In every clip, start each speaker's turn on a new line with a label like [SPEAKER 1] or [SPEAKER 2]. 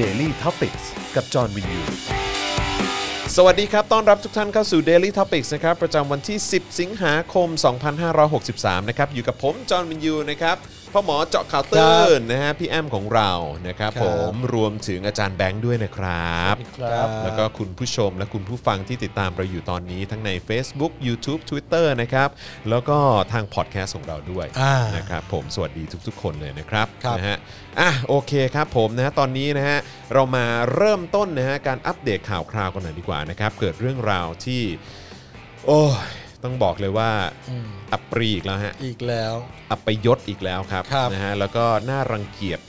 [SPEAKER 1] Daily t o p i c กกับจอห์นวินยู
[SPEAKER 2] สวัสดีครับ ต้อนรับทุกท่านเข้าสู่ Daily Topics นะครับ ประจำวันที่ 10 สิงหาคม 2563 นะครับ อยู่กับผม จอห์นวินยู นะครับ พ่อหมอเจาะข่าวตื่นนะฮะ พี่แอมของเรานะครับ
[SPEAKER 3] ครับ
[SPEAKER 2] ผม รวมถึงอาจารย์แบงค์ด้วยนะครับ
[SPEAKER 3] ครับ
[SPEAKER 2] แล้วก็คุณผู้ชมและคุณผู้ฟังที่ติดตามเราอยู่ตอนนี้ทั้งใน Facebook YouTube Twitter นะครับ แล้วก็ทางพอดแคสต์ของเราด้วย
[SPEAKER 3] อ่า
[SPEAKER 2] นะครับผมสวัสดีทุกๆ คนเลยนะครับ
[SPEAKER 3] ครับ
[SPEAKER 2] นะฮะอ่ะโอเคครับผมนะฮะตอนนี้นะฮะเรามาเริ่มต้นนะฮะการอัปเดตข่าวคราวกันหน่อยดีกว่านะครับเกิดเรื่องราวที่ โอ้ยต้องบอกเลยว่าอับปรีอีกแล้วฮะ
[SPEAKER 3] อีกแล้ว
[SPEAKER 2] อัปยศอีกแล้วครับ
[SPEAKER 3] ครับ
[SPEAKER 2] นะฮะแล้วก็น่ารังเกียจ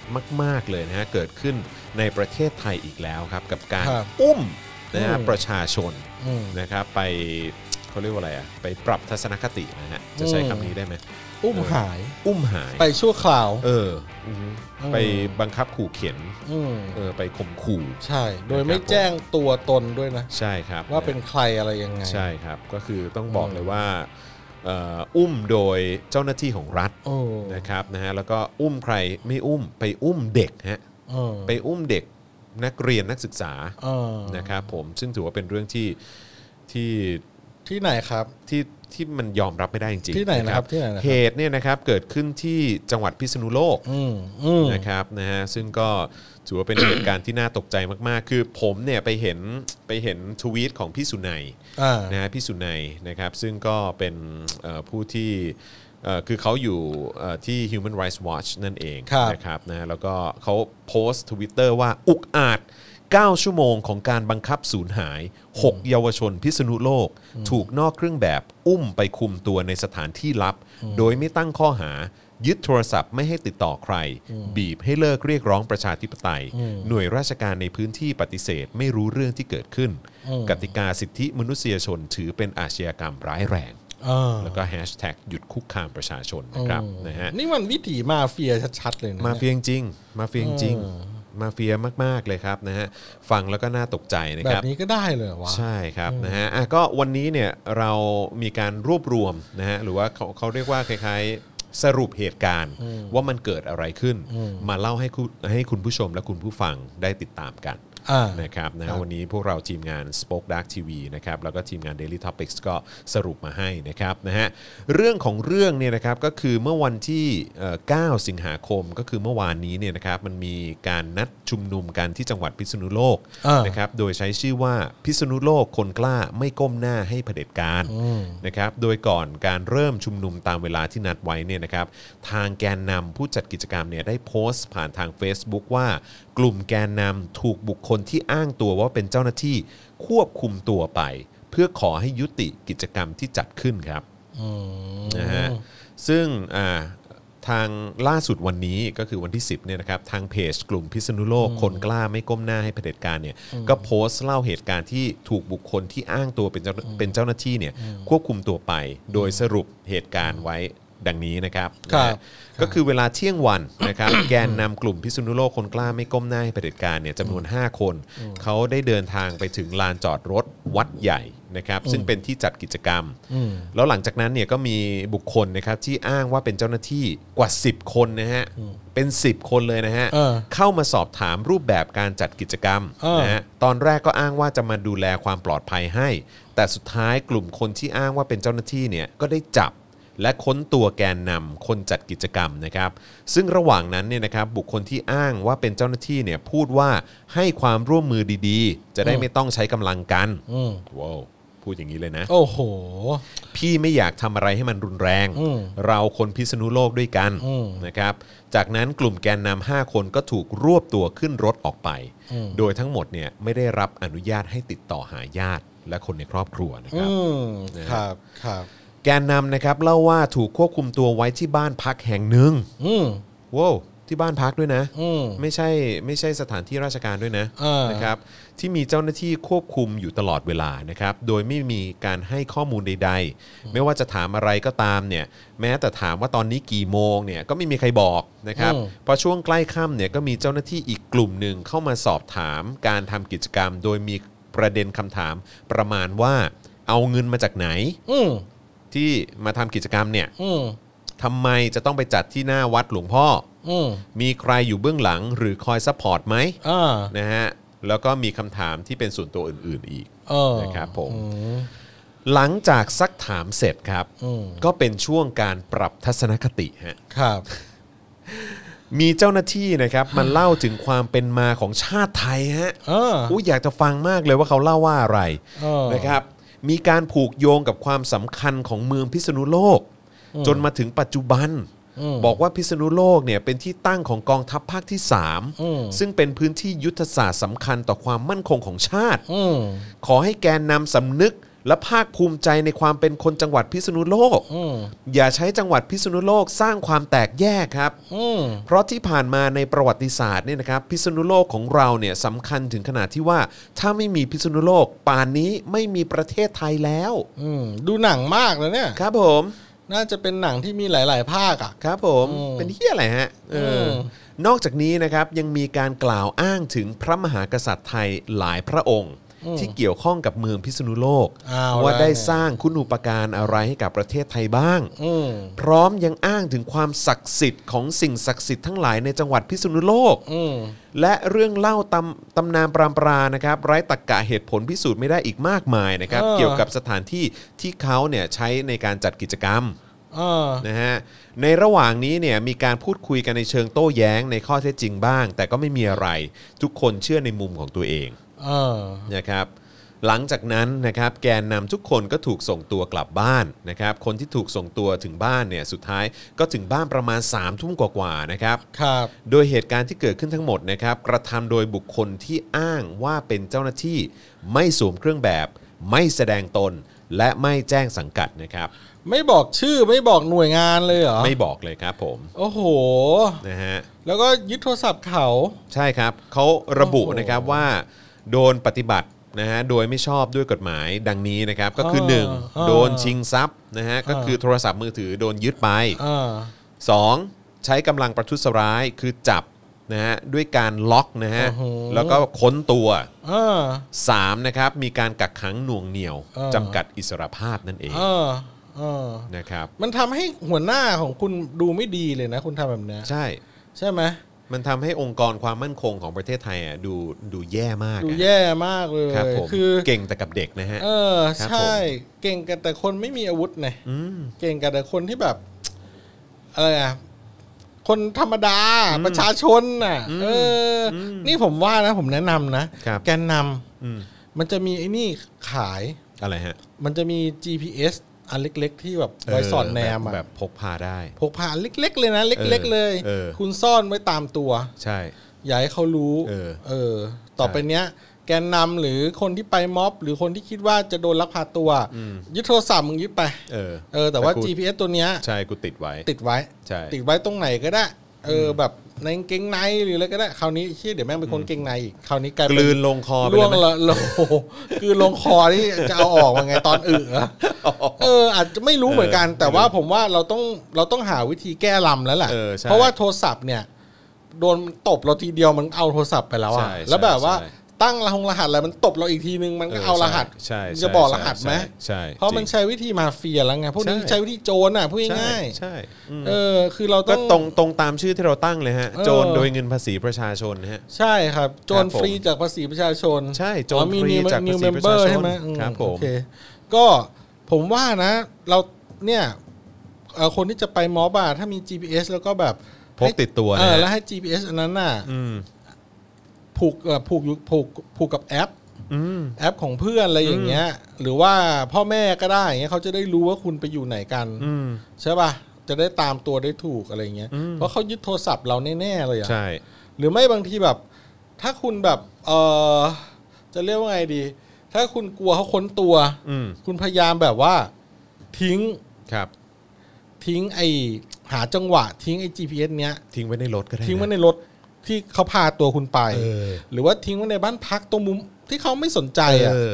[SPEAKER 2] มาก ๆ เลยนะฮะเกิดขึ้นในประเทศไทยอีกแล้วครับ กับการ
[SPEAKER 3] ครับ
[SPEAKER 2] อุ้มนะฮะ
[SPEAKER 3] อืม
[SPEAKER 2] ประชาชน
[SPEAKER 3] อืม
[SPEAKER 2] นะครับไปเขาเรียกว่าอะไรอ่ะไปปรับทัศนคตินะฮะจะใช้
[SPEAKER 3] อืม
[SPEAKER 2] คำนี้ได้ไหม
[SPEAKER 3] อุ้มหาย
[SPEAKER 2] อุ้มหาย
[SPEAKER 3] ไปชั่วคราว
[SPEAKER 2] เอออือฮึ
[SPEAKER 3] อืม
[SPEAKER 2] ไปบังคับขู่เข็น
[SPEAKER 3] อืม
[SPEAKER 2] เออไปข่มขู่
[SPEAKER 3] ใช่ โดย
[SPEAKER 2] นะครับ
[SPEAKER 3] ไม่แจ้งตัวตนด้วยนะ
[SPEAKER 2] ใช่ครับ
[SPEAKER 3] ว่าเป็นใครอะไรยังไง
[SPEAKER 2] ใช่ครับก็คือต้องบอกเลยว่าเอ่ออุ้มโดยเจ้าหน้าที่ของรัฐ
[SPEAKER 3] โอ้
[SPEAKER 2] นะครับนะฮะแล้วก็อุ้มใครไม่อุ้มไปอุ้มเด็กฮะ
[SPEAKER 3] เออ
[SPEAKER 2] ไปอุ้มเด็กนักเรียนนักศึกษา
[SPEAKER 3] เออ
[SPEAKER 2] นะครับผมซึ่งถือว่าเป็นเรื่องที่ที่
[SPEAKER 3] ที่ไหนครับ
[SPEAKER 2] ที่ที่มันยอมรับไม่ได้จริงๆ
[SPEAKER 3] ที่ไหนนะครับที่ไหนนะครับ
[SPEAKER 2] เหตุเนี่ยนะครับเกิดขึ้นที่จังหวัดพิษณุโลก
[SPEAKER 3] อืมอืม
[SPEAKER 2] นะครับนะฮะซึ่งก็ถือว่าเป็น เหตุการณ์ที่น่าตกใจมากๆ คือผมเนี่ยไปเห็นไปเห็นทวีตของพี่สุนัย
[SPEAKER 3] อ่า
[SPEAKER 2] นะฮะพี่สุนัยนะครับซึ่งก็เป็นเอ่อผู้ที่เอ่อคือเขาอยู่เอ่อที่ Human Rights Watch นั่นเอง
[SPEAKER 3] ครับ
[SPEAKER 2] นะครับนะแล้วก็เขาโพสต์ทวิตเตอร์ว่าอุกอาจ 9 ชั่วโมงของการบังคับสูญหาย 6 เยาวชนพิษณุโลก ถูกนอกเครื่องแบบอุ้มไปคุมตัวในสถานที่ลับ โดยไม่ตั้งข้อหา ยึดโทรศัพท์ไม่ให้ติดต่อใคร บีบให้เลิกเรียกร้องประชาธิปไตย
[SPEAKER 3] อืม
[SPEAKER 2] หน่วยราชการในพื้นที่ปฏิเสธไม่รู้เรื่องที่เกิดขึ้น
[SPEAKER 3] อืม
[SPEAKER 2] กติกาสิทธิมนุษยชนถือเป็นอาชญากรรมร้ายแรง
[SPEAKER 3] เออ
[SPEAKER 2] แล้วก็แฮชแท็กหยุดคุกคามประชาชนนะครับ
[SPEAKER 3] อืม
[SPEAKER 2] นะฮะ
[SPEAKER 3] นี่มันวิถีมาเฟียชัดๆเลยนะ
[SPEAKER 2] มาเฟียจริงๆมาเฟียจริงๆมาเฟียมากๆเลยครับนะฮะฟังแล้วก็น่าตกใจนะ
[SPEAKER 3] แบ
[SPEAKER 2] ค
[SPEAKER 3] บ
[SPEAKER 2] รับ
[SPEAKER 3] นี้ก็ได้เลยเหรอวะ
[SPEAKER 2] ใช่ครับนะฮะอ่ะก็วันนี้เนี่ยเรามีการรวบรวมนะฮะหรือว่าเขาเขาเรียกว่าคล้ายๆสรุปเหตุการณ์ ว่ามันเกิดอะไรขึ้น มาเล่าให้คุณให้คุณผู้ชมและคุณผู้ฟังได้ติดตามกัน
[SPEAKER 3] อ่า
[SPEAKER 2] นะครับนะฮะวันนี้พวกเราทีมงาน Spoke Dark TV นะครับแล้วก็ทีมงาน Daily Topics ก็สรุปมาให้นะครับนะฮะเรื่องของเรื่องเนี่ยนะครับก็คือเมื่อวันที่เอ่อ9 สิงหาคมก็คือเมื่อวานนี้เนี่ยนะครับมันมีการนัดชุมนุมกันที่จังหวัดพิษณุโลก
[SPEAKER 3] อ่าน
[SPEAKER 2] นะครับ โดยใช้ชื่อว่าพิษณุโลกคนกล้าไม่ก้มหน้าให้เผด็จการนะครับ โดยก่อนการเริ่มชุมนุมตามเวลาที่นัดไว้เนี่ยนะครับ ทางแกนนำผู้จัดกิจกรรมเนี่ยได้โพสต์ผ่านทาง Facebook ว่า กลุ่มแกนนำถูกบุคคลที่อ้างตัวว่าเป็นเจ้าหน้าที่ควบคุมตัวไป เพื่อขอให้ยุติกิจกรรมที่จัดขึ้นครับ
[SPEAKER 3] อืม
[SPEAKER 2] นะฮะซึ่งอ่าทางล่าสุดวันนี้ก็คือวันที่ 10เนี่ยนะครับทางเพจกลุ่มพิษณุโลกคนกล้าไม่ก้มหน้าให้เผด็จการเนี่ยก็โพสต์เล่าเหตุการณ์ที่ถูกบุคคลที่อ้างตัวเป็นเจ้าเป็นเจ้าหน้าที่เนี่ยควบคุมตัวไป โดยสรุปเหตุการณ์ไว้ดังนี้นะครับ
[SPEAKER 3] ครับ
[SPEAKER 2] นะฮะ ก็คือเวลาเที่ยงวันนะครับ แกนนำกลุ่มพิษณุโลกคนกล้าไม่ก้มหน้าให้เผด็จการเนี่ยจำนวน 5 คน เขาได้เดินทางไปถึงลานจอดรถวัดใหญ่นะครับ ซึ่งเป็นที่จัดกิจกรรม แล้วหลังจากนั้นเนี่ยก็มีบุคคลนะครับที่อ้างว่าเป็นเจ้าหน้าที่กว่า 10 คนนะฮะเป็น 10 คนเลยนะฮะ
[SPEAKER 3] เออ
[SPEAKER 2] เข้ามาสอบถามรูปแบบการจัดกิจกรรม
[SPEAKER 3] เออ
[SPEAKER 2] นะฮะ ตอนแรกก็อ้างว่าจะมาดูแลความปลอดภัยให้ แต่สุดท้ายกลุ่มคนที่อ้างว่าเป็นเจ้าหน้าที่เนี่ยก็ได้จับและค้นตัวแกนนำคนจัดกิจกรรมนะครับ ซึ่งระหว่างนั้นเนี่ยนะครับบุคคลที่อ้างว่าเป็นเจ้าหน้าที่เนี่ยพูดว่าให้ความร่วมมือดีๆ จะได้ไม่ต้องใช้กำลังกัน
[SPEAKER 3] อืม
[SPEAKER 2] ว้าวพูดอย่างนี้เลยนะ
[SPEAKER 3] โอ้โห
[SPEAKER 2] พี่ไม่อยากทำอะไรให้มันรุนแรง
[SPEAKER 3] อืม
[SPEAKER 2] เราคนพิษณุโลกด้วยกัน
[SPEAKER 3] อืม
[SPEAKER 2] นะครับ จากนั้นกลุ่มแกนนำห้าคนก็ถูกรวบตัวขึ้นรถออกไป
[SPEAKER 3] อืม
[SPEAKER 2] โดยทั้งหมดเนี่ยไม่ได้รับอนุญาตให้ติดต่อหาญาติและคนในครอบครัวนะค
[SPEAKER 3] อื
[SPEAKER 2] รับ
[SPEAKER 3] มครับครับ
[SPEAKER 2] แกนนำนะครับเล่าว่าถูกควบคุมตัวไว้ที่บ้านพักแห่งหนึ่ง
[SPEAKER 3] อืม
[SPEAKER 2] ว้าวที่บ้านพักด้วยนะ
[SPEAKER 3] อืม
[SPEAKER 2] ไม่ใช่ไม่ใช่สถานที่ราชการด้วยนะ
[SPEAKER 3] เออ
[SPEAKER 2] นะครับที่มีเจ้าหน้าที่ควบคุมอยู่ตลอดเวลานะครับโดยไม่มีการให้ข้อมูลใด ๆ ไม่ว่าจะถามอะไรก็ตามเนี่ยแม้แต่ถามว่าตอนนี้กี่โมงเนี่ยก็ไม่มีใครบอกนะครับพอช่วงใกล้ค่ำเนี่ยก็มีเจ้าหน้าที่อีกกลุ่มหนึ่งเข้ามาสอบถามการทำกิจกรรม โดยมีประเด็นคำถามประมาณว่าเอาเงินมาจากไหน
[SPEAKER 3] อืม
[SPEAKER 2] ที่มาทำกิจกรรมเนี่ย
[SPEAKER 3] อืม
[SPEAKER 2] ทำไมจะต้องไปจัดที่หน้าวัดหลวงพ่อ
[SPEAKER 3] อืม
[SPEAKER 2] มีใครอยู่เบื้องหลังหรือคอยซัพพอร์ตไหม
[SPEAKER 3] อ่า
[SPEAKER 2] นะฮะแล้วก็มีคำถามที่เป็นส่วนตัวอื่น ๆอีก
[SPEAKER 3] เออ
[SPEAKER 2] นะครับผม
[SPEAKER 3] อืม
[SPEAKER 2] หลังจากซักถามเสร็จครับ
[SPEAKER 3] อืม
[SPEAKER 2] ก็เป็นช่วงการปรับทัศนคติฮะ
[SPEAKER 3] ครับ
[SPEAKER 2] มีเจ้าหน้าที่ นะครับ มันเล่าถึงความเป็นมาของชาติไทยฮะ
[SPEAKER 3] เออ
[SPEAKER 2] อู้อยากจะฟังมากเลยว่าเขาเล่าว่าอะไร
[SPEAKER 3] เออ
[SPEAKER 2] นะครับ มีการผูกโยงกับความสำคัญของเมืองพิษณุโลก จนมาถึงปัจจุบัน
[SPEAKER 3] อืม
[SPEAKER 2] บอกว่าพิษณุโลกเนี่ยเป็นที่ตั้งของกองทัพภาคที่
[SPEAKER 3] อืม
[SPEAKER 2] 3 ซึ่งเป็นพื้นที่ยุทธศาสตร์สำคัญต่อความมั่นคงของชาติ
[SPEAKER 3] อืม
[SPEAKER 2] ขอให้แกนนำสำนึกและภาคภูมิใจในความเป็นคนจังหวัดพิษณุโลก
[SPEAKER 3] อืม
[SPEAKER 2] อย่าใช้จังหวัดพิษณุโลกสร้างความแตกแยกครับ
[SPEAKER 3] อืม
[SPEAKER 2] เพราะที่ผ่านมาในประวัติศาสตร์เนี่ยนะครับพิษณุโลกของเราเนี่ยสำคัญถึงขนาดที่ว่า ถ้าไม่มีพิษณุโลก ป่านนี้ไม่มีประเทศไทยแล้ว
[SPEAKER 3] อืมดูหนังมากเลยเนี่ย
[SPEAKER 2] ครับผม
[SPEAKER 3] น่าจะเป็นหนังที่มีหลาย ๆ ภาคอ่ะ
[SPEAKER 2] ครับผม
[SPEAKER 3] อืม
[SPEAKER 2] เป็นเฮียอะไรฮะเอออ
[SPEAKER 3] ม
[SPEAKER 2] นอกจากนี้นะครับยังมีการกล่าวอ้างถึงพระมหากษัตริย์ไทยหลายพระองค์ ที่เกี่ยวข้องกับเมืองพิษณุโลก
[SPEAKER 3] เอา
[SPEAKER 2] ว่าได้
[SPEAKER 3] ละ
[SPEAKER 2] สร้างคุณูปการอะไรให้กับประเทศไทยบ้าง
[SPEAKER 3] อืม
[SPEAKER 2] พร้อมยังอ้างถึงความศักดิ์สิทธิ์ของสิ่งศักดิ์สิทธิ์ทั้งหลายในจังหวัดพิษณุโลก
[SPEAKER 3] อืม
[SPEAKER 2] และเรื่องเล่าตำตำนานปรามปรานะครับ ไร้ตรกกะเหตุผลพิสูจน์ไม่ได้อีกมากมายนะครับ เกี่ยวกับสถานที่ที่เขาเนี่ยใช้ในการจัดกิจกรรม
[SPEAKER 3] เออ
[SPEAKER 2] นะฮะในระหว่างนี้เนี่ยมีการพูดคุยกันในเชิงโต้แย้งในข้อเท็จจริงบ้าง แต่ก็ไม่มีอะไรทุกคนเชื่อในมุมของตัวเอง
[SPEAKER 3] เออ
[SPEAKER 2] นะครับหลังจากนั้นนะครับแกนนำทุกคนก็ถูกส่งตัวกลับบ้านนะครับคนที่ถูกส่งตัวถึงบ้านเนี่ยสุดท้ายก็ถึงบ้านประมาณ3ามทุ่มกว่าๆนะครับ
[SPEAKER 3] ครับ
[SPEAKER 2] โดยเหตุการณ์ที่เกิดขึ้นทั้งหมดนะครับกระทำโดยบุคคลที่อ้างว่าเป็นเจ้าหน้าที่ ไม่สวมเครื่องแบบ ไม่แสดงตน และไม่แจ้งสังกัดนะครับ
[SPEAKER 3] ไม่บอกชื่อไม่บอกหน่วยงานเลยเหรอ
[SPEAKER 2] ไม่บอกเลยครับผม
[SPEAKER 3] โอ้โห
[SPEAKER 2] นะฮะ
[SPEAKER 3] แล้วก็ยึดโทรศัพท์เขา
[SPEAKER 2] ใช่ครับเขาระบุ
[SPEAKER 3] โอ้โห
[SPEAKER 2] นะครับว่า โดนปฏิบัตินะฮะโดยไม่ชอบด้วยกฎหมายดังนี้นะครับ ก็คือ
[SPEAKER 3] เออ
[SPEAKER 2] หนึ่ง
[SPEAKER 3] เออ
[SPEAKER 2] โดนชิงทรัพย์นะฮะก็
[SPEAKER 3] เออ
[SPEAKER 2] คือโทรศัพท์มือถือโดนยึดไป
[SPEAKER 3] อ่า
[SPEAKER 2] สองใช้กำลังประทุษร้ายคือจับนะฮะด้วยการล็อกนะฮะ
[SPEAKER 3] โอ้โห
[SPEAKER 2] แล้วก็ค้นตัว
[SPEAKER 3] อ่า
[SPEAKER 2] สามนะครับมีการกักขังหน่วงเหนี่ยว
[SPEAKER 3] เออ
[SPEAKER 2] จำกัดอิสรภาพนั่นเอง
[SPEAKER 3] อ่าอ่า
[SPEAKER 2] นะครับ
[SPEAKER 3] มันทำให้หัวหน้าของคุณดูไม่ดีเลยนะ คุณทำแบบเนี้ย
[SPEAKER 2] ใช่
[SPEAKER 3] ใช่ไหม
[SPEAKER 2] มันทำให้องค์กรความมั่นคงของประเทศไทยอ่ะดูดูแย่มาก
[SPEAKER 3] ดู
[SPEAKER 2] อะ
[SPEAKER 3] แย่มากเลย
[SPEAKER 2] ครับผม
[SPEAKER 3] คือ
[SPEAKER 2] เก่งแต่กับเด็กนะฮะ
[SPEAKER 3] เออ
[SPEAKER 2] ครับ
[SPEAKER 3] ใช่ เก่งกันแต่คนไม่มีอาวุธไง
[SPEAKER 2] อืม
[SPEAKER 3] เก่งกันแต่คนที่แบบอะไรอะคนธรรมดาประชาชนน่ะ เอออนี่ผมว่านะ ผมแนะนำนะครับ แกนนำ
[SPEAKER 2] อืม
[SPEAKER 3] มันจะมีไอ้นี่ขาย
[SPEAKER 2] อะไรฮะ
[SPEAKER 3] มันจะมี GPS อันเล็กๆ ที่แบบไว้สอดแนม
[SPEAKER 2] เบบ
[SPEAKER 3] อะ
[SPEAKER 2] แบบพกพาได้
[SPEAKER 3] พกพาเล็ก ๆ เลยนะ เล็ก ๆ เลย
[SPEAKER 2] เออ
[SPEAKER 3] คุณซ่อนไว้ตามตัว
[SPEAKER 2] ใช่
[SPEAKER 3] อย่าให้เขารู้
[SPEAKER 2] เออ
[SPEAKER 3] เออ ต่อไปเนี้ย แกนนำหรือคนที่ไปม็อบ หรือคนที่คิดว่าจะโดนลักพาตัว ยึดโทรศัพท์มึงยึดไป
[SPEAKER 2] เออ
[SPEAKER 3] เออ แต่ว่า
[SPEAKER 2] กู
[SPEAKER 3] GPS ตัวเนี้ย
[SPEAKER 2] ใช่กูติดไว้
[SPEAKER 3] ติดไว้
[SPEAKER 2] ใช่
[SPEAKER 3] ติดไว้ตรงไหนก็ได้ เอออแบบในกางเกงในหรืออะไรก็ได้ คราวนี้เชี่ยเดี๋ยวแม่งเป็นคนเกงในอีก คราวนี้กลาย
[SPEAKER 2] ก
[SPEAKER 3] เป็น
[SPEAKER 2] ลืนลงคอไป
[SPEAKER 3] ล่
[SPEAKER 2] เล
[SPEAKER 3] วย ง
[SPEAKER 2] ไหม
[SPEAKER 3] ละ ลงคือลงคอนี่จะเอาออกมาไงตอนอึเหรอ เอออาจจะไม่รู้เหมือนกัน แต่ว่าผมว่าเราต้องเราต้องหาวิธีแก้ลำแล้วแหละ
[SPEAKER 2] เออใช่
[SPEAKER 3] เพราะว่าโทรศัพท์เนี่ย โดนตบเราทีเดียวมันเอาโทรศัพท์ไปแล้ว
[SPEAKER 2] ใช่
[SPEAKER 3] อะ
[SPEAKER 2] ใช่
[SPEAKER 3] แล้วแบบว่า
[SPEAKER 2] ใช่
[SPEAKER 3] ตั้งรหัสรหัสอะไรมันตบเราอีกทีนึงมันก็เอารหัส
[SPEAKER 2] ใช่ใช่
[SPEAKER 3] จะบอกรหัสไหม
[SPEAKER 2] ใช่ใช่
[SPEAKER 3] เพราะมัน
[SPEAKER 2] จง
[SPEAKER 3] ใช้วิธีมาเฟียแล้วไงพวกนี้
[SPEAKER 2] ใช่
[SPEAKER 3] ใช้วิธีโจรอ่ะพูด
[SPEAKER 2] ใช่
[SPEAKER 3] ง่าย
[SPEAKER 2] ใช่อืม
[SPEAKER 3] ๆเออ คือเรา
[SPEAKER 2] ก็
[SPEAKER 3] ต้อง
[SPEAKER 2] ตรงตรงตามชื่อที่เราตั้งเลยฮะ
[SPEAKER 3] เออ
[SPEAKER 2] โจรโดยเงินภาษีประชาชนฮะ
[SPEAKER 3] ใช่ครับ โจ
[SPEAKER 2] ครั
[SPEAKER 3] ร
[SPEAKER 2] บผม
[SPEAKER 3] ฟรีจากภาษีประชาชน
[SPEAKER 2] ใช่โจร
[SPEAKER 3] อ๋อมี
[SPEAKER 2] ฟรี
[SPEAKER 3] new-
[SPEAKER 2] จากภาษี
[SPEAKER 3] new
[SPEAKER 2] ประชาชน
[SPEAKER 3] member ใช่ไหมอื
[SPEAKER 2] ครับผม
[SPEAKER 3] โอเคก็ผมว่านะ เราเนี่ยเอ่อคนที่จะไปมอบอะถ้ามี GPS แล้วก็แบบ
[SPEAKER 2] พกติดตัว
[SPEAKER 3] เอ
[SPEAKER 2] นะ
[SPEAKER 3] อแล้ว
[SPEAKER 2] ฮะ
[SPEAKER 3] ให้ GPS อันนั้นน่ะ
[SPEAKER 2] อืม
[SPEAKER 3] ผูกเอ่อผูกอยู่ผูกผูกกับแอป
[SPEAKER 2] อืม
[SPEAKER 3] แอปของเพื่อนอะไรอย่างเงี้ย หรือว่าพ่อแม่ก็ได้อย่างเงี้ยเขาจะได้รู้ว่าคุณไปอยู่ไหนกัน
[SPEAKER 2] อืม
[SPEAKER 3] ใช่ป่ะจะได้ตามตัวได้ถูกอะไรอย่างเงี้ย
[SPEAKER 2] อืม
[SPEAKER 3] เพราะเขายึดโทรศัพท์เราแน่ๆเลยอะ
[SPEAKER 2] ใช่
[SPEAKER 3] หรือไม่บางทีแบบ ถ้าคุณแบบเออจะเรียกว่าไงดี ถ้าคุณกลัวเขาค้นตัว
[SPEAKER 2] อืม
[SPEAKER 3] คุณพยายามแบบว่า ทิ้ง
[SPEAKER 2] ครับ
[SPEAKER 3] ทิ้งไอหาจังหวะ ทิ้งไอ GPS เนี้ย
[SPEAKER 2] ทิ้งไว้ในรถก็ได้
[SPEAKER 3] ทิ้งไว้
[SPEAKER 2] นะ
[SPEAKER 3] ในรถที่เขาพาตัวคุณไป
[SPEAKER 2] เออ
[SPEAKER 3] หรือว่าทิ้งไว้ในบ้านพักตรงมุมที่เขาไม่สนใจอ่ะ
[SPEAKER 2] เออ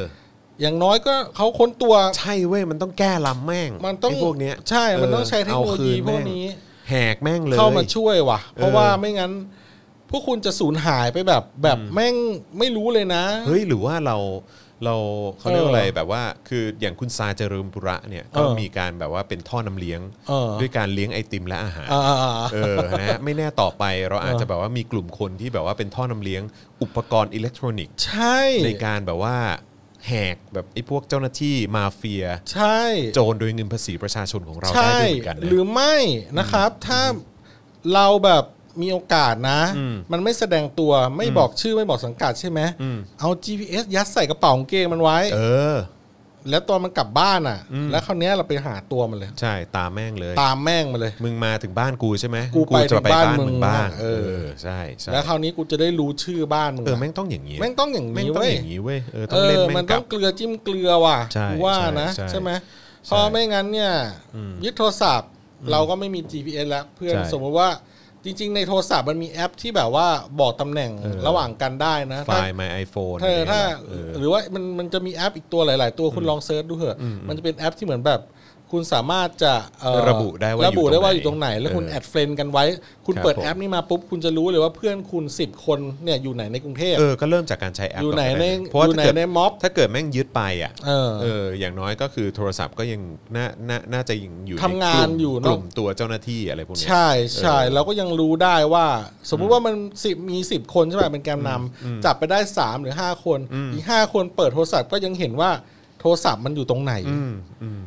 [SPEAKER 3] อย่างน้อยก็เขาค้นตัว
[SPEAKER 2] ใช่เว้ยมันต้องแก้ลำแม่ง
[SPEAKER 3] มันต้อง
[SPEAKER 2] ไพวกเนี้ย
[SPEAKER 3] ใช่มันต้องใช้เทคโนโลยี
[SPEAKER 2] อา
[SPEAKER 3] พวก
[SPEAKER 2] แม่ง
[SPEAKER 3] นี้
[SPEAKER 2] แหกแม่งเลย
[SPEAKER 3] เข้ามาช่วยว่ะ เพราะ
[SPEAKER 2] เออ
[SPEAKER 3] ว่าไม่งั้น พวกคุณจะสูญหายไปแบบแบบแม่งไม่รู้เลยนะ
[SPEAKER 2] เฮ้ยหรือว่าเรา เราเขาเรียกว่าอะไรแบบว่า คืออย่างคุณซาเจริญปุระเนี่ยก็
[SPEAKER 3] เออ
[SPEAKER 2] มีการแบบว่าเป็นท่อน้ำเลี้ยง
[SPEAKER 3] เออ
[SPEAKER 2] ด้วยการเลี้ยงไอติมและอาหาร
[SPEAKER 3] อ่าๆ
[SPEAKER 2] เออ นะฮะไม่แน่ต่อไปเราอาจจะแบบว่ามีกลุ่มคนที่แบบว่าเป็นท่อนำเลี้ยงอุปกรณ์อิเล็กทรอนิกส์
[SPEAKER 3] ใช่
[SPEAKER 2] ในการแบบว่าแหกแบบไอ้พวกเจ้าหน้าที่มาเฟีย
[SPEAKER 3] ใช่
[SPEAKER 2] โจรโดยเงินภาษีประชาชนของเรา
[SPEAKER 3] ใช่
[SPEAKER 2] ได้ด้วยเหมือนกันนะ
[SPEAKER 3] หรือไม่นะครับ ถ้าเราแบบมีโอกาสนะ
[SPEAKER 2] อืม
[SPEAKER 3] มันไม่แสดงตัวไม่บอกชื่อไม่บอกสังกัดใช่ไหม
[SPEAKER 2] อืม
[SPEAKER 3] เอา GPS ยัดใส่กระเป๋ากางเกงมันไว้
[SPEAKER 2] เออ
[SPEAKER 3] แล้วตอนมันกลับบ้านอ่ะ แล้วคราวเนี้ยเราไปหาตัวมันเลย
[SPEAKER 2] ใช่ ตามแม่งเลย
[SPEAKER 3] ตามแม่งมาเลย
[SPEAKER 2] มึงมาถึงบ้านกูใช่ไหม
[SPEAKER 3] กูไป
[SPEAKER 2] จะไปบ้าน
[SPEAKER 3] ถึงบ้านมึ
[SPEAKER 2] มึ
[SPEAKER 3] ง
[SPEAKER 2] งบ้าง
[SPEAKER 3] นะ
[SPEAKER 2] เอ
[SPEAKER 3] เออ
[SPEAKER 2] อใช่ใช่
[SPEAKER 3] แล้วคราวนี้กูจะได้รู้ชื่อบ้านมึง
[SPEAKER 2] เออ
[SPEAKER 3] อะ
[SPEAKER 2] แม่งต้องอย่างนี้
[SPEAKER 3] แม่งต้องอย่าง
[SPEAKER 2] แม่ง
[SPEAKER 3] นี้
[SPEAKER 2] ต้อง
[SPEAKER 3] เว้ย
[SPEAKER 2] อย่างนี้เว้ยเออต้
[SPEAKER 3] เอ
[SPEAKER 2] องเล่น
[SPEAKER 3] อ
[SPEAKER 2] แม่
[SPEAKER 3] มัน
[SPEAKER 2] งก
[SPEAKER 3] ต้
[SPEAKER 2] ลั
[SPEAKER 3] อบ งเกลือจิ้มเกลือว่ะ
[SPEAKER 2] ใช่
[SPEAKER 3] กูว่านะ
[SPEAKER 2] ใช่ใช่
[SPEAKER 3] ใช่ไหมเพอไม่งั้นเนี่ยยึดโทรศัพท์เราก็ไม่มี GPS แล้วเพื่อน
[SPEAKER 2] ใช่
[SPEAKER 3] สมมติว่าจริง ๆ ในโทรศัพท์มันมีแอปที่แบบว่าบอกตำแหน่ง
[SPEAKER 2] เออ
[SPEAKER 3] ระหว่างกันได้นะ
[SPEAKER 2] ไฟ
[SPEAKER 3] ถ้า
[SPEAKER 2] ล์ my iPhone
[SPEAKER 3] เธอถ้า
[SPEAKER 2] เออ
[SPEAKER 3] หรือว่ามันมันจะมีแอปอีกตัวหลาย ๆ ตัวคุณลองเซิร์ชดูเถอะมันจะเป็นแอปที่เหมือนแบบ คุณสามารถจะเอ่อ
[SPEAKER 2] ระบุได้ว่าอยู่
[SPEAKER 3] ระบุได้ว่าอยู่
[SPEAKER 2] ตร
[SPEAKER 3] ตรง ง
[SPEAKER 2] ไห
[SPEAKER 3] ไห
[SPEAKER 2] น
[SPEAKER 3] น แล้วคุณ
[SPEAKER 2] เออ
[SPEAKER 3] แอดเฟรนกันไว้ คุณ
[SPEAKER 2] ครับ
[SPEAKER 3] เปิด
[SPEAKER 2] ผม
[SPEAKER 3] แอปนี้มาปุ๊บคุณจะรู้เลยว่าเพื่อนคุณ 10 คนเนี่ยอยู่ไหนในกรุงเทพ
[SPEAKER 2] เออ ก็เริ่มจากการใช้แอป
[SPEAKER 3] อยู่ไหน
[SPEAKER 2] ก่ก็ด้
[SPEAKER 3] ใน
[SPEAKER 2] เพราะว่า
[SPEAKER 3] อยู่
[SPEAKER 2] ถ้าเกิด
[SPEAKER 3] ไหนในม็อบ
[SPEAKER 2] ถ้าเกิดแม่งยึดไปอ่ะ
[SPEAKER 3] เออ
[SPEAKER 2] อย่างน้อยก็คือโทรศัพท์ก็ยังน่าน่าน่าจะยังอยู่ใ
[SPEAKER 3] ทำงา
[SPEAKER 2] ก
[SPEAKER 3] น
[SPEAKER 2] ลุ่ม
[SPEAKER 3] อยู่
[SPEAKER 2] ก
[SPEAKER 3] เนอะ
[SPEAKER 2] ลุ่มตัวเจ้าหน้าที่อะไรพวกเนี้ย
[SPEAKER 3] ใช่ใช่
[SPEAKER 2] เออ
[SPEAKER 3] เราก็ยังรู้ได้ว่า สมมุติว่ามันสิบมีสิบคนใช่ไหมเป็นแกนนำจับไปได้สามหรือห้าคน อีกห้าคนเปิดโทรศัพท์ก็ยังเห็นว่าโทรศัพท์มันอยู่ตรงไหน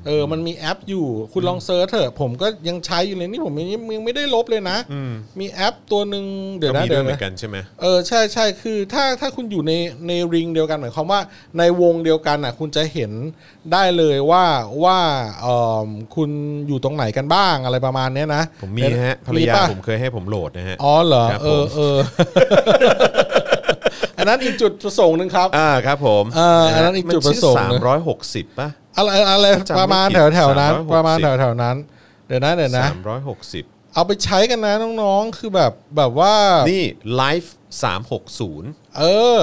[SPEAKER 3] เออ มันมีแอปอยู่คุณลองเซิร์ชเถอะผมก็ยังใช้อยู่เลยนี่ผมยังยังไม่ได้ลบเลยนะ
[SPEAKER 2] อืม
[SPEAKER 3] มีแอปตัวหนึ่งเดี๋ยว
[SPEAKER 2] ก็
[SPEAKER 3] นะ
[SPEAKER 2] มี
[SPEAKER 3] เดี๋
[SPEAKER 2] ด้วย ยวเหมื
[SPEAKER 3] นะ
[SPEAKER 2] อนกันใช่ไหม
[SPEAKER 3] เออใช่ใช่คือถ้าถ้าคุณอยู่ในในริงเดียวกันหมายความว่าในวงเดียวกันน่ะ คุณจะเห็นได้เลยว่าว่าเออคุณอยู่ตรงไหนกันบ้างอะไรประมาณเนี้ยนะ
[SPEAKER 2] ผมมี
[SPEAKER 3] เป็น
[SPEAKER 2] ฮะภรรยา
[SPEAKER 3] ป่ะ
[SPEAKER 2] ผมเคยให้ผมโหลดนะฮะ
[SPEAKER 3] อ๋อเหรอ
[SPEAKER 2] ครับ
[SPEAKER 3] เอ
[SPEAKER 2] ผ
[SPEAKER 3] อ
[SPEAKER 2] ม
[SPEAKER 3] เออ อันนั้นอีกจุดประสงค์หนึ่งครับ
[SPEAKER 2] อ่าครับผม
[SPEAKER 3] เอออันนั้นอีกจุดประสงค์นะ
[SPEAKER 2] สามร้อยหกสิบป่ะ
[SPEAKER 3] อะไรอะไร
[SPEAKER 2] จำไม่
[SPEAKER 3] ประมาณ
[SPEAKER 2] ผิด
[SPEAKER 3] แถวแถวๆนั้น
[SPEAKER 2] 360
[SPEAKER 3] ประมาณแถวแถวๆนั้น เดี๋ยวนะเดี๋ยวนะ
[SPEAKER 2] สามร้อยหกสิบ
[SPEAKER 3] เอาไปใช้กันนะน้องๆคือแบบแบบว่า
[SPEAKER 2] นี่ไลฟ์สามหกศูนย์
[SPEAKER 3] เออ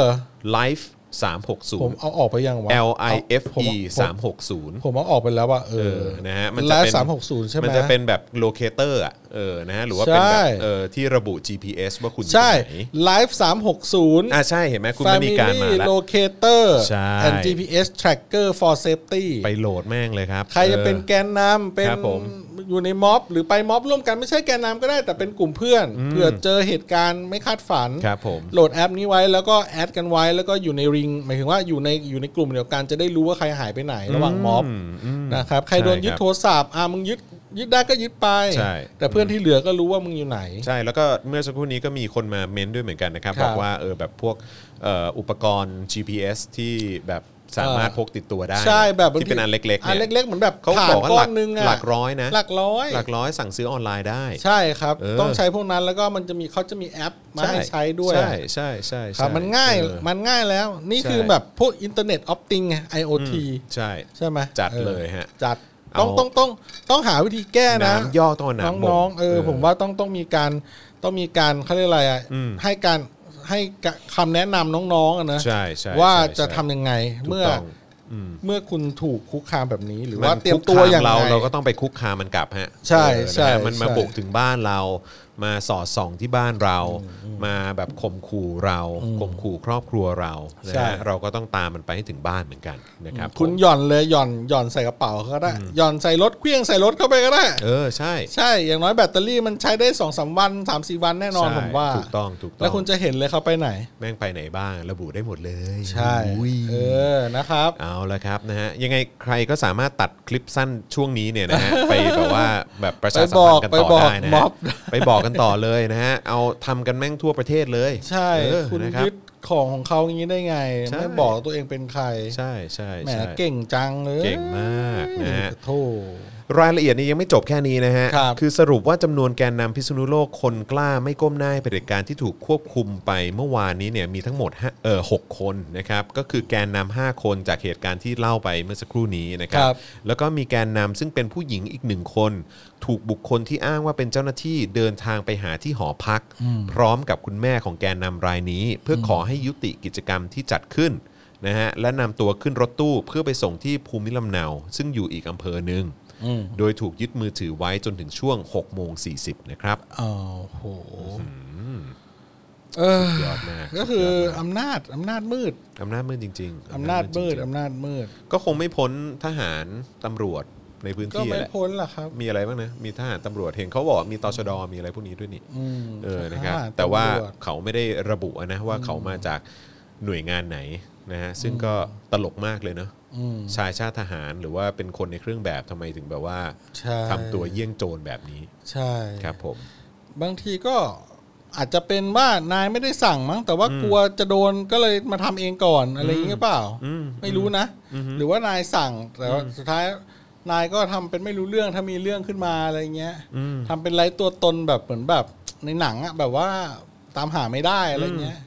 [SPEAKER 2] ไลฟ์สามหกศู
[SPEAKER 3] ผ
[SPEAKER 2] น
[SPEAKER 3] ม
[SPEAKER 2] ย์
[SPEAKER 3] เอาออกไปยังวะ
[SPEAKER 2] L I F
[SPEAKER 3] ผม
[SPEAKER 2] E สามหกศูนย์
[SPEAKER 3] ผมเอาออกไปแล้วว่าเออ
[SPEAKER 2] เออนะฮะมันจะ
[SPEAKER 3] ไล
[SPEAKER 2] เป็น
[SPEAKER 3] ฟ์สามหกศูนย์ใช่ไหม
[SPEAKER 2] มันจะเป็นแบบโลเคเตอร์อ่ะเออนะฮะหรือว่าเป็นแบ
[SPEAKER 3] ใช่
[SPEAKER 2] บเออที่ระบุ GPS ว่าคุณอยู่
[SPEAKER 3] ใช่
[SPEAKER 2] ที่ไหน
[SPEAKER 3] ไลฟ์สามหกศูนย์
[SPEAKER 2] อ่าใช่เห็นไหมคุณมณีการมา
[SPEAKER 3] Family
[SPEAKER 2] แล้ว
[SPEAKER 3] Locator
[SPEAKER 2] ใช่
[SPEAKER 3] and GPS Tracker for Safety
[SPEAKER 2] ไปโหลดแม่งเลยครับ
[SPEAKER 3] ใครจะเป็น
[SPEAKER 2] ออ
[SPEAKER 3] แกนนำเป็น
[SPEAKER 2] ครับผม
[SPEAKER 3] อยู่ในม็อบ หรือไปม็อบร่วมกันไม่ใช่แกนนำก็ได้แต่เป็นกลุ่มเพื่อนเผื่อเจอเหตุการณ์ไม่คาดฝัน
[SPEAKER 2] ครับผม
[SPEAKER 3] โหลดแอปนี้ไว้แล้วก็แอดกันไว้แล้วก็อยู่ในริงหมายถึงว่าอยู่ในอยู่ในกลุ่มเดียวกันจะได้รู้ว่าใครหายไปไหนระหว่างม็อบ
[SPEAKER 2] อืมอืม
[SPEAKER 3] นะครับใคร
[SPEAKER 2] ใช่
[SPEAKER 3] โดนยึ
[SPEAKER 2] ค
[SPEAKER 3] ด
[SPEAKER 2] รับ
[SPEAKER 3] โทรศัพท์อ่ะมึงยึดยึดได้ก็ยึดไป
[SPEAKER 2] ใช่
[SPEAKER 3] แต่เพื่อนที่เหลือก็รู้ว่ามึงอยู่ไหน
[SPEAKER 2] ใช่แล้วก็เมื่อสักครู่นี้ก็มีคนมาเม้นด้วยเหมือนกันนะครับ
[SPEAKER 3] ครับ
[SPEAKER 2] บอกว่าเออแบบพวกเอ่ออุปกรณ์ GPS ที่แบบสามารถ
[SPEAKER 3] เออ
[SPEAKER 2] พกติดตัวได้
[SPEAKER 3] ใช่แบบบาง
[SPEAKER 2] ที่เป็นอันเล็กๆ
[SPEAKER 3] อัน
[SPEAKER 2] เนี่ย
[SPEAKER 3] เล็กๆเหมือนแบบ
[SPEAKER 2] เขาบ
[SPEAKER 3] ถ่น
[SPEAKER 2] อกว่าห
[SPEAKER 3] ก้อ
[SPEAKER 2] ลัก
[SPEAKER 3] นหนึงอะ
[SPEAKER 2] หลักร้อยนะ
[SPEAKER 3] หลักร้อย
[SPEAKER 2] หลักร้อยสั่งซื้อออนไลน์ได้
[SPEAKER 3] ใช่ครับ
[SPEAKER 2] เออ
[SPEAKER 3] ต้องใช้พวกนั้นแล้วก็มันจะมีเขาจะมีแอปมาให้ใช้ด้วย
[SPEAKER 2] ใช่ใช่ใช่ใช่
[SPEAKER 3] ครับมันง่าย
[SPEAKER 2] เออ
[SPEAKER 3] มันง่ายแล้ว นี่
[SPEAKER 2] ใช่
[SPEAKER 3] คือแบบพวกอินเทอร์เน็ตออฟติงไง IoT
[SPEAKER 2] ใช่
[SPEAKER 3] ใช่ไหม
[SPEAKER 2] จัด
[SPEAKER 3] ออ
[SPEAKER 2] เลยฮะ
[SPEAKER 3] จัด
[SPEAKER 2] เอา
[SPEAKER 3] ต้องต้องต้องต้องหาวิธีแก้นะ
[SPEAKER 2] น้ำย่อตัวหน้ำบ่
[SPEAKER 3] น้องๆเออผมว่าต้องต้องมีการต้องมีการเขาเรียกอะไรอะให้การให้กะคำแนะนำน้องๆอะนะ
[SPEAKER 2] ใช่ใช่
[SPEAKER 3] ว่า
[SPEAKER 2] ใช่
[SPEAKER 3] จะ
[SPEAKER 2] ใช่
[SPEAKER 3] ทำยังไง
[SPEAKER 2] ถูก
[SPEAKER 3] เมื่อ
[SPEAKER 2] ต้องอืม
[SPEAKER 3] เมื่อคุณถูกคุกคามแบบนี้หรือ
[SPEAKER 2] มั
[SPEAKER 3] ว่าน เตรีย
[SPEAKER 2] คุ
[SPEAKER 3] ม
[SPEAKER 2] ก
[SPEAKER 3] ตัว
[SPEAKER 2] คาม
[SPEAKER 3] อย่างไร
[SPEAKER 2] เราเราก็ต้องไปคุกคามมันกลับฮะ
[SPEAKER 3] ใช่
[SPEAKER 2] เออนะฮะ
[SPEAKER 3] ใช่
[SPEAKER 2] มันมา
[SPEAKER 3] ใช่
[SPEAKER 2] บุกถึงบ้านเรามาสอดส่องที่บ้านเรา มาแบบข่มขู่เราข่มขู่ครอบครัวเรานะ
[SPEAKER 3] ใช่
[SPEAKER 2] ฮะเราก็ต้องตามมันไปให้ถึงบ้านเหมือนกันนะครับ
[SPEAKER 3] คุณ
[SPEAKER 2] ผม
[SPEAKER 3] หย่อนเลยหย่อนหย่อนใส่กระเป๋าเขาก็ได้หย่อนใส่รถเครื่องใส่รถเข้าไปก็ได้
[SPEAKER 2] เออใช่
[SPEAKER 3] ใช่อย่างน้อยแบตเตอรี่มันใช้ได้สองสามวันสามสี่วันแน่นอน
[SPEAKER 2] ใช่
[SPEAKER 3] ผมว่า
[SPEAKER 2] ถูกต้องถูกต้อง
[SPEAKER 3] แล้วคุณจะเห็นเลยเขาไปไหน
[SPEAKER 2] แม่งไปไหนบ้าง ระบุได้หมดเลย
[SPEAKER 3] ใช่
[SPEAKER 2] อุ้ย
[SPEAKER 3] เออนะครับ
[SPEAKER 2] เอาละครับนะฮะยังไงใครก็สามารถตัดคลิปสั้นช่วงนี้เนี่ยนะฮ ะ ไปแบบว่าแบบประชาสัมพันธ์กัน
[SPEAKER 3] ไป
[SPEAKER 2] ต่อ
[SPEAKER 3] บอก
[SPEAKER 2] ได้นะฮะ
[SPEAKER 3] ไปบอกม็อบ
[SPEAKER 2] ไปบอกกันต่อเลยนะฮะเอาทำกันแม่งทั่วประเทศเลย
[SPEAKER 3] ใช่
[SPEAKER 2] เออ
[SPEAKER 3] คุณ
[SPEAKER 2] นะครับ
[SPEAKER 3] ยึดของของเขาอย่างนี้ได้ไง
[SPEAKER 2] ใช่
[SPEAKER 3] ไม่บอกตัวเองเป็นใคร
[SPEAKER 2] ใช่ใช่
[SPEAKER 3] แหม
[SPEAKER 2] ใช่
[SPEAKER 3] เก่งจังเลย
[SPEAKER 2] เก่งมากนะฮะ
[SPEAKER 3] โธ
[SPEAKER 2] รายละเอียดนี้ยังไม่จบแค่นี้นะฮะ
[SPEAKER 3] ครับ
[SPEAKER 2] อสรุปว่าจำนวนแกนนำพิษณุโลกคนกล้าไม่ก้มหน้าให้เผด็จการที่ถูกควบคุมไปเมื่อวานนี้เนี่ยมีทั้งหมดห้าเออหกคนนะครับก็คือแกนนำห้าคนจากเหตุการณ์ที่เล่าไปเมื่อสักครู่นี้นะครั
[SPEAKER 3] ครับ
[SPEAKER 2] แล้วก็มีแกนนำซึ่งเป็นผู้หญิงอีกหนึ่งคน ถูกบุคคลที่อ้างว่าเป็นเจ้าหน้าที่เดินทางไปหาที่หอพัก พร้อมกับคุณแม่ของแกนนำรายนี้ เพื่อขอให้ยุติกิจกรรมที่จัดขึ้นนะฮะและนำตัวขึ้นรถตู้เพื่อไปส่งที่ภูมิลำเนา ซึ่งอยู่อีกอำเภอหนึ่ง
[SPEAKER 3] อืม
[SPEAKER 2] โดยถูกยึดมือถือไว้จนถึงช่วง6โมง40นะครับ
[SPEAKER 3] อ้าวโห เออย
[SPEAKER 2] อดมาก
[SPEAKER 3] ก็คือ
[SPEAKER 2] สุดยดมาก
[SPEAKER 3] อำนาจอำนาจมืด
[SPEAKER 2] อำนาจมืดจริงๆ
[SPEAKER 3] อำนาจมืด
[SPEAKER 2] จริง
[SPEAKER 3] อำนาจมืด
[SPEAKER 2] ๆก็คงไม่พ้นทหารตำรวจในพื้น
[SPEAKER 3] ก็
[SPEAKER 2] ที่
[SPEAKER 3] ไม่
[SPEAKER 2] แหละ
[SPEAKER 3] พ้นล่ะครับ
[SPEAKER 2] มีอะไรบ้างนะมีทหารตำรวจเห็นเขาบอกมีตชดมีอะไรพวกนี้ด้วยนี่
[SPEAKER 3] อืม
[SPEAKER 2] เออ นะครับ
[SPEAKER 3] ทห
[SPEAKER 2] แต่ว่า
[SPEAKER 3] ำรจ
[SPEAKER 2] เขาไม่ได้ระบุนะว่าเขามาจากหน่วยงานไหนนะฮะ ซึ่งก็ตลกมากเลยเนาะ
[SPEAKER 3] อืม
[SPEAKER 2] ชายชาติทหารหรือว่าเป็นคนในเครื่องแบบทำไมถึงแบบว่า
[SPEAKER 3] ใช่
[SPEAKER 2] ทำตัวเยี่ยงโจรแบบนี้
[SPEAKER 3] ใช่
[SPEAKER 2] ครับผม
[SPEAKER 3] บางทีก็อาจจะเป็นว่านายไม่ได้สั่งมั้ง แต่ว่ากลัวจะโดนก็เลยมาทำเองก่อนอะไรอย่างเงี้ยเปล่า
[SPEAKER 2] อืม
[SPEAKER 3] ไม่รู้นะ หรือว่านายสั่งแต่ว่าสุดท้ายนายก็ทำเป็นไม่รู้เรื่องถ้ามีเรื่องขึ้นมาอะไรเงี้ย
[SPEAKER 2] อืม
[SPEAKER 3] ทำเป็นไร้ตัวตนแบบเหมือนแบบในหนังอะแบบว่าตามหาไม่ได้อะไรเงี้ย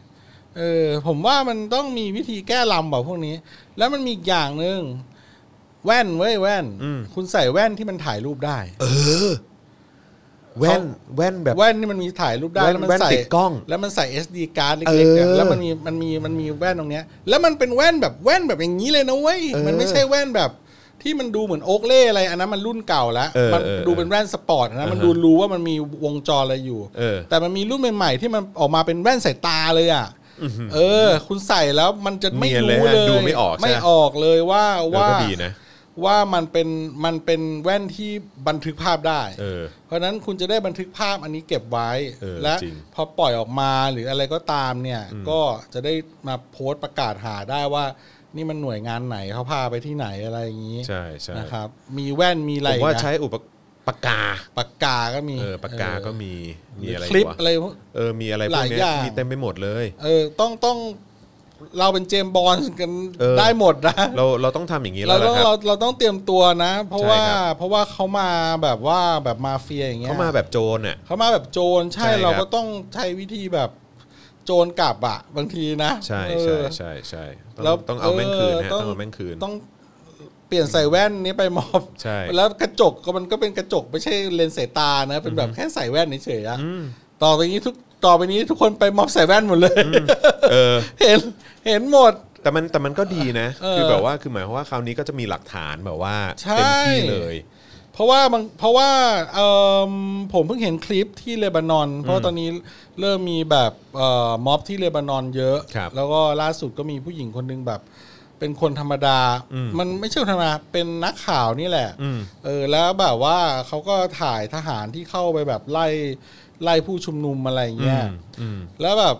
[SPEAKER 3] เออผมว่ามันต้องมีวิธีแก้ลำแบบพวกนี้ แล้วมันมีอีกอย่างหนึ่งแว่นเว้ยแว่น
[SPEAKER 2] อืม
[SPEAKER 3] คุณใส่แว่นที่มันถ่ายรูปได้
[SPEAKER 2] แว่นแว่นแบบ
[SPEAKER 3] แว่นนี่มันมีถ่ายรูปได้
[SPEAKER 2] แว่น
[SPEAKER 3] แล้วมัน
[SPEAKER 2] แว่น
[SPEAKER 3] ใส่
[SPEAKER 2] ติดกล้อง
[SPEAKER 3] แล้วมันใส่ SD การ์ดเล็กๆอะ
[SPEAKER 2] เออ
[SPEAKER 3] แล้วมันมีมันมีมันมีแว่นตรงเนี้ย แล้วมันเป็นแว่นแบบแว่นแบบอย่างนี้เลยนะเว้ย
[SPEAKER 2] เออ
[SPEAKER 3] มันไม่ใช่แว่นแบบที่มันดูเหมือนโอ๊กเล่อะไรอันนั้นมันรุ่นเก่าแล้ว
[SPEAKER 2] เออ
[SPEAKER 3] มั
[SPEAKER 2] เออ
[SPEAKER 3] ดูเป็นแว่นสปอร์ตนะมัน
[SPEAKER 2] อ่าฮะ
[SPEAKER 3] ดูรู้ว่ามันมีวงจรอะไรอยู่
[SPEAKER 2] เออ
[SPEAKER 3] แต่มันมีรุ่นใหม่ๆ ที่มันออกมาเป็นแว่นสายตาเลยอ่ะเออ คุณใส่แล้วมันจะไม่
[SPEAKER 2] เนียนเลย
[SPEAKER 3] รู้
[SPEAKER 2] ฮะ
[SPEAKER 3] เลย
[SPEAKER 2] ดูไม่ออกใช่ไหม
[SPEAKER 3] ไม่ออกเลยว่า
[SPEAKER 2] เออ
[SPEAKER 3] ว่า
[SPEAKER 2] ก็ดีนะ
[SPEAKER 3] ว่ามันเป็นมันเป็นแว่นที่บันทึกภาพได้
[SPEAKER 2] เออ
[SPEAKER 3] เพราะฉะนั้นคุณจะได้บันทึกภาพอันนี้เก็บไว้
[SPEAKER 2] เออ
[SPEAKER 3] และ
[SPEAKER 2] จริง
[SPEAKER 3] พอปล่อยออกมาหรืออะไรก็ตามเนี่ย ก็จะได้มาโพสต์ประกาศหาได้ว่า นี่มันหน่วยงานไหนเขาพาไปที่ไหนอะไรอย่างนี้
[SPEAKER 2] ใช่ใช่
[SPEAKER 3] นะครับ มีแว่นมีอะไร
[SPEAKER 2] ผมว่า
[SPEAKER 3] นะ
[SPEAKER 2] ใช้อุปปากกา
[SPEAKER 3] ปากกาก็มี
[SPEAKER 2] เออปากกาก็มีมีอะไร
[SPEAKER 3] คลิป
[SPEAKER 2] วะ
[SPEAKER 3] อะไรพวก
[SPEAKER 2] เออมีอะไรพวก
[SPEAKER 3] หลาย
[SPEAKER 2] เนี้
[SPEAKER 3] อย ย่าง
[SPEAKER 2] มีเต็มไปหมดเลย
[SPEAKER 3] เออต้องต้องเราเป็นเจมส์บอลกัน
[SPEAKER 2] เออ
[SPEAKER 3] ได้หมดนะ
[SPEAKER 2] เราเราต้องทำอย่างนี้แล้
[SPEAKER 3] เรา
[SPEAKER 2] ว
[SPEAKER 3] ต้อง
[SPEAKER 2] ล่ะครับ
[SPEAKER 3] เราเราต้องเตรียมตัวนะ เพราะ
[SPEAKER 2] ใช่
[SPEAKER 3] ว่า
[SPEAKER 2] ครับ
[SPEAKER 3] เพราะว่าเขามาแบบว่าแบบมาเฟียอย่างเงี้ย
[SPEAKER 2] เขามาแบบโจรอ่ะ
[SPEAKER 3] เขามาแบบโจรใช่
[SPEAKER 2] ใช่ครับ
[SPEAKER 3] เราก็ต้องใช้วิธีแบบโจรกลับอะบางทีนะ
[SPEAKER 2] ใช่
[SPEAKER 3] เออ
[SPEAKER 2] ใช่ใช่ใช่ต้อง
[SPEAKER 3] แล้ว
[SPEAKER 2] ต้องเอาแม่งคืนนะฮะ
[SPEAKER 3] ต้
[SPEAKER 2] ต้
[SPEAKER 3] อ
[SPEAKER 2] อง งเอาแม่งคืน
[SPEAKER 3] ต้องเปลี่ยนใส่แว่นนี้ไปมอบ
[SPEAKER 2] ใช่
[SPEAKER 3] แล้วกระจกก็มันก็เป็นกระจกไม่ใช่เลนส์สายตานะ เป็นแบบแค่ใส่แว่นเฉยๆอะต่อไปนี้ทุกต่อไปนี้ทุกคนไปมอบใส่แว่นหมดเลย
[SPEAKER 2] เออ
[SPEAKER 3] เห็นเห็นหมด
[SPEAKER 2] แต่มันแต่มันก็ดีนะ
[SPEAKER 3] เออ
[SPEAKER 2] คือแบบว่าคือหมายความว่าคราวนี้ก็จะมีหลักฐานแบบว่า
[SPEAKER 3] ใช่
[SPEAKER 2] เต็มที่เลย
[SPEAKER 3] เพราะว่าบางเพราะว่าเอมผมเพิ่งเห็นคลิปที่เลบานอน เพราะว่าตอนนี้เริ่มมีแบบเอ่อม็อบที่เลบานอนเยอะ
[SPEAKER 2] ครับ
[SPEAKER 3] แล้วก็ล่าสุดก็มีผู้หญิงคนหนึงแบบ เป็นคนธรรมดา มันไม่ใช่ธรรมดาเป็นนักข่าวนี่แหละ
[SPEAKER 2] อืม
[SPEAKER 3] เออแล้วแบบว่าเขาก็ถ่ายทหารที่เข้าไปแบบไล่ไล่ผู้ชุมนุมอะไรอย่างเงี้ย
[SPEAKER 2] อืม
[SPEAKER 3] แล้วแบบ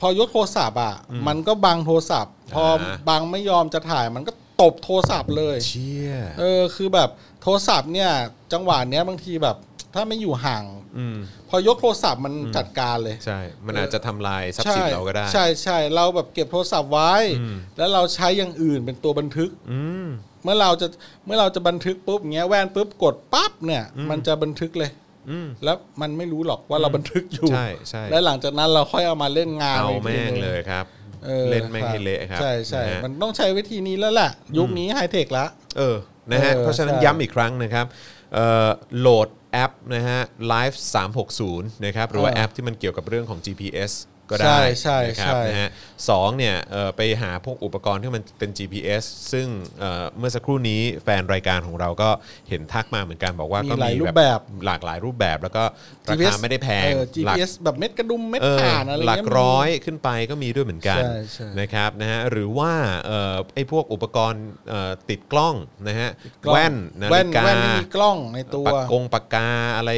[SPEAKER 3] พอยกโทรศัพท์อ่ะมันก็บังโทรศัพท์ พอ
[SPEAKER 2] อ่า
[SPEAKER 3] บังไม่ยอมจะถ่ายมันก็ตบโทรศัพท์เลย
[SPEAKER 2] เชี่ย
[SPEAKER 3] เออคือแบบโทรศัพท์เนี่ยจังหวะเนี้ยบางทีแบบ ถ้าไม่อยู่ห่าง
[SPEAKER 2] อืม
[SPEAKER 3] พอยกโทรศัพท์มันจัดการเลย
[SPEAKER 2] ใช่ มันอาจจะทำลายทรัพย์สินเราก็ได้
[SPEAKER 3] ใช่ใช่เราแบบเก็บโทรศัพท์ไว้
[SPEAKER 2] อืม
[SPEAKER 3] แล้วเราใช้อย่างอื่นเป็นตัวบันทึก
[SPEAKER 2] อืม
[SPEAKER 3] เมื่อเราจะเมื่อเราจะบันทึกปุ๊บเงี้ยแว่นปุ๊บกดปั๊บเนี่ย มันจะบันทึกเลย
[SPEAKER 2] อืม
[SPEAKER 3] แล้วมันไม่รู้หรอกว่าเราบันทึกอยู่
[SPEAKER 2] ใช่ใช่
[SPEAKER 3] แล้วหลังจากนั้นเราค่อยเอามาเล่นงาน
[SPEAKER 2] เอา
[SPEAKER 3] กที
[SPEAKER 2] แม่ง
[SPEAKER 3] หนึ่
[SPEAKER 2] เลยครับ
[SPEAKER 3] ออ
[SPEAKER 2] เล่นแม่งให้เละครับ
[SPEAKER 3] ใช่ใช่
[SPEAKER 2] นะฮะ
[SPEAKER 3] มันต้องใช้วิธีนี้แล้วแหละยุคนี้ไฮเทคละ
[SPEAKER 2] เออ นะฮะ
[SPEAKER 3] เออ
[SPEAKER 2] เพราะฉะนั้น
[SPEAKER 3] ใช่
[SPEAKER 2] ย้ำอีกครั้งนะครับเอ่อโหลดแอปนะฮะ Live 360 นะครับ หรือว่า
[SPEAKER 3] เออ
[SPEAKER 2] แอปที่มันเกี่ยวกับเรื่องของ GPS ก็
[SPEAKER 3] ใช่
[SPEAKER 2] ได้
[SPEAKER 3] ใช่
[SPEAKER 2] นะครับ
[SPEAKER 3] ใช่
[SPEAKER 2] นะฮะสองเนี่ยเอ่อไปหาพวกอุปกรณ์ที่มันเป็น GPS ซึ่งเอ่อเมื่อสักครู่นี้แฟนรายการของเราก็เห็นทักมาเหมือนกันบอกว่าก็
[SPEAKER 3] มีหลายรูปแบบ
[SPEAKER 2] หลากหลายรูปแบบแล้วก็ราคา
[SPEAKER 3] GPS
[SPEAKER 2] ไม่ได้แพง
[SPEAKER 3] เออ
[SPEAKER 2] หลัก
[SPEAKER 3] GPS แบบเม็ดกระดุมเม็ด
[SPEAKER 2] เออ
[SPEAKER 3] ถ่านอะไร
[SPEAKER 2] หลัก
[SPEAKER 3] เงี้ยมัน
[SPEAKER 2] ร้อยขึ้นไปก็มีด้วยเหมือนกัน
[SPEAKER 3] ใช่ใช่
[SPEAKER 2] นะครับนะฮะหรือว่าเอ่อไอ้พวกอุปกรณ์เอ่อติดกล้องนะฮะ
[SPEAKER 3] กล้อง
[SPEAKER 2] แว่นนาฬิกา
[SPEAKER 3] แว่นที่มีกล้องในตัว
[SPEAKER 2] ปากกงปากกาอะไร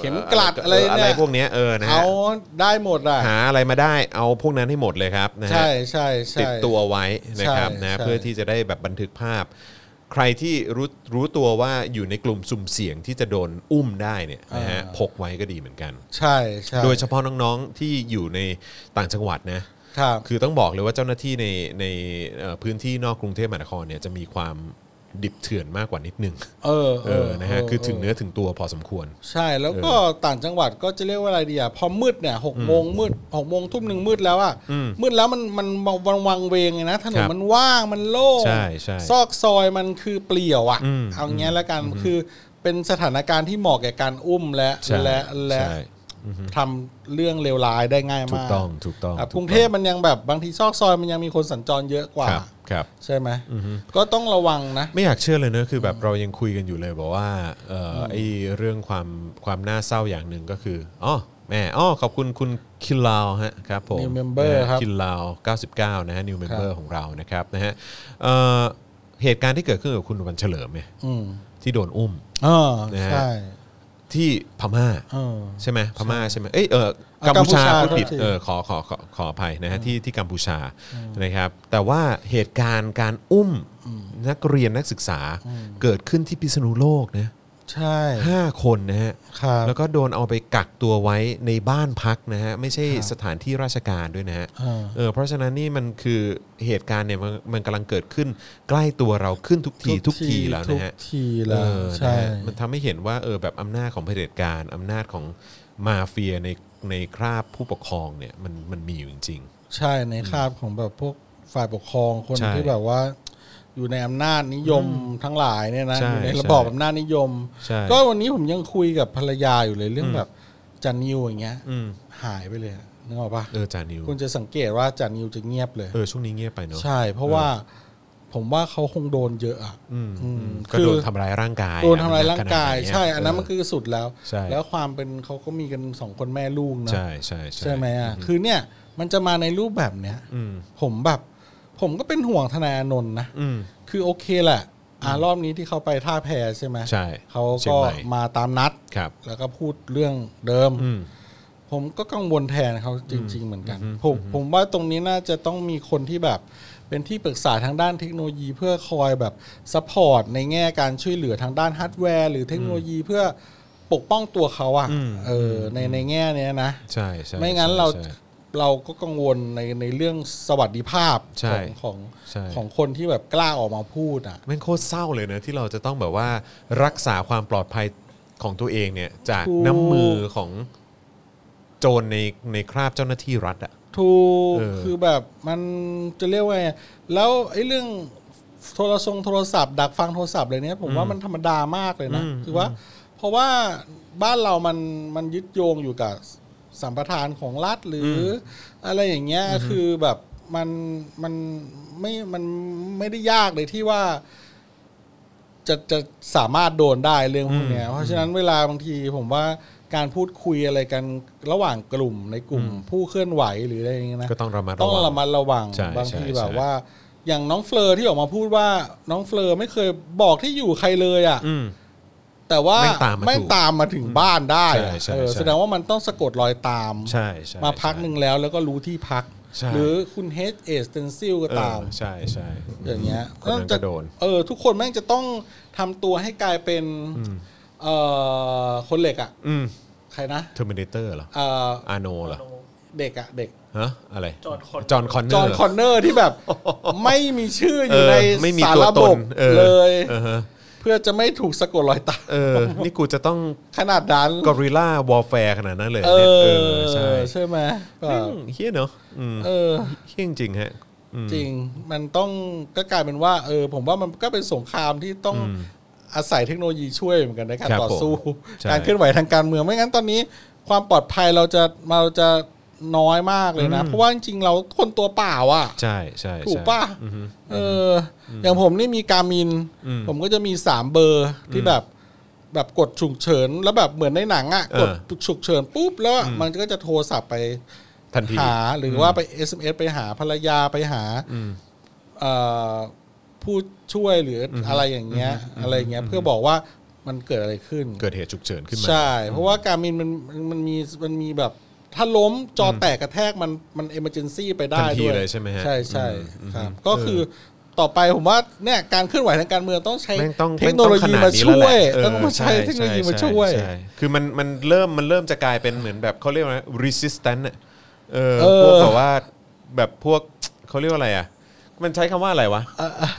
[SPEAKER 3] เข็มกลัดอะไร
[SPEAKER 2] เอะไร
[SPEAKER 3] เนี่ย
[SPEAKER 2] พวกเนี้ยเออนะฮะ
[SPEAKER 3] เอาได้หมดอ่ะ
[SPEAKER 2] หาอะไรมาได้เอาพวกนั้นให้หมดเลยครับนะฮะ
[SPEAKER 3] ใช่ใช่ใช่
[SPEAKER 2] ติดตัวไว้นะครับ
[SPEAKER 3] ใช่
[SPEAKER 2] นะ
[SPEAKER 3] ใช่
[SPEAKER 2] เพื่อที่จะได้แบบบันทึกภาพ ใครที่รู้รู้ตัวว่าอยู่ในกลุ่มสุ่มเสี่ยงที่จะโดนอุ้มได้เนี่ยนะฮะพกไว้ก็ดีเหมือนกัน
[SPEAKER 3] ใช่ใช่
[SPEAKER 2] โดยเฉพาะน้องๆที่อยู่ในต่างจังหวัดนะ
[SPEAKER 3] ครับ
[SPEAKER 2] คือต้องบอกเลยว่าเจ้าหน้าที่ในในเอ่อพื้นที่นอกกรุงเทพมหานครเนี่ยจะมีความดิบเถื่อนมากกว่านิดนึง
[SPEAKER 3] เออ
[SPEAKER 2] เออนะฮะคือถึงเนื้อถึงตัวพอสมควร
[SPEAKER 3] ใช่แล้วก็ต่างจังหวัดก็จะเรียกว่าอะไรดีอ่ะพอมืดเนี่ยหกโมงมืดหกโมงทุ่มหนึ่งมืดแล้วอ่ะ
[SPEAKER 2] อืม
[SPEAKER 3] มืดแล้วมันมันวังวังเวงไงนะถนน
[SPEAKER 2] ครับ
[SPEAKER 3] มันว่างมันโล่ง
[SPEAKER 2] ใช่ใช่
[SPEAKER 3] ซอกซอยมันคือเปลี่ยวอ่ะ
[SPEAKER 2] อืม
[SPEAKER 3] เอางี้ละกันคือเป็นสถานการณ์ที่เหมาะแก่การอุ้มและ
[SPEAKER 2] ใช่
[SPEAKER 3] และและ
[SPEAKER 2] ใช่
[SPEAKER 3] ทำเรื่องเลวร้ายได้ง่ายมาก
[SPEAKER 2] ถูกต้องถูกต้อง
[SPEAKER 3] อ่ะ
[SPEAKER 2] ถู
[SPEAKER 3] กรุง
[SPEAKER 2] อ
[SPEAKER 3] เทพมันยังแบบบางทีซอกซอยมันยังมีคนสัญจรเยอะกว่า
[SPEAKER 2] ครับครับ
[SPEAKER 3] ใช่ไหมก็ต้องระวังนะ
[SPEAKER 2] ไม่อยากเชื่อเลยเนอะคือแบบเรายังคุยกันอยู่เลยบอกว่าเอ่ออไอ้เรื่องความความน่าเศร้าอย่างหนึ่งก็คืออ๋อแม่อ๋อขอบคุณคุณ คิลาวฮะครับผม
[SPEAKER 3] New member ครับ
[SPEAKER 2] คิลาว99 นะฮะ new member ของเรานะครับนะฮะเอ่อเหตุการณ์ที่เกิดขึ้นกับคุณวันเฉลิมเนี่ย
[SPEAKER 3] อืม
[SPEAKER 2] ที่โดนอุ้ม
[SPEAKER 3] อ่า
[SPEAKER 2] นะฮะ
[SPEAKER 3] ใช่
[SPEAKER 2] ที่พม่า
[SPEAKER 3] เออ
[SPEAKER 2] ใช่ไหมพม่าใช่ไหมเอ้ยเออ
[SPEAKER 3] อ่ะ
[SPEAKER 2] กัมพูชา
[SPEAKER 3] กัมพูชา
[SPEAKER 2] พูดผิด
[SPEAKER 3] โทษที
[SPEAKER 2] เออขอขอขอขออภัยนะฮะที่ที่กัมพูชานะครับ แต่ว่าเหตุการณ์การอุ้มนักเรียนนักศึกษาเกิดขึ้นที่พิษณุโลกนะ
[SPEAKER 3] ใช่
[SPEAKER 2] ห้าคนนะฮะ
[SPEAKER 3] ครับ
[SPEAKER 2] แล้วก็โดนเอาไปกักตัวไว้ในบ้านพักนะฮะ ไม่ใช่สถานที่ราชการด้วยนะฮะ
[SPEAKER 3] อ่า
[SPEAKER 2] เออเพราะฉะนั้นนี่มันคือเหตุการณ์เนี่ยมันมันกำลังเกิดขึ้นใกล้ตัวเราขึ้นทุกทีทุกทีแล้วนะฮะ
[SPEAKER 3] ทุกทีแล้ว
[SPEAKER 2] เออ
[SPEAKER 3] ใช่
[SPEAKER 2] นะฮะมันทำให้เห็นว่าเออแบบอำนาจของเผด็จการอำนาจของมาเฟียในในคราบผู้ปกครองเนี่ยมันมันมีอยู่จริง
[SPEAKER 3] ใช่ในคราบของแบบพวกฝ่ายปกครองคน
[SPEAKER 2] ใช่
[SPEAKER 3] ที่แบบว่า อยู่ในอำนาจนิยมทั้งหลายเนี่ยนะ
[SPEAKER 2] ใช่
[SPEAKER 3] อยู่ในระ
[SPEAKER 2] ใช่
[SPEAKER 3] บอบอำนาจนิยม
[SPEAKER 2] ใช่
[SPEAKER 3] ก็วันนี้ผมยังคุยกับภรรยาอยู่เลยเรื่องแบบจันนิวอย่างเงี้ย
[SPEAKER 2] ๆอืม
[SPEAKER 3] หายไปเลยอะนึกออกปะ
[SPEAKER 2] เออจานิว
[SPEAKER 3] คุณจะสังเกตว่าจันนิวจะเงียบเลย
[SPEAKER 2] เออช่วงนี้เงียบไปเนาะ
[SPEAKER 3] ใช่ เพราะว่าผมว่าเขาคงโดนเยอะอะ
[SPEAKER 2] อืม
[SPEAKER 3] อืม
[SPEAKER 2] ก็โดนทำร้ายร่างกาย
[SPEAKER 3] โดนทำร้ายร่างกาย
[SPEAKER 2] ขดไหะ
[SPEAKER 3] ใช่ อันนั้นมัน
[SPEAKER 2] เ
[SPEAKER 3] คือสุดแล้ว
[SPEAKER 2] ใช่
[SPEAKER 3] แล้วความเป็นเขาก็มีกันสองคนแม่ลูกนะ
[SPEAKER 2] ใช่ใช่ใช่
[SPEAKER 3] ใช่ไหมอ่ะ คือเนี่ยมันจะมาในรูปแบบเนี้ย
[SPEAKER 2] อืม
[SPEAKER 3] ผมแบบ ผมก็เป็นห่วงธนายอานนท์นะ
[SPEAKER 2] อืม
[SPEAKER 3] คือโอเคแหละอ่ารอบนี้ที่เขาไปท่าแพใช่ไหม
[SPEAKER 2] ใช่
[SPEAKER 3] เขา
[SPEAKER 2] เชีย
[SPEAKER 3] ก็
[SPEAKER 2] งใหม่
[SPEAKER 3] มาตามนัด
[SPEAKER 2] ครับ
[SPEAKER 3] แล้วก็พูดเรื่องเดิม
[SPEAKER 2] อืม
[SPEAKER 3] ผมก็กังวลแทนเขาจริง ๆ เหมือนกัน ผมผมว่าตรงนี้น่าจะต้องมีคนที่แบบเป็นที่ปรึกษาทางด้านเทคโนโลยีเพื่อคอยแบบซัพพอร์ตในแง่การช่วยเหลือทางด้านฮาร์ดแวร์หรือเทคโนโลยีเพื่อปกป้องตัวเขาอะ
[SPEAKER 2] อืม
[SPEAKER 3] เออในในแง่เนี้ยนะ
[SPEAKER 2] ใช่ใช่
[SPEAKER 3] ไม่งั้นเรา
[SPEAKER 2] ใช่
[SPEAKER 3] เราก็กังวลในในเรื่องสวัสดิภาพ
[SPEAKER 2] ใช่
[SPEAKER 3] ของของ
[SPEAKER 2] ใช่
[SPEAKER 3] ของคนที่แบบกล้าออกมาพูดอ่ะ
[SPEAKER 2] แม่งโคตรเศร้าเลยนะที่เราจะต้องแบบว่ารักษาความปลอดภัยของตัวเองเนี่ย จาก
[SPEAKER 3] ถูก
[SPEAKER 2] น้ำมือของโจรในในคราบเจ้าหน้าที่รัฐอะ
[SPEAKER 3] ถูก
[SPEAKER 2] เออ
[SPEAKER 3] คือแบบมันจะเรียกว่าไงแล้วไอ้เรื่องโทรทรงโทรศัพท์ ดักฟังโทรศัพท์อะไรเนี้ยผมว่ามันธรรมดามากเลยนะ
[SPEAKER 2] อืม
[SPEAKER 3] คือว่า เพราะว่าบ้านเรามันมันยึดโยงอยู่กับสัมปทานของรัฐหรือออะไรอย่างเงี้ยคือแบบมันมันไม่มันไม่ได้ยากเลยที่ว่า จะจะสามารถโดนได้เรื่องพวกเนี้ย เพราะฉะนั้นเวลาบางทีผมว่าการพูดคุยอะไรกันระหว่างกลุ่มในกลุ่ม ผู้เคลื่อนไหวหรืออะไรอย่างเงี้ยนะ
[SPEAKER 2] ก็ต้องระมัด
[SPEAKER 3] ต้อ
[SPEAKER 2] ระ
[SPEAKER 3] ง
[SPEAKER 2] วัง
[SPEAKER 3] ระมัดระวัง
[SPEAKER 2] ใช่
[SPEAKER 3] บางที
[SPEAKER 2] ใช่ใช่
[SPEAKER 3] แบบว่า อย่างน้องเฟลอที่ออกมาพูดว่าน้องเฟลอไม่เคยบอกที่อยู่ใครเลยอ่ะ
[SPEAKER 2] อืม
[SPEAKER 3] แต่ว่า
[SPEAKER 2] แม่งตามมา
[SPEAKER 3] แม่งตามมาถึงบ้านได้อะ
[SPEAKER 2] ใช่ใช่
[SPEAKER 3] เออ
[SPEAKER 2] ใช่
[SPEAKER 3] แสดงว่ามันต้องสะกดรอยตาม
[SPEAKER 2] ใช่ใช่
[SPEAKER 3] มาพักหนึ่ง
[SPEAKER 2] ใช่
[SPEAKER 3] แล้วแล้วก็รู้ที่พัก
[SPEAKER 2] ใช่
[SPEAKER 3] หรือคุณเฮดเอสเตนซิลก็ตาม
[SPEAKER 2] เออใช่ใช่
[SPEAKER 3] อย่างเงี้ย
[SPEAKER 2] คนนั้นก็โดน
[SPEAKER 3] เออ ทุกคนแม่งจะต้องทำตัวให้กลายเป็นเอ่อคนเหล็กอ่ะ
[SPEAKER 2] อืม
[SPEAKER 3] ใครนะ
[SPEAKER 2] เทอร์มินเตอร์เหรอ
[SPEAKER 3] เอ่อ
[SPEAKER 2] อาโนเหรอ
[SPEAKER 3] เด็กอ่ะ เด็ก
[SPEAKER 2] ฮะอะไร
[SPEAKER 4] จอห์นคอนเนอร์
[SPEAKER 2] จอห์นคอนเนอร์
[SPEAKER 3] จอห์นคอนเนอร์ที่แบบ ไม่มีชื่ออยู่ใน
[SPEAKER 2] ไม่มี
[SPEAKER 3] สา
[SPEAKER 2] ตัว
[SPEAKER 3] ระ
[SPEAKER 2] ต
[SPEAKER 3] บ
[SPEAKER 2] น
[SPEAKER 3] บ
[SPEAKER 2] ออ
[SPEAKER 3] เลย
[SPEAKER 2] ออฮะ
[SPEAKER 3] เพื่อจะไม่ถูกสะกดรอยตาม
[SPEAKER 2] เออ นี่กูจะต้อง
[SPEAKER 3] ขนาดนั้น
[SPEAKER 2] กอริล่าวอลแฟร์ขนาดนั้นเลย
[SPEAKER 3] เอ
[SPEAKER 2] นี่ย
[SPEAKER 3] อ
[SPEAKER 2] ใช่
[SPEAKER 3] ใช่ไหมก็
[SPEAKER 2] แม่งเฮี้ยเนาะอืม
[SPEAKER 3] เออ
[SPEAKER 2] เฮี้ยจริงๆฮะอืม
[SPEAKER 3] จริง มันต้องก็กลายเป็นว่า เออ ผมว่ามันก็เป็นสงครามที่ต้องอาศัยเทคโนโลยีช่วยเหมือนกันในการ
[SPEAKER 2] ครับ
[SPEAKER 3] ต่อสู้
[SPEAKER 2] ผมใช่
[SPEAKER 3] การเคลื่อนไหวทางการเมืองไม่งั้นตอนนี้ ความปลอดภัยเราจะเราจะน้อยมากเลยนะ เพราะว่าจริงๆเราคนตัวเปล่าอ่ะ
[SPEAKER 2] ใช่ใช่ใช่
[SPEAKER 3] ถูกป่ะเอออ อย่างผมนี่มีการมิน ผมก็จะมีสามเบอร์ที่แบบ แบบกดฉุกเฉิน แล้วแบบเหมือนในหนังอ่ะ กดฉุกเฉินปุ๊บแล้วอะมันก็จะโทรศัพท์ไป
[SPEAKER 2] ทันที
[SPEAKER 3] หาหรือว่าไป SMS ไปหาภรรยาไปหาเอ่อผู้ช่วยหรือออะไรอย่างเงี้ย อะไรอย่างเงี้ยเพื่อบอกว่ามันเกิดอะไรขึ้น
[SPEAKER 2] เกิดเหตุฉุกเฉินขึ้นมา
[SPEAKER 3] ใช่ เพราะว่าการมินมันมันมีมันมีแบบ ถ้าล้มจอแตกกระแทกมันมันเอเมอร์เจนซี่ไปได้
[SPEAKER 2] ทันที
[SPEAKER 3] ด้วย
[SPEAKER 2] เลยใช่ไหมฮะ
[SPEAKER 3] ใช่ใช่
[SPEAKER 2] อืม
[SPEAKER 3] ครับ
[SPEAKER 2] อืม
[SPEAKER 3] ก็คือต่อไปผมว่าเนี่ยการเคลื่อนไหวทางการเมืองต้องใช้
[SPEAKER 2] แม่งต้อง
[SPEAKER 3] เทคโนโล
[SPEAKER 2] แง
[SPEAKER 3] ยี
[SPEAKER 2] ต้องขนด
[SPEAKER 3] มา
[SPEAKER 2] นี้
[SPEAKER 3] ช่
[SPEAKER 2] แล้
[SPEAKER 3] วย
[SPEAKER 2] แหละ
[SPEAKER 3] ต้องมาใช้
[SPEAKER 2] ออ
[SPEAKER 3] เทคโนโลยี
[SPEAKER 2] ใ
[SPEAKER 3] มาช่วย
[SPEAKER 2] ใคือมันมันเริ่มมันเริ่มจะกลายเป็นเหมือนแบบเขาเรียกว่าอะไร resistance อะเออ
[SPEAKER 3] เออ
[SPEAKER 2] พวกแบบว่าแบบพวกเขาเรียกว่าอะไรอ่ะ มันใช้คำว่าอะไรวะ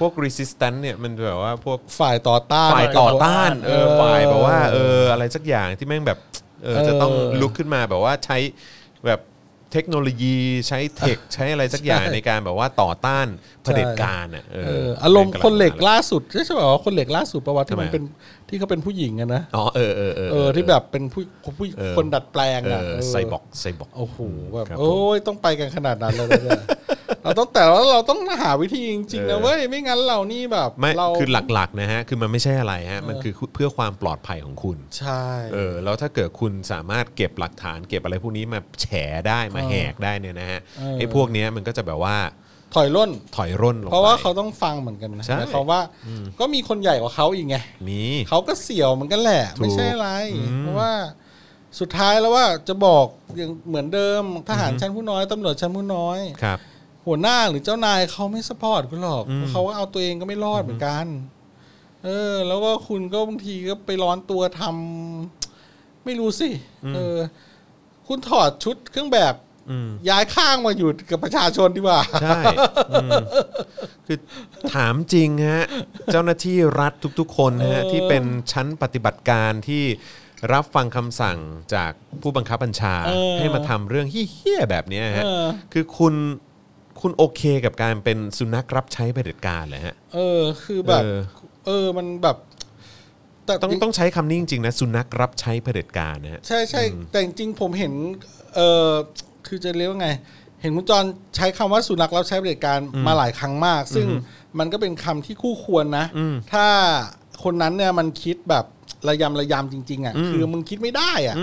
[SPEAKER 2] พวก resistance เนี่ยมันแบบว่าพวก
[SPEAKER 3] ฝ่ายต่อต้าน
[SPEAKER 2] ฝ่ายต่อต้านเออ
[SPEAKER 3] เออ
[SPEAKER 2] ฝ่ายแบบว่าเอออะไรสักอย่างที่แม่งแบบเออ
[SPEAKER 3] เออ
[SPEAKER 2] จะต้องลุกขึ้นมาแบบว่าใช้แบบเทคโนโลยีใช้เท คใช้อะไรสักอย่างในการแบบว่าต่อต้านเผด็จการอ่ะเอ
[SPEAKER 3] เอ
[SPEAKER 2] อ
[SPEAKER 3] อ
[SPEAKER 2] อ
[SPEAKER 3] อารมณ์คนเหล็ก
[SPEAKER 2] แม่งำงมาแว
[SPEAKER 3] ล่าสุดใช่ไหมว่าคนเหล็กล่าสุดประวัติ
[SPEAKER 2] ทำ
[SPEAKER 3] ที่
[SPEAKER 2] ไม
[SPEAKER 3] มันเป็นที่เขาเป็นผู้หญิงอะนะ
[SPEAKER 2] อ๋อเออเออเออ
[SPEAKER 3] เออที่แบบเป็นผู้ผู้
[SPEAKER 2] เออ
[SPEAKER 3] คนดัดแปลง
[SPEAKER 2] เอ
[SPEAKER 3] อะ
[SPEAKER 2] อ
[SPEAKER 3] เ
[SPEAKER 2] ไซบอร์กไซบอร์ก
[SPEAKER 3] โอ้โหแบบ
[SPEAKER 2] ครับผม
[SPEAKER 3] โอ้ยต้องไปกันขนาดนั้นเลยนะเนี่ย เราต้องแต่ว่าเราต้องหาวิธีจริงๆนะเว้ยไม่งั้นเรานี่แบบ
[SPEAKER 2] ไม่
[SPEAKER 3] เรา
[SPEAKER 2] คือหลักๆนะฮะคือมันไม่ใช่อะไรฮะมันคือเพื่อความปลอดภัยของคุณ
[SPEAKER 3] ใช่
[SPEAKER 2] เออแล้วถ้าเกิดคุณสามารถเก็บหลักฐาน เก็บอะไรพวกนี้มาแฉได้มาแหกได้เนี่ยนะฮะไอ้พวกเนี้ยมันก็จะแบบว่า
[SPEAKER 3] ถอยร่น
[SPEAKER 2] ถอยร่นลงไป
[SPEAKER 3] เพราะว่าเขาต้องฟังเหมือนกันนะ
[SPEAKER 2] ใช่
[SPEAKER 3] หมายความว่าก็มีคนใหญ่กว่าเขาอีกไง
[SPEAKER 2] มี
[SPEAKER 3] เขาก็เสี่ยวเหมือนกันแหละ
[SPEAKER 2] ถูก
[SPEAKER 3] ไม่ใช่อะไร
[SPEAKER 2] อืม
[SPEAKER 3] เพราะว่าสุดท้ายแล้วว่าจะบอกอย่างเหมือนเดิมทหารชั้นผู้น้อยตำรวจชั้นผู้น้อย
[SPEAKER 2] ครับ
[SPEAKER 3] หัวหน้าหรือเจ้านายเขาไม่สปอร์ตคุณหรอก
[SPEAKER 2] อืม
[SPEAKER 3] เพราะเขาก็เอาตัวเองก็ไม่รอดเหมือนกัน เออ แล้วว่าคุณก็บางทีก็ไปร้อนตัวทำไม่รู้สิเออ คุณถอดชุดเครื่องแบบ
[SPEAKER 2] อืม
[SPEAKER 3] ย้ายข้างมาอยู่กับประชาชนดีกว่า
[SPEAKER 2] ใช่อืมคือถามจริงฮะเจ้าหน้าที่รัฐทุกๆ คนนะฮะ
[SPEAKER 3] เออ
[SPEAKER 2] ที่เป็นชั้นปฏิบัติการที่รับฟังคำสั่งจากผู้บังคับบัญชาให้มาทำเรื่องเฮี้ยๆแบบเนี้ยฮะ
[SPEAKER 3] เออ
[SPEAKER 2] คือคุณคุณโอเคกับการเป็นสุนัขรับใช้เผด็จการเลยฮะ
[SPEAKER 3] เออ คือแบบ
[SPEAKER 2] เออ
[SPEAKER 3] เออ มันแบบ แต่
[SPEAKER 2] ต้องต้องใช้คำนี้จริงๆนะสุนัขรับใช้เผด็จการนะฮะ
[SPEAKER 3] ใช่ใช่แต่จริงๆผมเห็น เออคือจะเรียกว่าไง เห็นคุณจรใช้คำว่าสุนัขรับใช้บริการมาหลายครั้งมาก ซึ่งมันก็เป็นคำที่คู่ควรนะ ถ้าคนนั้นเนี่ยมันคิดแบบระยำระยำจริง ๆ อ่ะ คือมึงคิดไม่ได้อ่ะ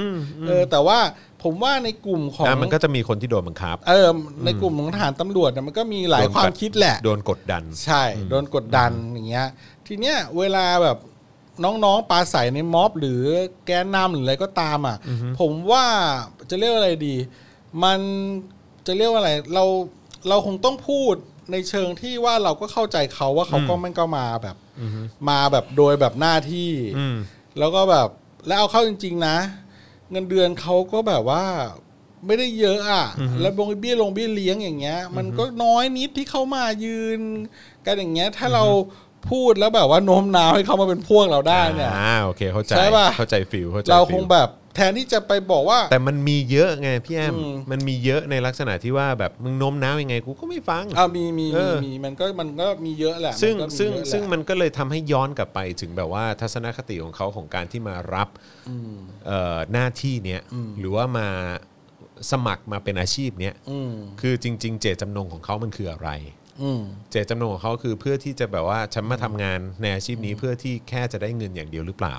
[SPEAKER 3] เออ แต่ว่าผมว่าในกลุ่มของ
[SPEAKER 2] อ่ะมันก็จะมีคนที่โดนบังคับ
[SPEAKER 3] เออ ในกลุ่มของทหารตำรวจเนี่ยมันก็มีหลายความคิดแหละ
[SPEAKER 2] โดนกดดัน
[SPEAKER 3] ใช่โดนกดดันอย่างเงี้ยทีเนี้ยเวลาแบบน้องๆปลาใสในม็อบหรือแกนนำหรืออะไรก็ตามอ่ะผมว่าจะเรียกว่าอะไรดี มันจะเรียกว่าอะไรเราเราคงต้องพูดในเชิงที่ว่าเราก็เข้าใจเขาว่าเขาก็มันก็มาแบบมาแบบโดยแบบหน้าที่
[SPEAKER 2] อืม
[SPEAKER 3] แล้วก็แบบแล้วเอาเข้าจริง ๆ นะ เงินเดือนเขาก็แบบว่าไม่ได้เยอะอ่ะ แล้วบงเบี้ยลงเบี้ยเลี้ยงอย่างเงี้ย มันก็น้อยนิดที่เขามายืน กันอย่างเงี้ย ถ้าเราพูดแล้วแบบว่าโน้มน้าวให้เขามาเป็นพวกเราได้เนี่ย
[SPEAKER 2] อ่าโอเคเข้าใจ
[SPEAKER 3] ใช่ป่ะ
[SPEAKER 2] เข้าใจฟิลเข้าใจ
[SPEAKER 3] เราค
[SPEAKER 2] ฟิ
[SPEAKER 3] ง
[SPEAKER 2] ล
[SPEAKER 3] แบบแทนที่จะไปบอกว่า
[SPEAKER 2] แต่มันมีเยอะไงพี่แอม
[SPEAKER 3] อืม
[SPEAKER 2] มันมีเยอะในลักษณะที่ว่าแบบมึงโน้มน้าวยังไงกูก็ไม่ฟัง
[SPEAKER 3] อ่ามีมี
[SPEAKER 2] เอ
[SPEAKER 3] มี
[SPEAKER 2] อ
[SPEAKER 3] มีมันก็มันก็มีเยอะแหละ
[SPEAKER 2] ซึ่ง
[SPEAKER 3] มันก็มี
[SPEAKER 2] ซึ่ง
[SPEAKER 3] เยอะแหละ
[SPEAKER 2] ซึ่งมันก็เลยทำให้ย้อนกลับไปถึงแบบว่าทัศนคติของเขาของการที่มารับ
[SPEAKER 3] อืม
[SPEAKER 2] เอ่อหน้าที่เนี้ย
[SPEAKER 3] อืม
[SPEAKER 2] หรือว่ามาสมัครมาเป็นอาชีพเนี้ย
[SPEAKER 3] อืม
[SPEAKER 2] คือจริง ๆ เจตจำนงของเขามันคืออะไร
[SPEAKER 3] อืม
[SPEAKER 2] เจตจำนงของเขาคือเพื่อที่จะแบบว่าฉันมาทำงานในอาชีพนี้เพื่อที่แค่จะได้เงินอย่างเดียวหรือเปล่า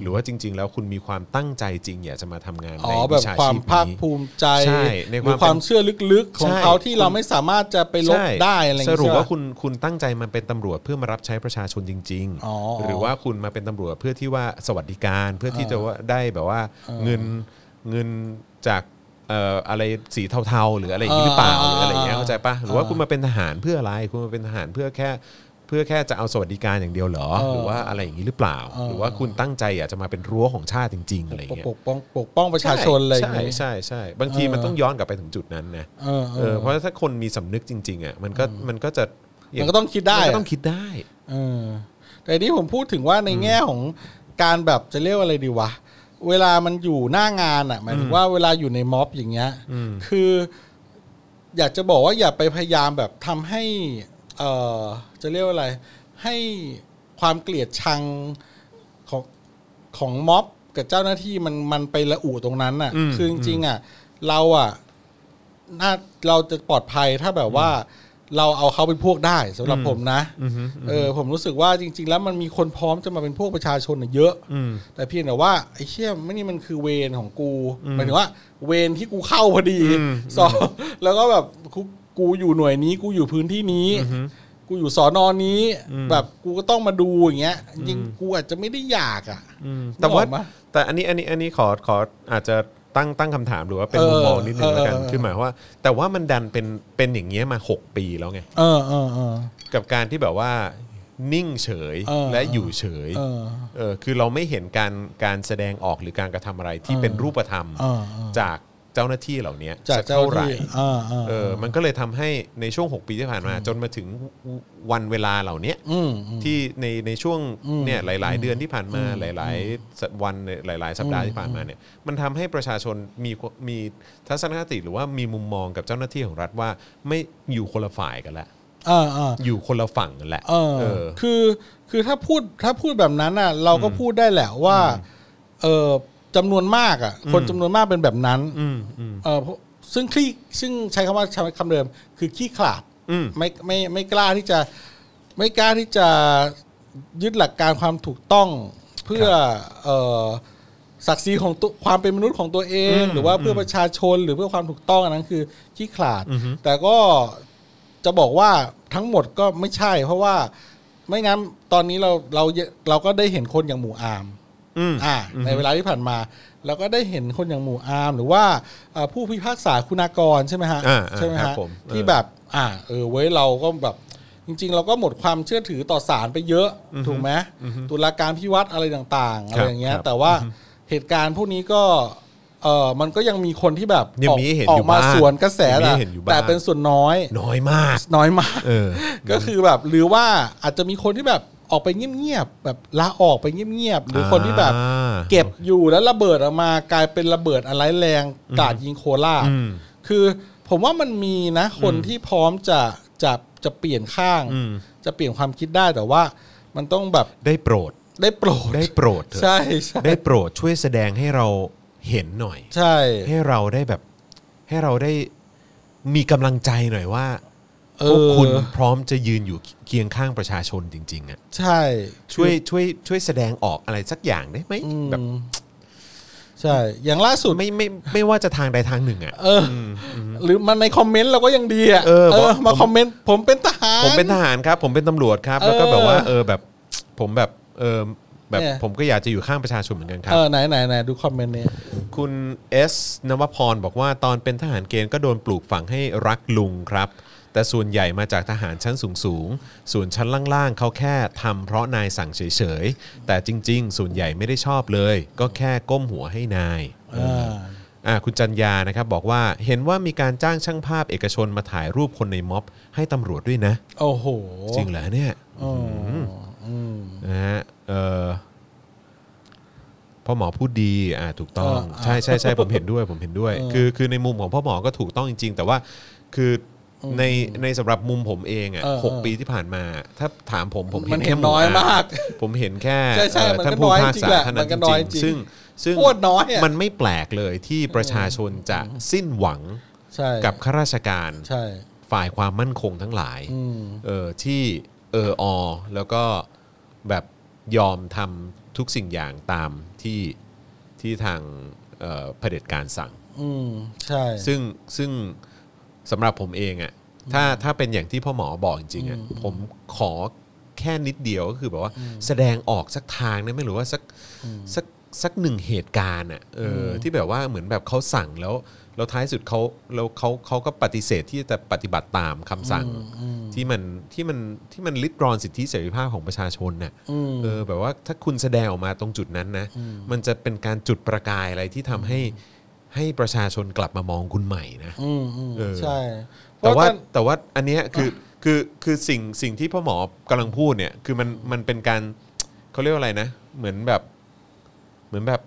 [SPEAKER 2] หรือว่าจริง ๆ แล้วคุณมีความตั้งใจจริงอยากจะมาทำงาน
[SPEAKER 3] อ๋
[SPEAKER 2] ใน
[SPEAKER 3] อแบ
[SPEAKER 2] วิ
[SPEAKER 3] บ
[SPEAKER 2] ชา
[SPEAKER 3] ควา
[SPEAKER 2] ชี
[SPEAKER 3] ม
[SPEAKER 2] พ
[SPEAKER 3] ภาค
[SPEAKER 2] นี้
[SPEAKER 3] ภูมิใจ
[SPEAKER 2] ใช่ใน
[SPEAKER 3] ห
[SPEAKER 2] ความ
[SPEAKER 3] รือความเชื่อลึกๆของ
[SPEAKER 2] ใช่
[SPEAKER 3] เขาที่เราไม่สามารถจะไปลบ
[SPEAKER 2] ใช่
[SPEAKER 3] ได้อะไรอย่าง
[SPEAKER 2] ส
[SPEAKER 3] เงี้ย
[SPEAKER 2] รุป
[SPEAKER 3] ใช่
[SPEAKER 2] ว่า
[SPEAKER 3] ปะ
[SPEAKER 2] คุณคุณตั้งใจมาเป็นตำรวจเพื่อมารับใช้ประชาชนจริง
[SPEAKER 3] อ๋อ
[SPEAKER 2] ๆ หรือว่าคุณมาเป็นตำรวจเพื่อที่ว่าสวัสดิการเพื่อที่จะว่าได้แบบว่าเงินเงินจากเอ่ออะไรสีเทาๆ หรืออะไรอย่างนี้หรือเปล่า
[SPEAKER 3] อ่า
[SPEAKER 2] หรืออะไรอย่างเงี้ย
[SPEAKER 3] อ่า
[SPEAKER 2] เข้าใจปะหรือว่าคุณมาเป็นทหารเพื่ออะไรคุณมาเป็นทหารเพื่อแค่เพื่อแค่จะเอาสวัสดิการอย่างเดียวเหรอ หรือว่าอะไรอย่างนี้หรือเปล่า หรือว่าคุณตั้งใจอยากจะมาเป็นรั้วของชาติจริงๆอะไรอย่างเงี้ย
[SPEAKER 3] ปกป้องปกป้องประชาชนอะไรอย่าง
[SPEAKER 2] ใช่
[SPEAKER 3] เงี้ย
[SPEAKER 2] ใช่ใช่บางที
[SPEAKER 3] เออ
[SPEAKER 2] มันต้องย้อนกลับไปถึงจุดนั้นนะ
[SPEAKER 3] เออเออ
[SPEAKER 2] เออเพราะถ้าคนมีสำนึกจริงๆอ่ะมันก็มันก็จะย่า
[SPEAKER 3] มันก็ต้องคิดได้
[SPEAKER 2] มันก็ต้องคิดได้
[SPEAKER 3] เออแต่ที่ผมพูดถึงว่าในแง่ของการแบบจะเรียกว่าอะไรดีวะ เวลามันอยู่หน้างานอ่ะหมายถึงว่าเวลาอยู่ในม็อบอย่างเงี้ยคือ อยากจะบอกว่าอย่าไปพยายามแบบทำให้ เออจะเรียกว่าอะไร ให้ความเกลียดชังของของม็อบกับเจ้าหน้าที่มันมันไประอุตรงนั้นอ่ะ
[SPEAKER 2] อืม
[SPEAKER 3] คือจริงๆอ่ะ เราอ่ะ น่าเราจะปลอดภัยถ้าแบบว่าเราเอาเขาเป็นพวกได้สำหรับผมนะเออผมรู้สึกว่าจริง ๆ แล้วมันมีคนพร้อมจะมาเป็นพวกประชาชนน่ะเยอะแต่เพียงแต่ว่าไอ้เชี่ยไม่นี่มันคือเวรของกูหมายถึงว่า เวรที่กูเข้าพอดีสองแล้วก็แบบกูกูอยู่หน่วยนี้กูอยู่พื้นที่นี้ กูอยู่สอนอนนี้ แบบกูก็ต้องมาดูอย่างเงี้ยจริงๆกูอาจจะไม่ได้อยากอ่ะ
[SPEAKER 2] แต่ว่า
[SPEAKER 3] นึกออกปะ
[SPEAKER 2] แต่อันนี้อันนี้อันนี้ขอขออาจจะตั้งตั้งคำถามหรือว่าเป็น
[SPEAKER 3] เออ
[SPEAKER 2] มุมมองนิดนึงแล้วกัน
[SPEAKER 3] เออเออ
[SPEAKER 2] คือหมายว่า แต่ว่ามันดันเป็นเป็นอย่างเงี้ยมา 6 ปีแล้วไง
[SPEAKER 3] เออเออเออ
[SPEAKER 2] กับการที่แบบว่านิ่งเฉย
[SPEAKER 3] เออ
[SPEAKER 2] และอยู่เฉย
[SPEAKER 3] เออ
[SPEAKER 2] เออคือเราไม่เห็นการการแสดงออกหรือการกระทำอะไรที่เป็นรูปธรรม
[SPEAKER 3] เออเออ
[SPEAKER 2] จากเจ้าหน้าที่เหล่านี้
[SPEAKER 3] จาก
[SPEAKER 2] สั
[SPEAKER 3] เจ้า
[SPEAKER 2] เท่าไหร่
[SPEAKER 3] ที่เออเออ
[SPEAKER 2] เออ มันก็เลยทำให้ในช่วง 6 ปีที่ผ่านมา จนมาถึงวันเวลาเหล่าเนี้ย
[SPEAKER 3] อืมอืม
[SPEAKER 2] ที่ในในช่วงเนี่ยหลาย ๆ เดือนที่ผ่านมาหลาย ๆ สัปวันหลาย ๆ สัปดาห์ที่ผ่านมาเนี่ยมันทำให้ประชาชนมีมีทัศนคติหรือว่ามีมุมมองกับเจ้าหน้าที่ของรัฐว่าไม่อยู่คนละฝ่ายกันละ
[SPEAKER 3] เออเออ
[SPEAKER 2] อยู่คนละฝั่งกันละ
[SPEAKER 3] เออ
[SPEAKER 2] เออ
[SPEAKER 3] คือคือถ้าพูดถ้าพูดแบบนั้นอ่ะ เราก็พูดได้แหละว่าเออจำนวนมากอ่ะ คนจำนวนมากเป็นแบบนั้น
[SPEAKER 2] อืมอืม
[SPEAKER 3] เออเพราะซึ่งคลี่ซึ่งใช้คำว่าใช้คำเดิม คือขี้ขลาด
[SPEAKER 2] อืม
[SPEAKER 3] ไม่ไม่ไม่กล้าที่จะไม่กล้าที่จะยึดหลักการความถูกต้องเพื่อเอ่อศักดิ์ศรีของตัวความเป็นมนุษย์ของตัวเอง หรือว่าเพื่อประชาชนหรือเพื่อความถูกต้องอันนั้นคือขี้ขลาด แต่ก็จะบอกว่าทั้งหมดก็ไม่ใช่ เพราะว่าไม่งั้นตอนนี้เราเราเราก็ได้เห็นคนอย่างหมู่อาม
[SPEAKER 2] อืม
[SPEAKER 3] อ่าในเวลาที่ผ่านมาเราก็ได้เห็นคนอย่างหมู่อาร์มหรือว่าเอ่อผู้พิพากษาคุณากรใช่ไหมฮะ
[SPEAKER 2] อ่าอ่า
[SPEAKER 3] ใช่ไหม
[SPEAKER 2] ครั
[SPEAKER 3] ฮะ
[SPEAKER 2] บผม
[SPEAKER 3] ที่แบบอ่าเออเว้ยเราก็แบบจริง ๆ เราก็หมดความเชื่อถือต่อศาลไปเยอะถูกไหมตุลาการพิวัตรอะไรต่างๆอะไรอย่างเงี้ย
[SPEAKER 2] ครับ
[SPEAKER 3] แต่ว่าเหตุการณ์พวกนี้ก็เออมันก็ยังมีคนที่แบบ
[SPEAKER 2] ยัง
[SPEAKER 3] ออก
[SPEAKER 2] มีให้เห็น
[SPEAKER 3] อ
[SPEAKER 2] อยู่
[SPEAKER 3] อกมา
[SPEAKER 2] บ้าง
[SPEAKER 3] สวนกระแส
[SPEAKER 2] ยังมีให้
[SPEAKER 3] แต่
[SPEAKER 2] เห็นอยู่บ้าง
[SPEAKER 3] แต่เป็นส่วนน้อย
[SPEAKER 2] น้อยมาก
[SPEAKER 3] น้อยมาก
[SPEAKER 2] เออ
[SPEAKER 3] ก็คือแบบหรือว่าอาจจะมีคนที่แบบออกไปเงียบๆแบบลาออกไปเงียบๆหรือคนที่แบบ
[SPEAKER 2] อ่า
[SPEAKER 3] เก็บอยู่แล้วระเบิดออกมากลายเป็นระเบิดอะไรายแรงกราดยิงโคราช
[SPEAKER 2] อืม
[SPEAKER 3] คือผมว่ามันมีนะคนที่พร้อมจะจะจะเปลี่ยนข้าง
[SPEAKER 2] อืม
[SPEAKER 3] จะเปลี่ยนความคิดได้แต่ว่า มันต้องแบบ
[SPEAKER 2] ได้โปรด
[SPEAKER 3] ได้โปรด
[SPEAKER 2] ได้โปรดเถอะ
[SPEAKER 3] ใช่ใช่
[SPEAKER 2] ได้โปรดช่วยแสดงให้เราเห็นหน่อย
[SPEAKER 3] ใช่
[SPEAKER 2] ให้เราได้แบบ ให้เราได้มีกำลังใจหน่อยว่า
[SPEAKER 3] เอ
[SPEAKER 2] พวก
[SPEAKER 3] อ
[SPEAKER 2] คุณพร้อมจะยืนอยู่เคียงข้างประชาชนจริง ๆอ่ะ
[SPEAKER 3] ใช่
[SPEAKER 2] ช่วยช่วยช่วยแสดงออกอะไรสักอย่างได้ไหม
[SPEAKER 3] อืม
[SPEAKER 2] แบบ
[SPEAKER 3] ใช่ อย่างล่าสุด
[SPEAKER 2] ไม่ไม่ไม่ว่าจะทางใดทางหนึ่งอ่ะ
[SPEAKER 3] เอออหรือมันในคอมเมนต์เราก็ยังดีอ่ะ
[SPEAKER 2] เออบอก
[SPEAKER 3] มาคอมเมนต์ผมเป็นทหาร
[SPEAKER 2] ผมเป็นทหารครับ ผมเป็นตำรวจครับ แล้วก็
[SPEAKER 3] เออ
[SPEAKER 2] แบบว่า เออแบบ ผมแบบเออแบบ
[SPEAKER 3] เนี่ย
[SPEAKER 2] ผมก็อยากจะอยู่ข้างประชาชนเหมือนกันครับ
[SPEAKER 3] เออไหนไหนไหนดูคอมเมนต์เนี่ย
[SPEAKER 2] คุณเอสนวพรบอกว่าตอนเป็นทหารเกณฑ์ก็โดนปลูกฝังให้รักลุงครับ แต่ส่วนใหญ่มาจากทหารชั้นสูงสูงๆส่วนชั้นล่างๆเขาแค่ทำเพราะนายสั่งเฉยๆ แต่จริงๆ ส่วนใหญ่ไม่ได้ชอบเลย ก็แค่ก้มหัวให้นาย
[SPEAKER 3] อ่า
[SPEAKER 2] อ่าคุณจันยานะครับบอกว่าเห็นว่ามีการจ้างช่างภาพเอกชนมาถ่ายรูปคนในม็อบให้ตำรวจด้วยนะ
[SPEAKER 3] โอ้โห
[SPEAKER 2] จริงเหรอเนี่ย
[SPEAKER 3] อ๋ออืม
[SPEAKER 2] นะฮะเออพ่อหมอพูดดีอ่าถูกต้อง
[SPEAKER 3] เออ
[SPEAKER 2] ใช่ใช่ใช่ผมเห็นด้วย ผมเห็นด้วย
[SPEAKER 3] เออ
[SPEAKER 2] คือคือในมุมของพ่อหมอก็ถูกต้องจริง ๆ แต่ว่าคือในในสำหรับมุมผมเองอ่ะ
[SPEAKER 3] เออ
[SPEAKER 2] หก
[SPEAKER 3] เออ
[SPEAKER 2] ปีที่ผ่านมา ถ้าถามผมผม
[SPEAKER 3] มันเห็น
[SPEAKER 2] แค่
[SPEAKER 3] น้อย
[SPEAKER 2] ห
[SPEAKER 3] มาก
[SPEAKER 2] ผมเห็นแค่
[SPEAKER 3] ใช่ใช่
[SPEAKER 2] เอ่อ
[SPEAKER 3] มันก็
[SPEAKER 2] ท่านผู้
[SPEAKER 3] น้อย
[SPEAKER 2] พิพาก
[SPEAKER 3] จริง
[SPEAKER 2] ษา
[SPEAKER 3] แหละ
[SPEAKER 2] เท่า
[SPEAKER 3] มั
[SPEAKER 2] นั้น
[SPEAKER 3] น
[SPEAKER 2] จ
[SPEAKER 3] ก็
[SPEAKER 2] ริ
[SPEAKER 3] น้อย
[SPEAKER 2] ง
[SPEAKER 3] จ
[SPEAKER 2] ๆ
[SPEAKER 3] ริง
[SPEAKER 2] ซึ่งซึ่ง
[SPEAKER 3] โคตรน้อยอะ
[SPEAKER 2] มันไม่แปลกเลยที่ประชาชนจะสิ้นหวัง
[SPEAKER 3] ใช่
[SPEAKER 2] กับข้าราชการ
[SPEAKER 3] ใช่
[SPEAKER 2] ฝ่ายความมั่นคงทั้งหลาย
[SPEAKER 3] อืม
[SPEAKER 2] เออที่เอออแล้วก็แบบยอมทำทุกสิ่งอย่างตามที่ที่ทางเอ่อเผด็จการสั่ง
[SPEAKER 3] อืม ใช่
[SPEAKER 2] ซึ่งซึ่งสำหรับผมเองอะ่ะถ้าถ้าเป็นอย่างที่พ่อหมอบอกจริงๆอะ่ะผมขอแค่นิดเดียวก็คือแบบว่าแสดงออกสักทางนะไม่หรือว่าสักสักสักหนึ่งเหตุการณ์อะ่ะเอออที่แบบว่าเหมือนแบบเขาสั่งแล้วแล้วท้ายสุดเขาแล้วเขาเขาก็ปฏิเสธที่จะปฏิบัติตามคำสั่งที่มันที่มันที่มันลิดรอนสิทธิเสรีภาพของประชาชนน่ะ
[SPEAKER 3] อืม
[SPEAKER 2] เออแบบว่าถ้าคุณแสดงออกมาตรงจุดนั้นนะ มันจะเป็นการจุดประกายอะไรที่ทำให้ให้ประชาชนกลับมามองคุณใหม่นะ
[SPEAKER 3] อืมอืม
[SPEAKER 2] เออ
[SPEAKER 3] ใช่
[SPEAKER 2] แต่ว่า
[SPEAKER 3] เพระ
[SPEAKER 2] แต่ว่าอันเนี้ยคือคือคือสิ่งสิ่งที่พ่อหมอกำลังพูดเนี่ยคือมันมันเป็นการเขาเรียกว่าอะไรนะ เหมือนแบบเหมือนแบบ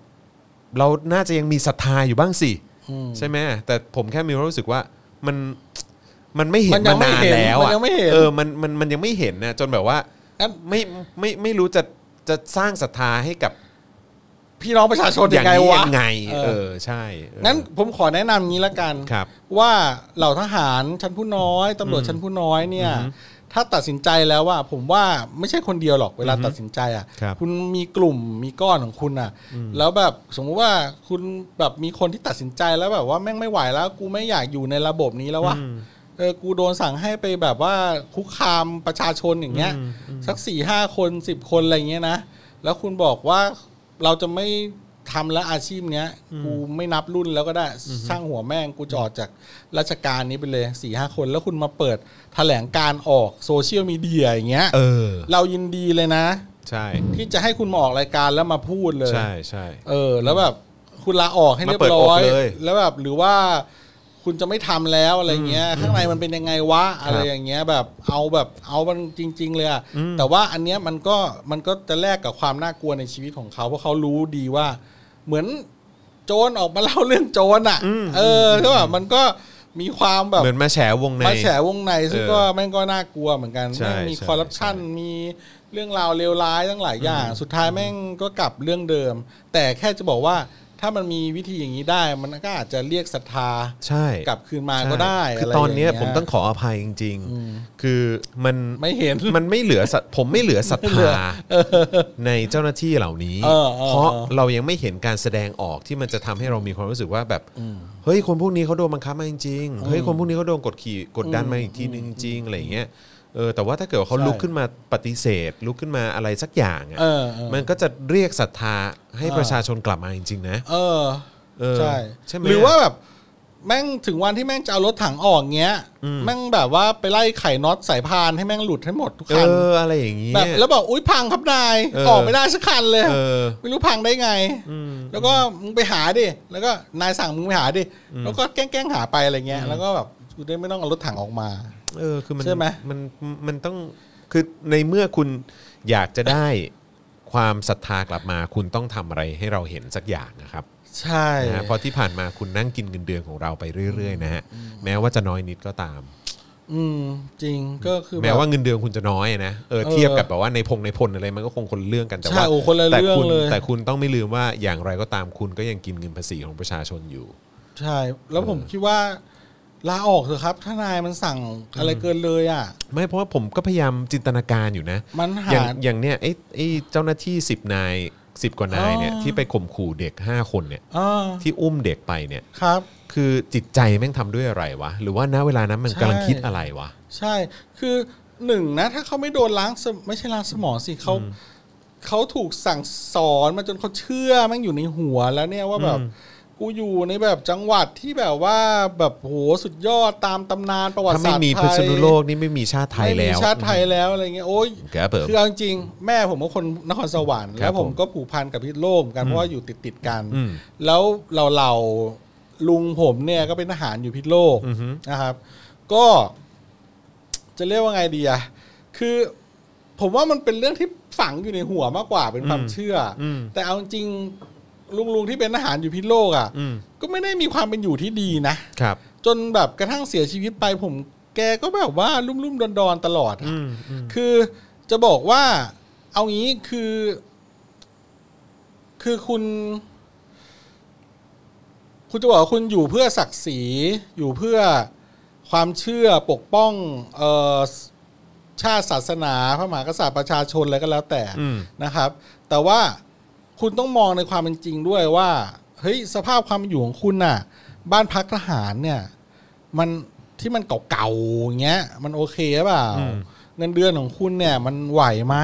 [SPEAKER 2] เราน่าจะยังมีศรัทธาอยู่บ้างสิ
[SPEAKER 3] อืม
[SPEAKER 2] ใช่ไหมแต่ผมแค่มีความรู้สึกว่ามันมันไม่เห็น
[SPEAKER 3] มันยั
[SPEAKER 2] มาง
[SPEAKER 3] ไม่
[SPEAKER 2] นาน
[SPEAKER 3] เห็น
[SPEAKER 2] แล้ว
[SPEAKER 3] มัน
[SPEAKER 2] อะ
[SPEAKER 3] ยังไม่เห็น
[SPEAKER 2] เออมันมันมันยังไม่เห็นนะจนแบบว่า
[SPEAKER 3] งั้น
[SPEAKER 2] ไม่ไม่ไม่รู้จะจะสร้างศรัทธาให้กับ
[SPEAKER 3] พี่น้องประชาชน
[SPEAKER 2] อ
[SPEAKER 3] ยั
[SPEAKER 2] ย่าง
[SPEAKER 3] งไง
[SPEAKER 2] นี้
[SPEAKER 3] วะ
[SPEAKER 2] ยังไง
[SPEAKER 3] เออ
[SPEAKER 2] เออใช่เออ
[SPEAKER 3] งั้นผมขอแนะนำนี้ละกัน
[SPEAKER 2] ครับ
[SPEAKER 3] ว่าเหล่าทหารชั้นผู้น้อยตำรวจชั้นผู้น้อยเนี่ย ถ้าตัดสินใจแล้วว่า ผมว่าไม่ใช่คนเดียวหรอกเวลาตัดสินใจอ่ะ
[SPEAKER 2] ครับ
[SPEAKER 3] ณมีกลุ่มมีก้อนของคุณอ่ะ แล้วแบบสมมุติว่าคุณแบบมีคนที่ตัดสินใจแล้วแบบว่าแม่งไม่ไหวแล้ว กูไม่อยากอยู่ในระบบนี้แล้วว่ะเออกูโดนสั่งให้ไปแบบว่าคุกคามประชาชนอย่างเงี้ย สักสี่ห้าคนสิบคนอะไรเงี้ยนะแล้วคุณบอกว่าเราจะไม่ ทำแล้วอาชีพเนี้ย กูไม่นับรุ่นแล้วก็ได้ช่างหัวแม่งกูจะออกจากราชการนี้ไปเลยสี่ห้าคนแล้วคุณมาเปิดแถลงการออกโซเชียลมีเดียอย่างเงี้ย
[SPEAKER 2] เออ
[SPEAKER 3] เรายินดีเลยนะ
[SPEAKER 2] ใช่
[SPEAKER 3] ที่จะให้คุณมาออกรายการแล้วมาพูดเลย
[SPEAKER 2] ใช่ใช่
[SPEAKER 3] เออ แล้วแบบคุณลาออกให้เรีย
[SPEAKER 2] มา
[SPEAKER 3] บ
[SPEAKER 2] เปิด
[SPEAKER 3] ร้
[SPEAKER 2] อก
[SPEAKER 3] อย
[SPEAKER 2] เลย
[SPEAKER 3] แล้วแบบหรือว่าคุณจะไม่ทำแล้วอะไรเงี้ย ข้างในมันเป็นยังไงวะอะไร
[SPEAKER 2] ครับ
[SPEAKER 3] อย่างเงี้ยแบบเอาแบบเอามันจริง ๆ เลยอะแต่ว่าอันเนี้ยมันก็มันก็จะแลกกับความน่ากลัวในชีวิตของเขาเพราะเขารู้ดีว่า เหมือนโจรออกมาเล่าเรื่องโจรอ่ะ เออก็แบบมันก็มีความแบบ
[SPEAKER 2] เหมือนมาแฉวงใน
[SPEAKER 3] มาแฉวงในซึ่งก็
[SPEAKER 2] เออ
[SPEAKER 3] แม่งก็น่ากลัวเหมือนกัน
[SPEAKER 2] ใช่
[SPEAKER 3] แม่งมี
[SPEAKER 2] ใช่
[SPEAKER 3] คอร์รัปชัน
[SPEAKER 2] ใช่
[SPEAKER 3] มีเรื่องราวเลวร้ายทั้งหลายอย่าง สุดท้ายแม่งก็กลับเรื่องเดิม แต่แค่จะบอกว่า ถ้ามันมีวิธีอย่างนี้ได้ มันก็อาจจะเรียกศรัทธา
[SPEAKER 2] ใช่
[SPEAKER 3] กลับคืนมาก็ได้
[SPEAKER 2] ใช่คือะไร ตอนเนี้ย
[SPEAKER 3] ย่า
[SPEAKER 2] ผมต้องขออภัยจริง ๆ คือมัน
[SPEAKER 3] ไม่เห็น
[SPEAKER 2] มันไม่เหลือศรัทผมไม่เหลือศรัทธาในเจ้าหน้าที่เหล่านี้
[SPEAKER 3] เออเออ
[SPEAKER 2] เพราะ
[SPEAKER 3] เออ
[SPEAKER 2] เรายังไม่เห็นการแสดงออกที่มันจะทำให้เรามีความรู้สึกว่าแบบเฮ้ยคนพวกนี้เขาโดนบังคับมาจริงๆเฮ้ยคนพวกนี้เขาโดนกดขี่กดดันมาอีกทีนึงจริงๆอะไรอย่างเงี้ยเออแต่ว่าถ้าเกิดว่าเขาลุกขึ้นมาปฏิเสธ ลุกขึ้นมาอะไรสักอย่างอะ
[SPEAKER 3] เออเออ
[SPEAKER 2] มันก็จะเรียกศรัทธาให้ประชาชนกลับมาจริงๆนะ
[SPEAKER 3] เออ
[SPEAKER 2] เออ
[SPEAKER 3] ใช่
[SPEAKER 2] ใช่ไหม
[SPEAKER 3] หรือว่าแบบแม่งถึงวันที่แม่งจะเอารถถังออกเงี้ย แม่งแบบว่าไปไล่ไขน็อตสายพานให้แม่งหลุดให้หมดทุก
[SPEAKER 2] เอ
[SPEAKER 3] คัน
[SPEAKER 2] ออะไรอย่างเงี้ย
[SPEAKER 3] แบบแล้วบอกอุ้ยพังครับนาย
[SPEAKER 2] เออ
[SPEAKER 3] ออกไม่ได้สักคันเลย
[SPEAKER 2] เออ
[SPEAKER 3] ไม่รู้พังได้ไง แล้วก็มึงไปหาดิ แล้วก็นายสั่งมึงไปหาดิ แล้วก็แกล้งๆหาไปอะไรเงี้ย แล้วก็แบบกูได้ไม่ต้องเอารถถังออกมา
[SPEAKER 2] เออคือมัน
[SPEAKER 3] ใช่ไหม
[SPEAKER 2] มันมันต้องคือในเมื่อคุณอยากจะได้ความศรัทธากลับมา คุณต้องทำอะไรให้เราเห็นสักอย่างนะครับ
[SPEAKER 3] ใช่
[SPEAKER 2] นะฮะเพราะที่ผ่านมาคุณนั่งกินเงินเดือนของเราไปเรื่อยๆนะฮะแม้ว่าจะน้อยนิดก็ตาม
[SPEAKER 3] อืมจริงก็คือบบ
[SPEAKER 2] แม้ว่าเงินเดือนคุณจะน้อยนะเออ
[SPEAKER 3] เออ
[SPEAKER 2] เทียบกับแบบว่าในพงในพลอะไรมันก็คงคนละเรื่องกันแต่
[SPEAKER 3] ใช่
[SPEAKER 2] ว่า
[SPEAKER 3] โอ้คนละ
[SPEAKER 2] แต่
[SPEAKER 3] เรื่อง
[SPEAKER 2] คุณ
[SPEAKER 3] เลย
[SPEAKER 2] แต่คุณต้องไม่ลืมว่าอย่างไรก็ตามคุณก็ยังกินเงินภาษีของประชาชนอยู่
[SPEAKER 3] ใช่ แล้วผมคิดว่าลาออกเถอะครับถ้านายมันสั่งอะไรเกินเลยอ่ะ
[SPEAKER 2] ไม่เพราะว่าผมก็พยายามจินตนาการอยู่นะ
[SPEAKER 3] มันหา
[SPEAKER 2] อย่างอย่างเนี้ยไอ้ไอ้เจ้าหน้าที่ 10 นาย 10 กว่านายเนี่ย
[SPEAKER 3] อ๋อ
[SPEAKER 2] ที่ไปข่มขู่เด็ก 5 คนเนี่ย
[SPEAKER 3] อ่า
[SPEAKER 2] ที่อุ้มเด็กไปเนี่ย
[SPEAKER 3] ครับ
[SPEAKER 2] คือจิตใจแม่งทำด้วยอะไรวะ หรือว่าณเวลานั้นมัน
[SPEAKER 3] ใช่
[SPEAKER 2] กำลังคิดอะไรวะ
[SPEAKER 3] ใช่ คือหนึ่งนะ ถ้าเขาไม่โดนล้างสมไม่ใช่ล้างสมองสิเขาเขาถูกสั่งสอนมาจนเขาเชื่อแมันอยู่ในหัวแล้วเนี่ยว่าแบบ กูอยู่ในแบบจังหวัดที่แบบว่าแบบโหสุดยอดตามตำนานประวัติ
[SPEAKER 2] ถ้าไม่
[SPEAKER 3] ศาสตร์
[SPEAKER 2] มี
[SPEAKER 3] ไท
[SPEAKER 2] พิ
[SPEAKER 3] ย
[SPEAKER 2] ษณุโลกนี่ไม่มีชาติไทย
[SPEAKER 3] ม่
[SPEAKER 2] แล้
[SPEAKER 3] มี
[SPEAKER 2] ว
[SPEAKER 3] ชาติไทยแล้วอะไรเงี้ยโอ้ย
[SPEAKER 2] ครับผม
[SPEAKER 3] คือเอาจริงๆแม่ผมก็คนนครสวรร
[SPEAKER 2] ค
[SPEAKER 3] ค์
[SPEAKER 2] รับ
[SPEAKER 3] แล้วผม
[SPEAKER 2] ผม
[SPEAKER 3] ก็ผูกพันกับพิษณุโลกเหมือนกันเพราะว่าอยู่ติดติดๆกัน
[SPEAKER 2] อืม
[SPEAKER 3] แล้วเราเราลุงผมเนี่ยก็เป็นทหารอยู่พิษณุโลกนะครับ ก็ จะเรียกว่าไงดีอะคือผมว่ามันเป็นเรื่องที่ฝังอยู่ในหัวมากกว่าเป็นความเชื่ออ
[SPEAKER 2] ม
[SPEAKER 3] แต่เอาจริงลุงลุงๆที่เป็นทหารอยู่พิษณุโลกอะ
[SPEAKER 2] อืม
[SPEAKER 3] ก็ไม่ได้มีความเป็นอยู่ที่ดีนะ
[SPEAKER 2] ครับ
[SPEAKER 3] จนแบบกระทั่งเสียชีวิตไปผมแกก็แบบว่าลุ่มๆดอนๆตลอดอะ
[SPEAKER 2] อืมอืม
[SPEAKER 3] คือจะบอกว่า เอางี้คือ คือคุณ คุณจะบอกว่าคุณอยู่เพื่อศักดิ์ศรีอยู่เพื่อความเชื่อปกป้อง เอ่อชาติศาสนาพระมหากษัตริย์ประชาชนอะไรก็แล้วแต่
[SPEAKER 2] อืม
[SPEAKER 3] นะครับ แต่ว่าคุณต้องมองในความเป็นจริงด้วยว่า เฮ้ย สภาพความเป็นอยู่ของคุณน่ะ บ้านพักทหารเนี่ย มันที่มันเก่าๆอย่างเงี้ย มันโอเคหรือเปล่า
[SPEAKER 2] อืม
[SPEAKER 3] เงินเดือนของคุณเนี่ย มันไหวไหม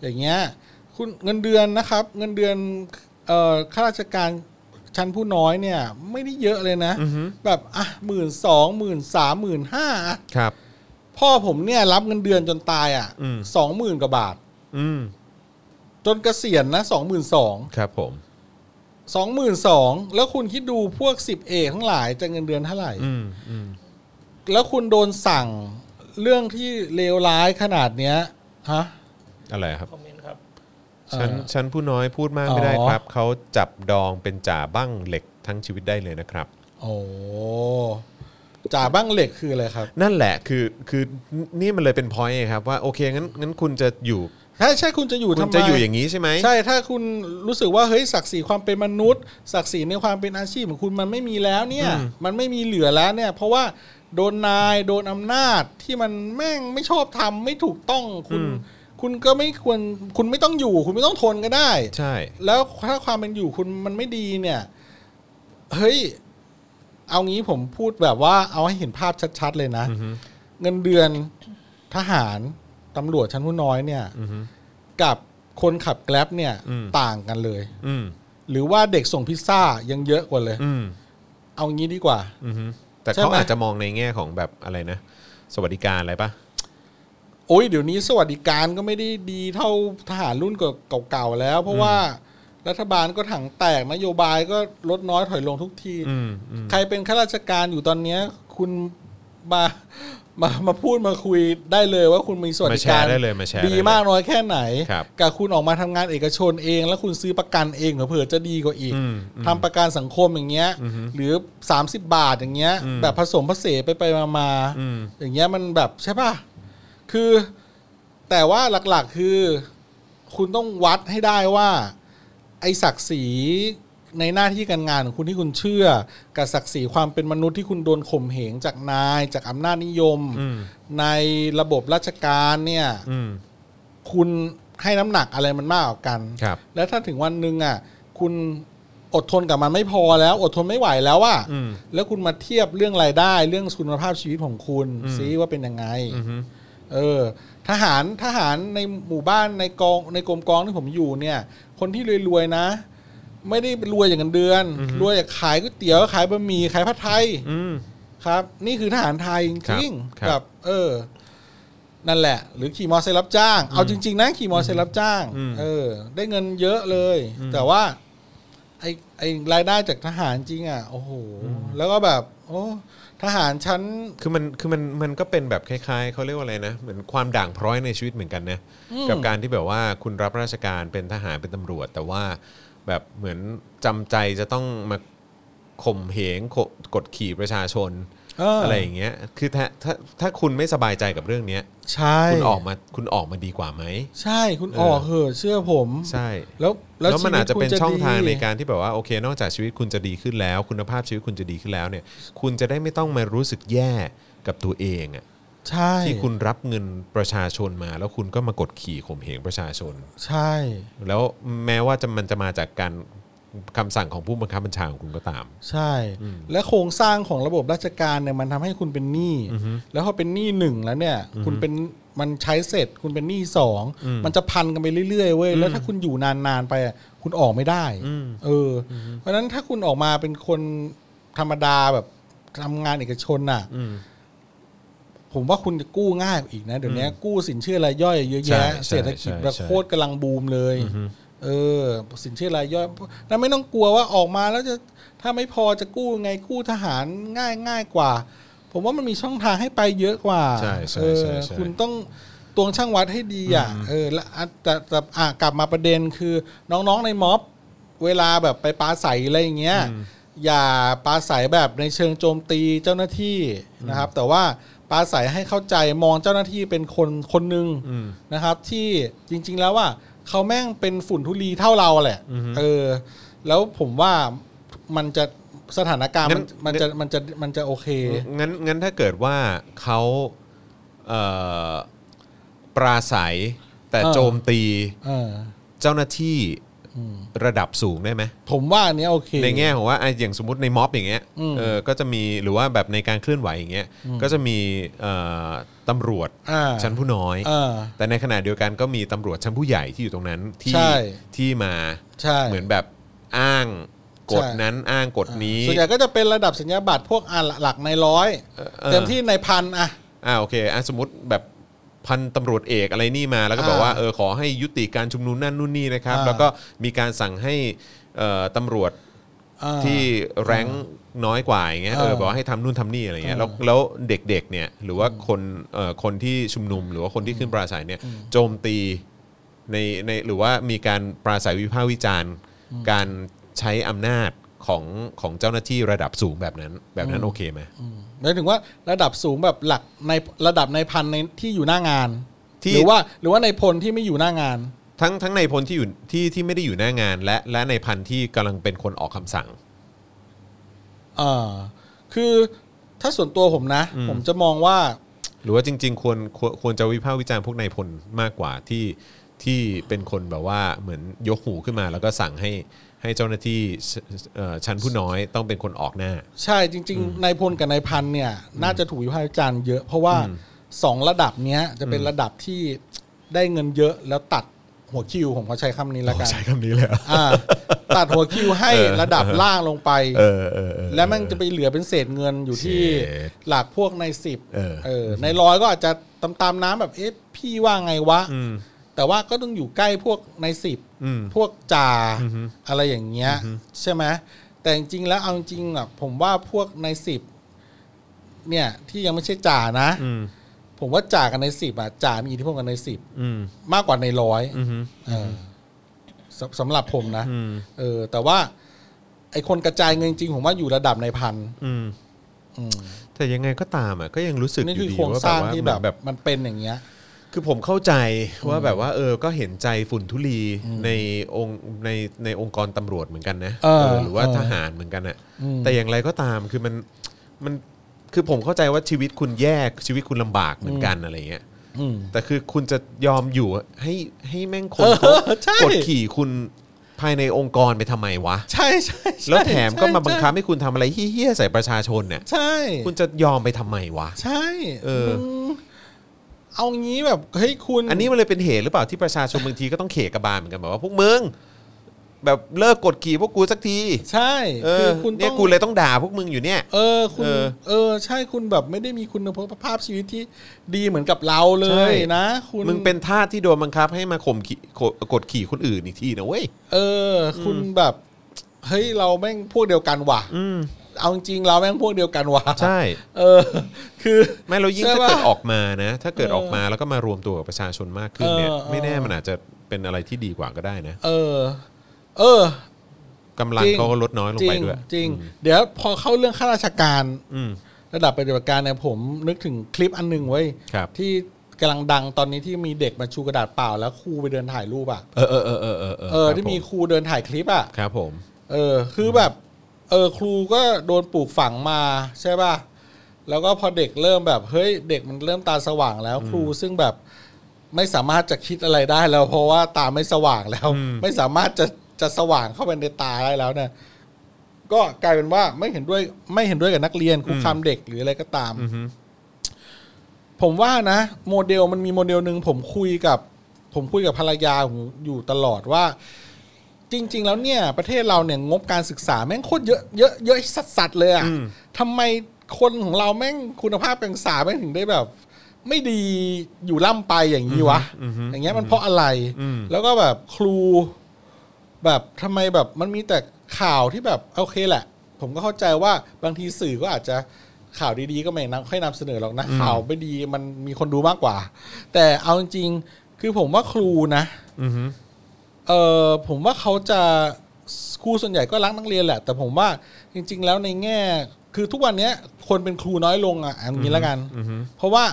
[SPEAKER 3] อย่างเงี้ย คุณเงินเดือนนะครับ เงินเดือนเอ่อข้าราชการชั้นผู้น้อยเนี่ย ไม่ได้เยอะเลยนะ แบบอ่ะหมื่นสองหมื่นสามหมื่นห้า
[SPEAKER 2] ครับ
[SPEAKER 3] พ่อผมเนี่ย รับเงินเดือนจนตายอ่ะ
[SPEAKER 2] อืม
[SPEAKER 3] สองหมื่นกว่าบาท
[SPEAKER 2] อืม
[SPEAKER 3] จนเกษียณนะสองหมื่นสอง
[SPEAKER 2] ครับผม
[SPEAKER 3] สองหมื่นสองแล้วคุณคิดดูพวกสิบเอกทั้งหลายจะเงินเดือนเท่าไหร่
[SPEAKER 2] อืมอืม
[SPEAKER 3] แล้วคุณโดนสั่งเรื่องที่เลวร้ายขนาดเนี้ยฮะ
[SPEAKER 2] อะไรครับ
[SPEAKER 4] คอมเมนต์ครับ
[SPEAKER 2] ฉัน
[SPEAKER 3] เอ่อ
[SPEAKER 2] ฉันผู้น้อยพูดมากไม่ได้
[SPEAKER 3] อ๋อ
[SPEAKER 2] ครับเขาจับดองเป็นจ่าบ้างเหล็กทั้งชีวิตได้เลยนะครับ
[SPEAKER 3] โอ้จ่าบ้างเหล็กคืออะไรครับ
[SPEAKER 2] นั่นแหละคือคือนี่มันเลยเป็นพอยต์ครับว่าโอเคงั้นงั้นคุณจะอยู่
[SPEAKER 3] ถ้าใช่คุณจะอยู่
[SPEAKER 2] คุณ
[SPEAKER 3] ทำไม
[SPEAKER 2] จะอยู่อย่างนี้ใช่ไหม
[SPEAKER 3] ใช่ถ้าคุณรู้สึกว่าเฮ้ยศักดิ์ศรีความเป็นมนุษย์ ศักดิ์ศรีในความเป็นอาชีพของคุณมันไม่มีแล้วเนี่ย มันไม่มีเหลือแล้วเนี่ย เพราะว่าโดนนายโดนอำนาจที่มันแม่งไม่ชอบทำไม่ถูกต้องคุณ คุณก็ไม่ควรคุณไม่ต้องอยู่ คุณไม่ต้องทนก็ได้
[SPEAKER 2] ใช่
[SPEAKER 3] แล้วถ้าความเป็นอยู่คุณมันไม่ดีเนี่ย เฮ้ย เอางี้ผมพูดแบบว่าเอาให้เห็นภาพชัดๆเลยนะ เงินเดือนทหารตำรวจชั้นผู้น้อยเนี่ย กับคนขับแกล็บเนี่ย
[SPEAKER 2] อืม
[SPEAKER 3] ต่างกันเลย
[SPEAKER 2] อืม
[SPEAKER 3] หรือว่าเด็กส่งพิซซ่ายังเยอะกว่าเลย
[SPEAKER 2] อืม
[SPEAKER 3] เอางี้ดีกว่า
[SPEAKER 2] อืมแต่
[SPEAKER 3] ใช่
[SPEAKER 2] เขา
[SPEAKER 3] ไหม
[SPEAKER 2] อาจจะมองในแง่ของแบบอะไรนะ สวัสดิการอะไรปะ
[SPEAKER 3] โอ้ยเดี๋ยวนี้สวัสดิการก็ไม่ได้ดีเท่าทหารรุ่นเก่าๆแล้ว เพราะว่ารัฐบาลก็ถังแตกนโยบายก็ลดน้อยถอยลงทุกที
[SPEAKER 2] อืมอืม
[SPEAKER 3] ใครเป็นข้าราชการอยู่ตอนเนี้ยคุณมา มามาพูดมาคุยได้เลยว่าคุณมีสวัส
[SPEAKER 2] มา
[SPEAKER 3] ดิ
[SPEAKER 2] แช
[SPEAKER 3] การ ร
[SPEAKER 2] ได้เลยมาแชร์
[SPEAKER 3] ดี
[SPEAKER 2] ได้เลย
[SPEAKER 3] มากน้อยแค่ไหน
[SPEAKER 2] ครับ
[SPEAKER 3] กับคุณออกมาทำงานเอกชนเอง แล้วคุณซื้อประกันเองเผื่อๆจะดีกว่าอีก
[SPEAKER 2] อืม
[SPEAKER 3] ทำประกันสังคมอย่างเงี้ย หรือ 30 บาทอย่างเงี้ย แบบผสมผสานไปไปมามาๆ
[SPEAKER 2] อืม
[SPEAKER 3] อย่างเงี้ยมันแบบใช่ป่ะ คือ แต่ว่าหลักๆคือ คุณต้องวัดให้ได้ว่า ไอ้ศักดิ์ศรี ในหน้าที่การงานของคุณที่คุณเชื่อ กับศักดิ์ศรีความเป็นมนุษย์ที่คุณโดนข่มเหงจากนาย จากอำนาจนิยม ในระบบราชการเนี่ย
[SPEAKER 2] อืม
[SPEAKER 3] คุณให้น้ำหนักอะไรมันมากกว่ากัน
[SPEAKER 2] ครับ
[SPEAKER 3] แล้วถ้าถึงวันหนึ่งอ่ะ คุณอดทนกับมันไม่พอแล้ว อดทนไม่ไหวแล้วอ่ะ
[SPEAKER 2] อืม
[SPEAKER 3] แล้วคุณมาเทียบเรื่องรายได้ เรื่องคุณภาพชีวิตของคุณซิว่าเป็นยังไง
[SPEAKER 2] อือฮึ
[SPEAKER 3] เออทหารทหารในหมู่บ้านในกองในกรมกองที่ผมอยู่เนี่ย คนที่รวยๆนะ ไม่ได้รวยอย่างเงินเดือน รวยจากขายก๋วยเตี๋ยวขายบะหมี่ขายผัดไทย
[SPEAKER 2] อืม
[SPEAKER 3] ครับ นี่คือทหารไทยจริง
[SPEAKER 2] ครับ
[SPEAKER 3] ๆแบบเออ นั่นแหละ หรือขี่มอเตอร์ไซค์รับจ้าง เอาจริง ๆ นะขี่มอเตอร์ไซค์รับจ้าง เออ ได้เงินเยอะเลย แต่ว่า ไอไอรายได้จากทหารจริงอ่ะโอ้โหแล้วก็แบบ โอ้ทหารชั้น
[SPEAKER 2] คือมันคือมันมันก็เป็นแบบคล้ายๆเขาเรียกว่าอะไรนะเหมือนความด่างพร้อยในชีวิตเหมือนกันนะกับการที่แบบว่าคุณรับราชการเป็นทหารเป็นตำรวจ แต่ว่าแบบเหมือนจำใจจะต้องมาข่มเหงขกดขี่ประชาชน
[SPEAKER 3] เอออ
[SPEAKER 2] ไรอย่างเงี้ยคือถ้าถ้าถ้าคุณไม่สบายใจกับเรื่องเนี้ย
[SPEAKER 3] ใช่
[SPEAKER 2] คุณออกมาคุณออกมาดีกว่าไหม
[SPEAKER 3] ใช่ คุณ
[SPEAKER 2] เออ
[SPEAKER 3] ออกเหอะเชื่อผม
[SPEAKER 2] ใช่
[SPEAKER 3] แล้ว
[SPEAKER 2] แล้วมัน
[SPEAKER 3] ชีวิต
[SPEAKER 2] อาจจะเป็น
[SPEAKER 3] คุณ
[SPEAKER 2] ช่องทาง
[SPEAKER 3] ดี
[SPEAKER 2] ในการที่แบบว่าโอเค นอกจากชีวิตคุณจะดีขึ้นแล้ว คุณภาพชีวิตคุณจะดีขึ้นแล้วเนี่ย คุณจะได้ไม่ต้องมารู้สึกแย่กับตัวเองอะ
[SPEAKER 3] ใช่
[SPEAKER 2] ที่คุณรับเงินประชาชนมา แล้วคุณก็มากดขี่ข่มเหงประชาชน
[SPEAKER 3] ใช่
[SPEAKER 2] แล้วแม้ว่าจะมันจะมาจากการคำสั่งของผู้บังคับบัญชาของคุณก็ตาม
[SPEAKER 3] ใช่ และโครงสร้างของระบบราชการเนี่ยมันทำให้คุณเป็นหนี้แล้วพอเป็นหนี้หนึ่งแล้วเนี่ย คุณเป็นมันใช้เสร็จ คุณเป็นหนี้สองมันจะพันกันไปเรื่อยๆเว้ยแล้วถ้าคุณอยู่นานๆไปอะคุณออกไม่ได้เอออเพราะฉะนั้นถ้าคุณออกมาเป็นคนธรรมดาแบบทำงานเอกชนน่ะ ผมว่าคุณจะกู้ง่ายกว่าอีกนะเดี๋ยวนี้กู้สินเชื่อรายย่อยเยอะแยะ
[SPEAKER 2] ใช่ใช่
[SPEAKER 3] เศรษฐกิจ
[SPEAKER 2] ใช่
[SPEAKER 3] ระ
[SPEAKER 2] ใช่
[SPEAKER 3] โคตรกำลังบูมเลย เออ สินเชื่อรายย่อยแล้วไม่ต้องกลัวว่าออกมาแล้วจะถ้าไม่พอจะกู้ไงกู้ทหารง่ายง่ายกว่า ผมว่ามันมีช่องทางให้ไปเยอะกว่า
[SPEAKER 2] ใช่ใช่
[SPEAKER 3] เออ
[SPEAKER 2] ใช่ใช่
[SPEAKER 3] คุณต้องตวงช่างวัดให้ดีอ่ะเออแล้วอ่ะแต่แต่อ่ะกลับมาประเด็นคือน้องๆในม็อบ เวลาแบบไปปาใสอะไรอย่างเงี้ยอย่าปาใสแบบในเชิงโจมตีเจ้าหน้าที่นะครับ แต่ว่าปาใสให้เข้าใจมองเจ้าหน้าที่เป็นคนคนหนึ่งนะครับ ที่จริง ๆ แล้วว่าเขาแม่งเป็นฝุ่นทุลีเท่าเราแหละเออ แล้วผมว่ามันจะสถานการณ์มัน
[SPEAKER 2] งั้
[SPEAKER 3] มัน
[SPEAKER 2] น
[SPEAKER 3] จะมันจะมันจะโอเค
[SPEAKER 2] งั้นงั้นถ้าเกิดว่าเขาเอ่อปราศัยแต่
[SPEAKER 3] เออ
[SPEAKER 2] โจมตี
[SPEAKER 3] เออ
[SPEAKER 2] เจ้าหน้าที่ระดับสูงได้ไหม
[SPEAKER 3] ผมว่าอันเนี้ยโอเค
[SPEAKER 2] ในแง่ของว่าอ่ะอย่างสมมติในม็อบอย่างเงี้ย
[SPEAKER 3] อืม
[SPEAKER 2] เออก็จะมีหรือว่าแบบในการเคลื่อนไหวอย่างเงี้ยก็จะมีเอ่อตำรวจ
[SPEAKER 3] อ่า
[SPEAKER 2] ชั้นผู้น้อย
[SPEAKER 3] เออ
[SPEAKER 2] แต่ในขณะเดียวกันก็มีตำรวจชั้นผู้ใหญ่ที่อยู่ตรงนั้นที่
[SPEAKER 3] ใช่
[SPEAKER 2] ที่มา
[SPEAKER 3] ใช่
[SPEAKER 2] เหมือนแบบอ้างกฎนั้นอ้างกฎนี้
[SPEAKER 3] ส่วนใหญ่ก็จะเป็นระดับสัญญาบัตรพวกอ่ะหลักในร้อยเต็มที่ในพันอ่ะ
[SPEAKER 2] อ่าโอเคอ่ะสมมติแบบพันตำรวจเอกอะไรนี่มาแล้วก็บอก
[SPEAKER 3] อ่า
[SPEAKER 2] ว่าเออขอให้ยุติการชุมนุมนั่นนู่นนี่นะครับ
[SPEAKER 3] อ่า
[SPEAKER 2] แล้วก็มีการสั่งให้เอ่อตำรวจ
[SPEAKER 3] อ่า
[SPEAKER 2] ที่แรงค์น้อยกว่าอย่างเงี้ย
[SPEAKER 3] เอ
[SPEAKER 2] เอ
[SPEAKER 3] อ
[SPEAKER 2] อบอกว่าให้ทำนู่นทำนี่อะไรเงี้ย
[SPEAKER 3] เออ
[SPEAKER 2] แล้วแล้วเด็กๆเนี่ยหรือว่าคนเอ่อคนที่ชุมนุมหรือว่าคนที่ขึ้นปราศัยเนี่ยโจมตีในในหรือว่ามีการปราศัยวิพากษ์วิจารณ์ การใช้อำนาจของของเจ้าหน้าที่ระดับสูงแบบนั้น แบบนั้น
[SPEAKER 3] อืม
[SPEAKER 2] โอเคไหม
[SPEAKER 3] หมายถึงว่าระดับสูงแบบหลักในระดับในพันในที่อยู่หน้างาน
[SPEAKER 2] ที่
[SPEAKER 3] หรือว่าหรือว่าในพลที่ไม่อยู่หน้างาน
[SPEAKER 2] ทั้งทั้งในพลที่อยู่ที่ที่ไม่ได้อยู่หน้างาน และและในพันที่กำลังเป็นคนออกคำสั่ง
[SPEAKER 3] เออคือถ้าส่วนตัวผมนะ ผมจะมองว่า
[SPEAKER 2] หรือว่าจริง ๆ ควรควรควรจะวิพากษ์วิจารณ์พวกนายพลมากกว่าที่ที่เป็นคนแบบว่าเหมือนยกหูขึ้นมา แล้วก็สั่งให้ให้เจ้าหน้าที่ชเอ่อชั้นผู้น้อยต้องเป็นคนออกหน้า
[SPEAKER 3] ใช่จริง ๆนายพลกับนายพันเนี่ย น่าจะถูกวิพากษ์วิจารณ์เยอะ เพราะว่าสองระดับเนี้ยจะเป็นระดับที่ได้เงินเยอะแล้วตัดหัวคิวผมขอใช้คำนี้ละกัน
[SPEAKER 2] ใช้คำนี้เลยเหรอ
[SPEAKER 3] อ่าตัดหัวคิวให้ระดับล่างลงไป
[SPEAKER 2] เออเออเออ
[SPEAKER 3] แล้วมันจะไปเหลือเป็นเศษเงินอยู่ที่
[SPEAKER 2] เศษ
[SPEAKER 3] หลักพวกในสิบ
[SPEAKER 2] เออ
[SPEAKER 3] ในร้อยก็อาจจะตามตามๆน้ำแบบเอ๊ะพี่ว่าไงวะ
[SPEAKER 2] อืม
[SPEAKER 3] แต่ว่าก็ต้องอยู่ใกล้พวกในสิบ
[SPEAKER 2] อืม
[SPEAKER 3] พวกจ่าอะไรอย่างเงี้ยใช่ไหมแต่จริงๆแล้วเอาจริงๆอ่ะผมว่าพวกในสิบเนี่ยที่ยังไม่ใช่จ่านะ
[SPEAKER 2] อืม
[SPEAKER 3] ผมว่าจ่ากันในสิบอ่ะจ่ามีอิทธิพลกันในสิบ
[SPEAKER 2] อืม
[SPEAKER 3] มากกว่าในร้อย
[SPEAKER 2] อืม
[SPEAKER 3] เออสำสำหรับผมนะ
[SPEAKER 2] อืม
[SPEAKER 3] เออ แต่ว่า ไอคนกระจายเงินจริงผมว่าอยู่ระดับในพัน
[SPEAKER 2] อืม
[SPEAKER 3] อืม
[SPEAKER 2] แต่ยังไงก็ตามอ่ะก็ยังรู้สึกอ
[SPEAKER 3] นี่คื
[SPEAKER 2] ยู่
[SPEAKER 3] อ
[SPEAKER 2] ดี
[SPEAKER 3] โครง
[SPEAKER 2] ว่าแบ
[SPEAKER 3] ส
[SPEAKER 2] บ
[SPEAKER 3] ร้าง
[SPEAKER 2] ว่า
[SPEAKER 3] ที่
[SPEAKER 2] เห
[SPEAKER 3] แบ
[SPEAKER 2] มือบ นแบบ
[SPEAKER 3] มันเป็นอย่างเงี้ย
[SPEAKER 2] คือผมเข้าใจว่าแบบว่าเออก็เห็นใจฝุ่นทุลีในองค์ในในองค์กรตำรวจเหมือนกันนะ
[SPEAKER 3] เออ
[SPEAKER 2] เออหรือว่า
[SPEAKER 3] เออ
[SPEAKER 2] ทหารเหมือนกันอะ
[SPEAKER 3] อืม
[SPEAKER 2] แต่อย่างไรก็ตามคือมันมันคือผมเข้าใจว่าชีวิตคุณแย่ชีวิตคุณลำบากเหมือนกันอะไรเงี้ย
[SPEAKER 3] อืม
[SPEAKER 2] แต่คือคุณจะยอมอยู่ให้ให้แม่งคน
[SPEAKER 3] เออ
[SPEAKER 2] เขา
[SPEAKER 3] ใช่
[SPEAKER 2] กดขี่คุณภายในองค์กรไปทำไมวะ
[SPEAKER 3] ใช่ใช่ใช่
[SPEAKER 2] แล้วแถมก็มาบังคับ
[SPEAKER 3] ใช่
[SPEAKER 2] ให้คุณทำอะไรเฮี้ยๆใส่ประชาชนเนี่ย
[SPEAKER 3] ใช่
[SPEAKER 2] คุณจะยอมไปทำไมวะ
[SPEAKER 3] ใช่
[SPEAKER 2] เออ
[SPEAKER 3] มึงเอางี้แบบเฮ้ยคุณ
[SPEAKER 2] อันนี้มันเลยเป็นเหตุหรือเปล่าที่ประชาชนบางทีก็ต้องเขกกระบาลเหมือนกันแบบว่าพวกมึงแบบเลิกกดขี่พวกกูสักที
[SPEAKER 3] ใช่
[SPEAKER 2] เอ
[SPEAKER 3] คือ อคุณ
[SPEAKER 2] เนี่
[SPEAKER 3] ต้
[SPEAKER 2] ย
[SPEAKER 3] อง
[SPEAKER 2] กูเลยต้องด่าพวกมึงอยู่เนี่ย
[SPEAKER 3] เออคุณ
[SPEAKER 2] เออ
[SPEAKER 3] เออ ใช่คุณแบบไม่ได้มีคุณภาพชีวิตที่ดีเหมือนกับเราเล
[SPEAKER 2] ใช่
[SPEAKER 3] ยนะ คุณ
[SPEAKER 2] มึงเป็นทาสที่โดนบังคับให้มาข่มขี่กดกดขี่คนอื่นอีกทีนะเว้ย
[SPEAKER 3] เออ คุณแบบเฮ้ยเราแม่งพวกเดียวกันว่ะเอาจริงๆเราแม่งพวกเดียวกันว่ะ
[SPEAKER 2] ใช่
[SPEAKER 3] เออ คือ
[SPEAKER 2] ไม่เรายิ่ง
[SPEAKER 3] ใช่
[SPEAKER 2] ถ้า
[SPEAKER 3] ปะ
[SPEAKER 2] เกิดออกมานะ ถ้าเกิด
[SPEAKER 3] เออ
[SPEAKER 2] ออกมาแล้วก็มารวมตัวกับประชาชนมากขึ้นเนี่ย
[SPEAKER 3] เออเออ
[SPEAKER 2] ไม่แน่มันอาจจะเป็นอะไรที่ดีกว่าก็ได้นะ
[SPEAKER 3] เออ เออ
[SPEAKER 2] กำลัง
[SPEAKER 3] จริง
[SPEAKER 2] เขาก็ลดน้อยลง
[SPEAKER 3] จริ
[SPEAKER 2] ไป
[SPEAKER 3] ง
[SPEAKER 2] ด้วย
[SPEAKER 3] จริง เดี๋ยวพอเข้าเรื่องข้าราชการ
[SPEAKER 2] อืม
[SPEAKER 3] ระดับปฏิบัติการเนี่ยผมนึกถึงคลิปอันหนึ่งเว้ย
[SPEAKER 2] ครับ
[SPEAKER 3] ที่กำลังดังตอนนี้ที่มีเด็กมาชูกระดาษเปล่าแล้วครูไปเดินถ่ายรูปอ่ะ
[SPEAKER 2] เออเออเออเออเออเออ
[SPEAKER 3] เอ
[SPEAKER 2] ค
[SPEAKER 3] อ
[SPEAKER 2] รับ
[SPEAKER 3] ที่มี
[SPEAKER 2] ผ
[SPEAKER 3] ครูเดินถ่ายคลิปอ่ะ
[SPEAKER 2] ครับผม
[SPEAKER 3] เออคือแบบ เออครูก็โดนปลูกฝังมาใช่ป่ะแล้วก็พอเด็กเริ่มแบบเฮ้ยเด็กมันเริ่มตาสว่างแล้ว ครูซึ่งแบบไม่สามารถจะคิดอะไรได้แล้ว เพราะว่าตาไม่สว่างแล้ว
[SPEAKER 2] อืม
[SPEAKER 3] ไม่สามารถจะจะสว่างเข้าไปในตาได้แล้วเนี่ยก็กลายเป็นว่าไม่เห็นด้วยไม่เห็นด้วยกับนักเรียนคุกคามเด็กหรืออะไรก็ตาม
[SPEAKER 2] อือฮึ
[SPEAKER 3] ผมว่านะ โมเดลมันมีโมเดลหนึ่งผมคุยกับ ผมคุยกับภรรยาผมอยู่ตลอดว่า จริง ๆ แล้วเนี่ย ประเทศเราเนี่ยงบการศึกษาแม่งโคตรเยอะเยอะเยอะสัสสัสๆเลยอะ่ะทำไมคนของเราแม่งคุณภาพการศึกษาแม่งถึงได้แบบ ไม่ดีอยู่ล่ำไปอย่างนี้วะอย่างเงี้ยมันเพราะอะไร แล้วก็แบบครู แบบทำไมแบบมันมีแต่ข่าวที่แบบโอเคแหละ ผมก็เข้าใจว่าบางทีสื่อก็อาจจะข่าวดีๆก็ไม่นำค่อยนำเสนอหรอกนะข่าวไม่ดีมันมีคนดูมากกว่า แต่เอาจริงๆคือผมว่าครูนะ
[SPEAKER 2] อือฮึ
[SPEAKER 3] เออผมว่าเขาจะครูส่วนใหญ่ก็รักนักเรียนแหละ แต่ผมว่าจริง ๆ แล้วในแง่ คือทุกวันเนี้ยคนเป็นครูน้อยลงอ่ะเอางี้ละกัน เพราะว่า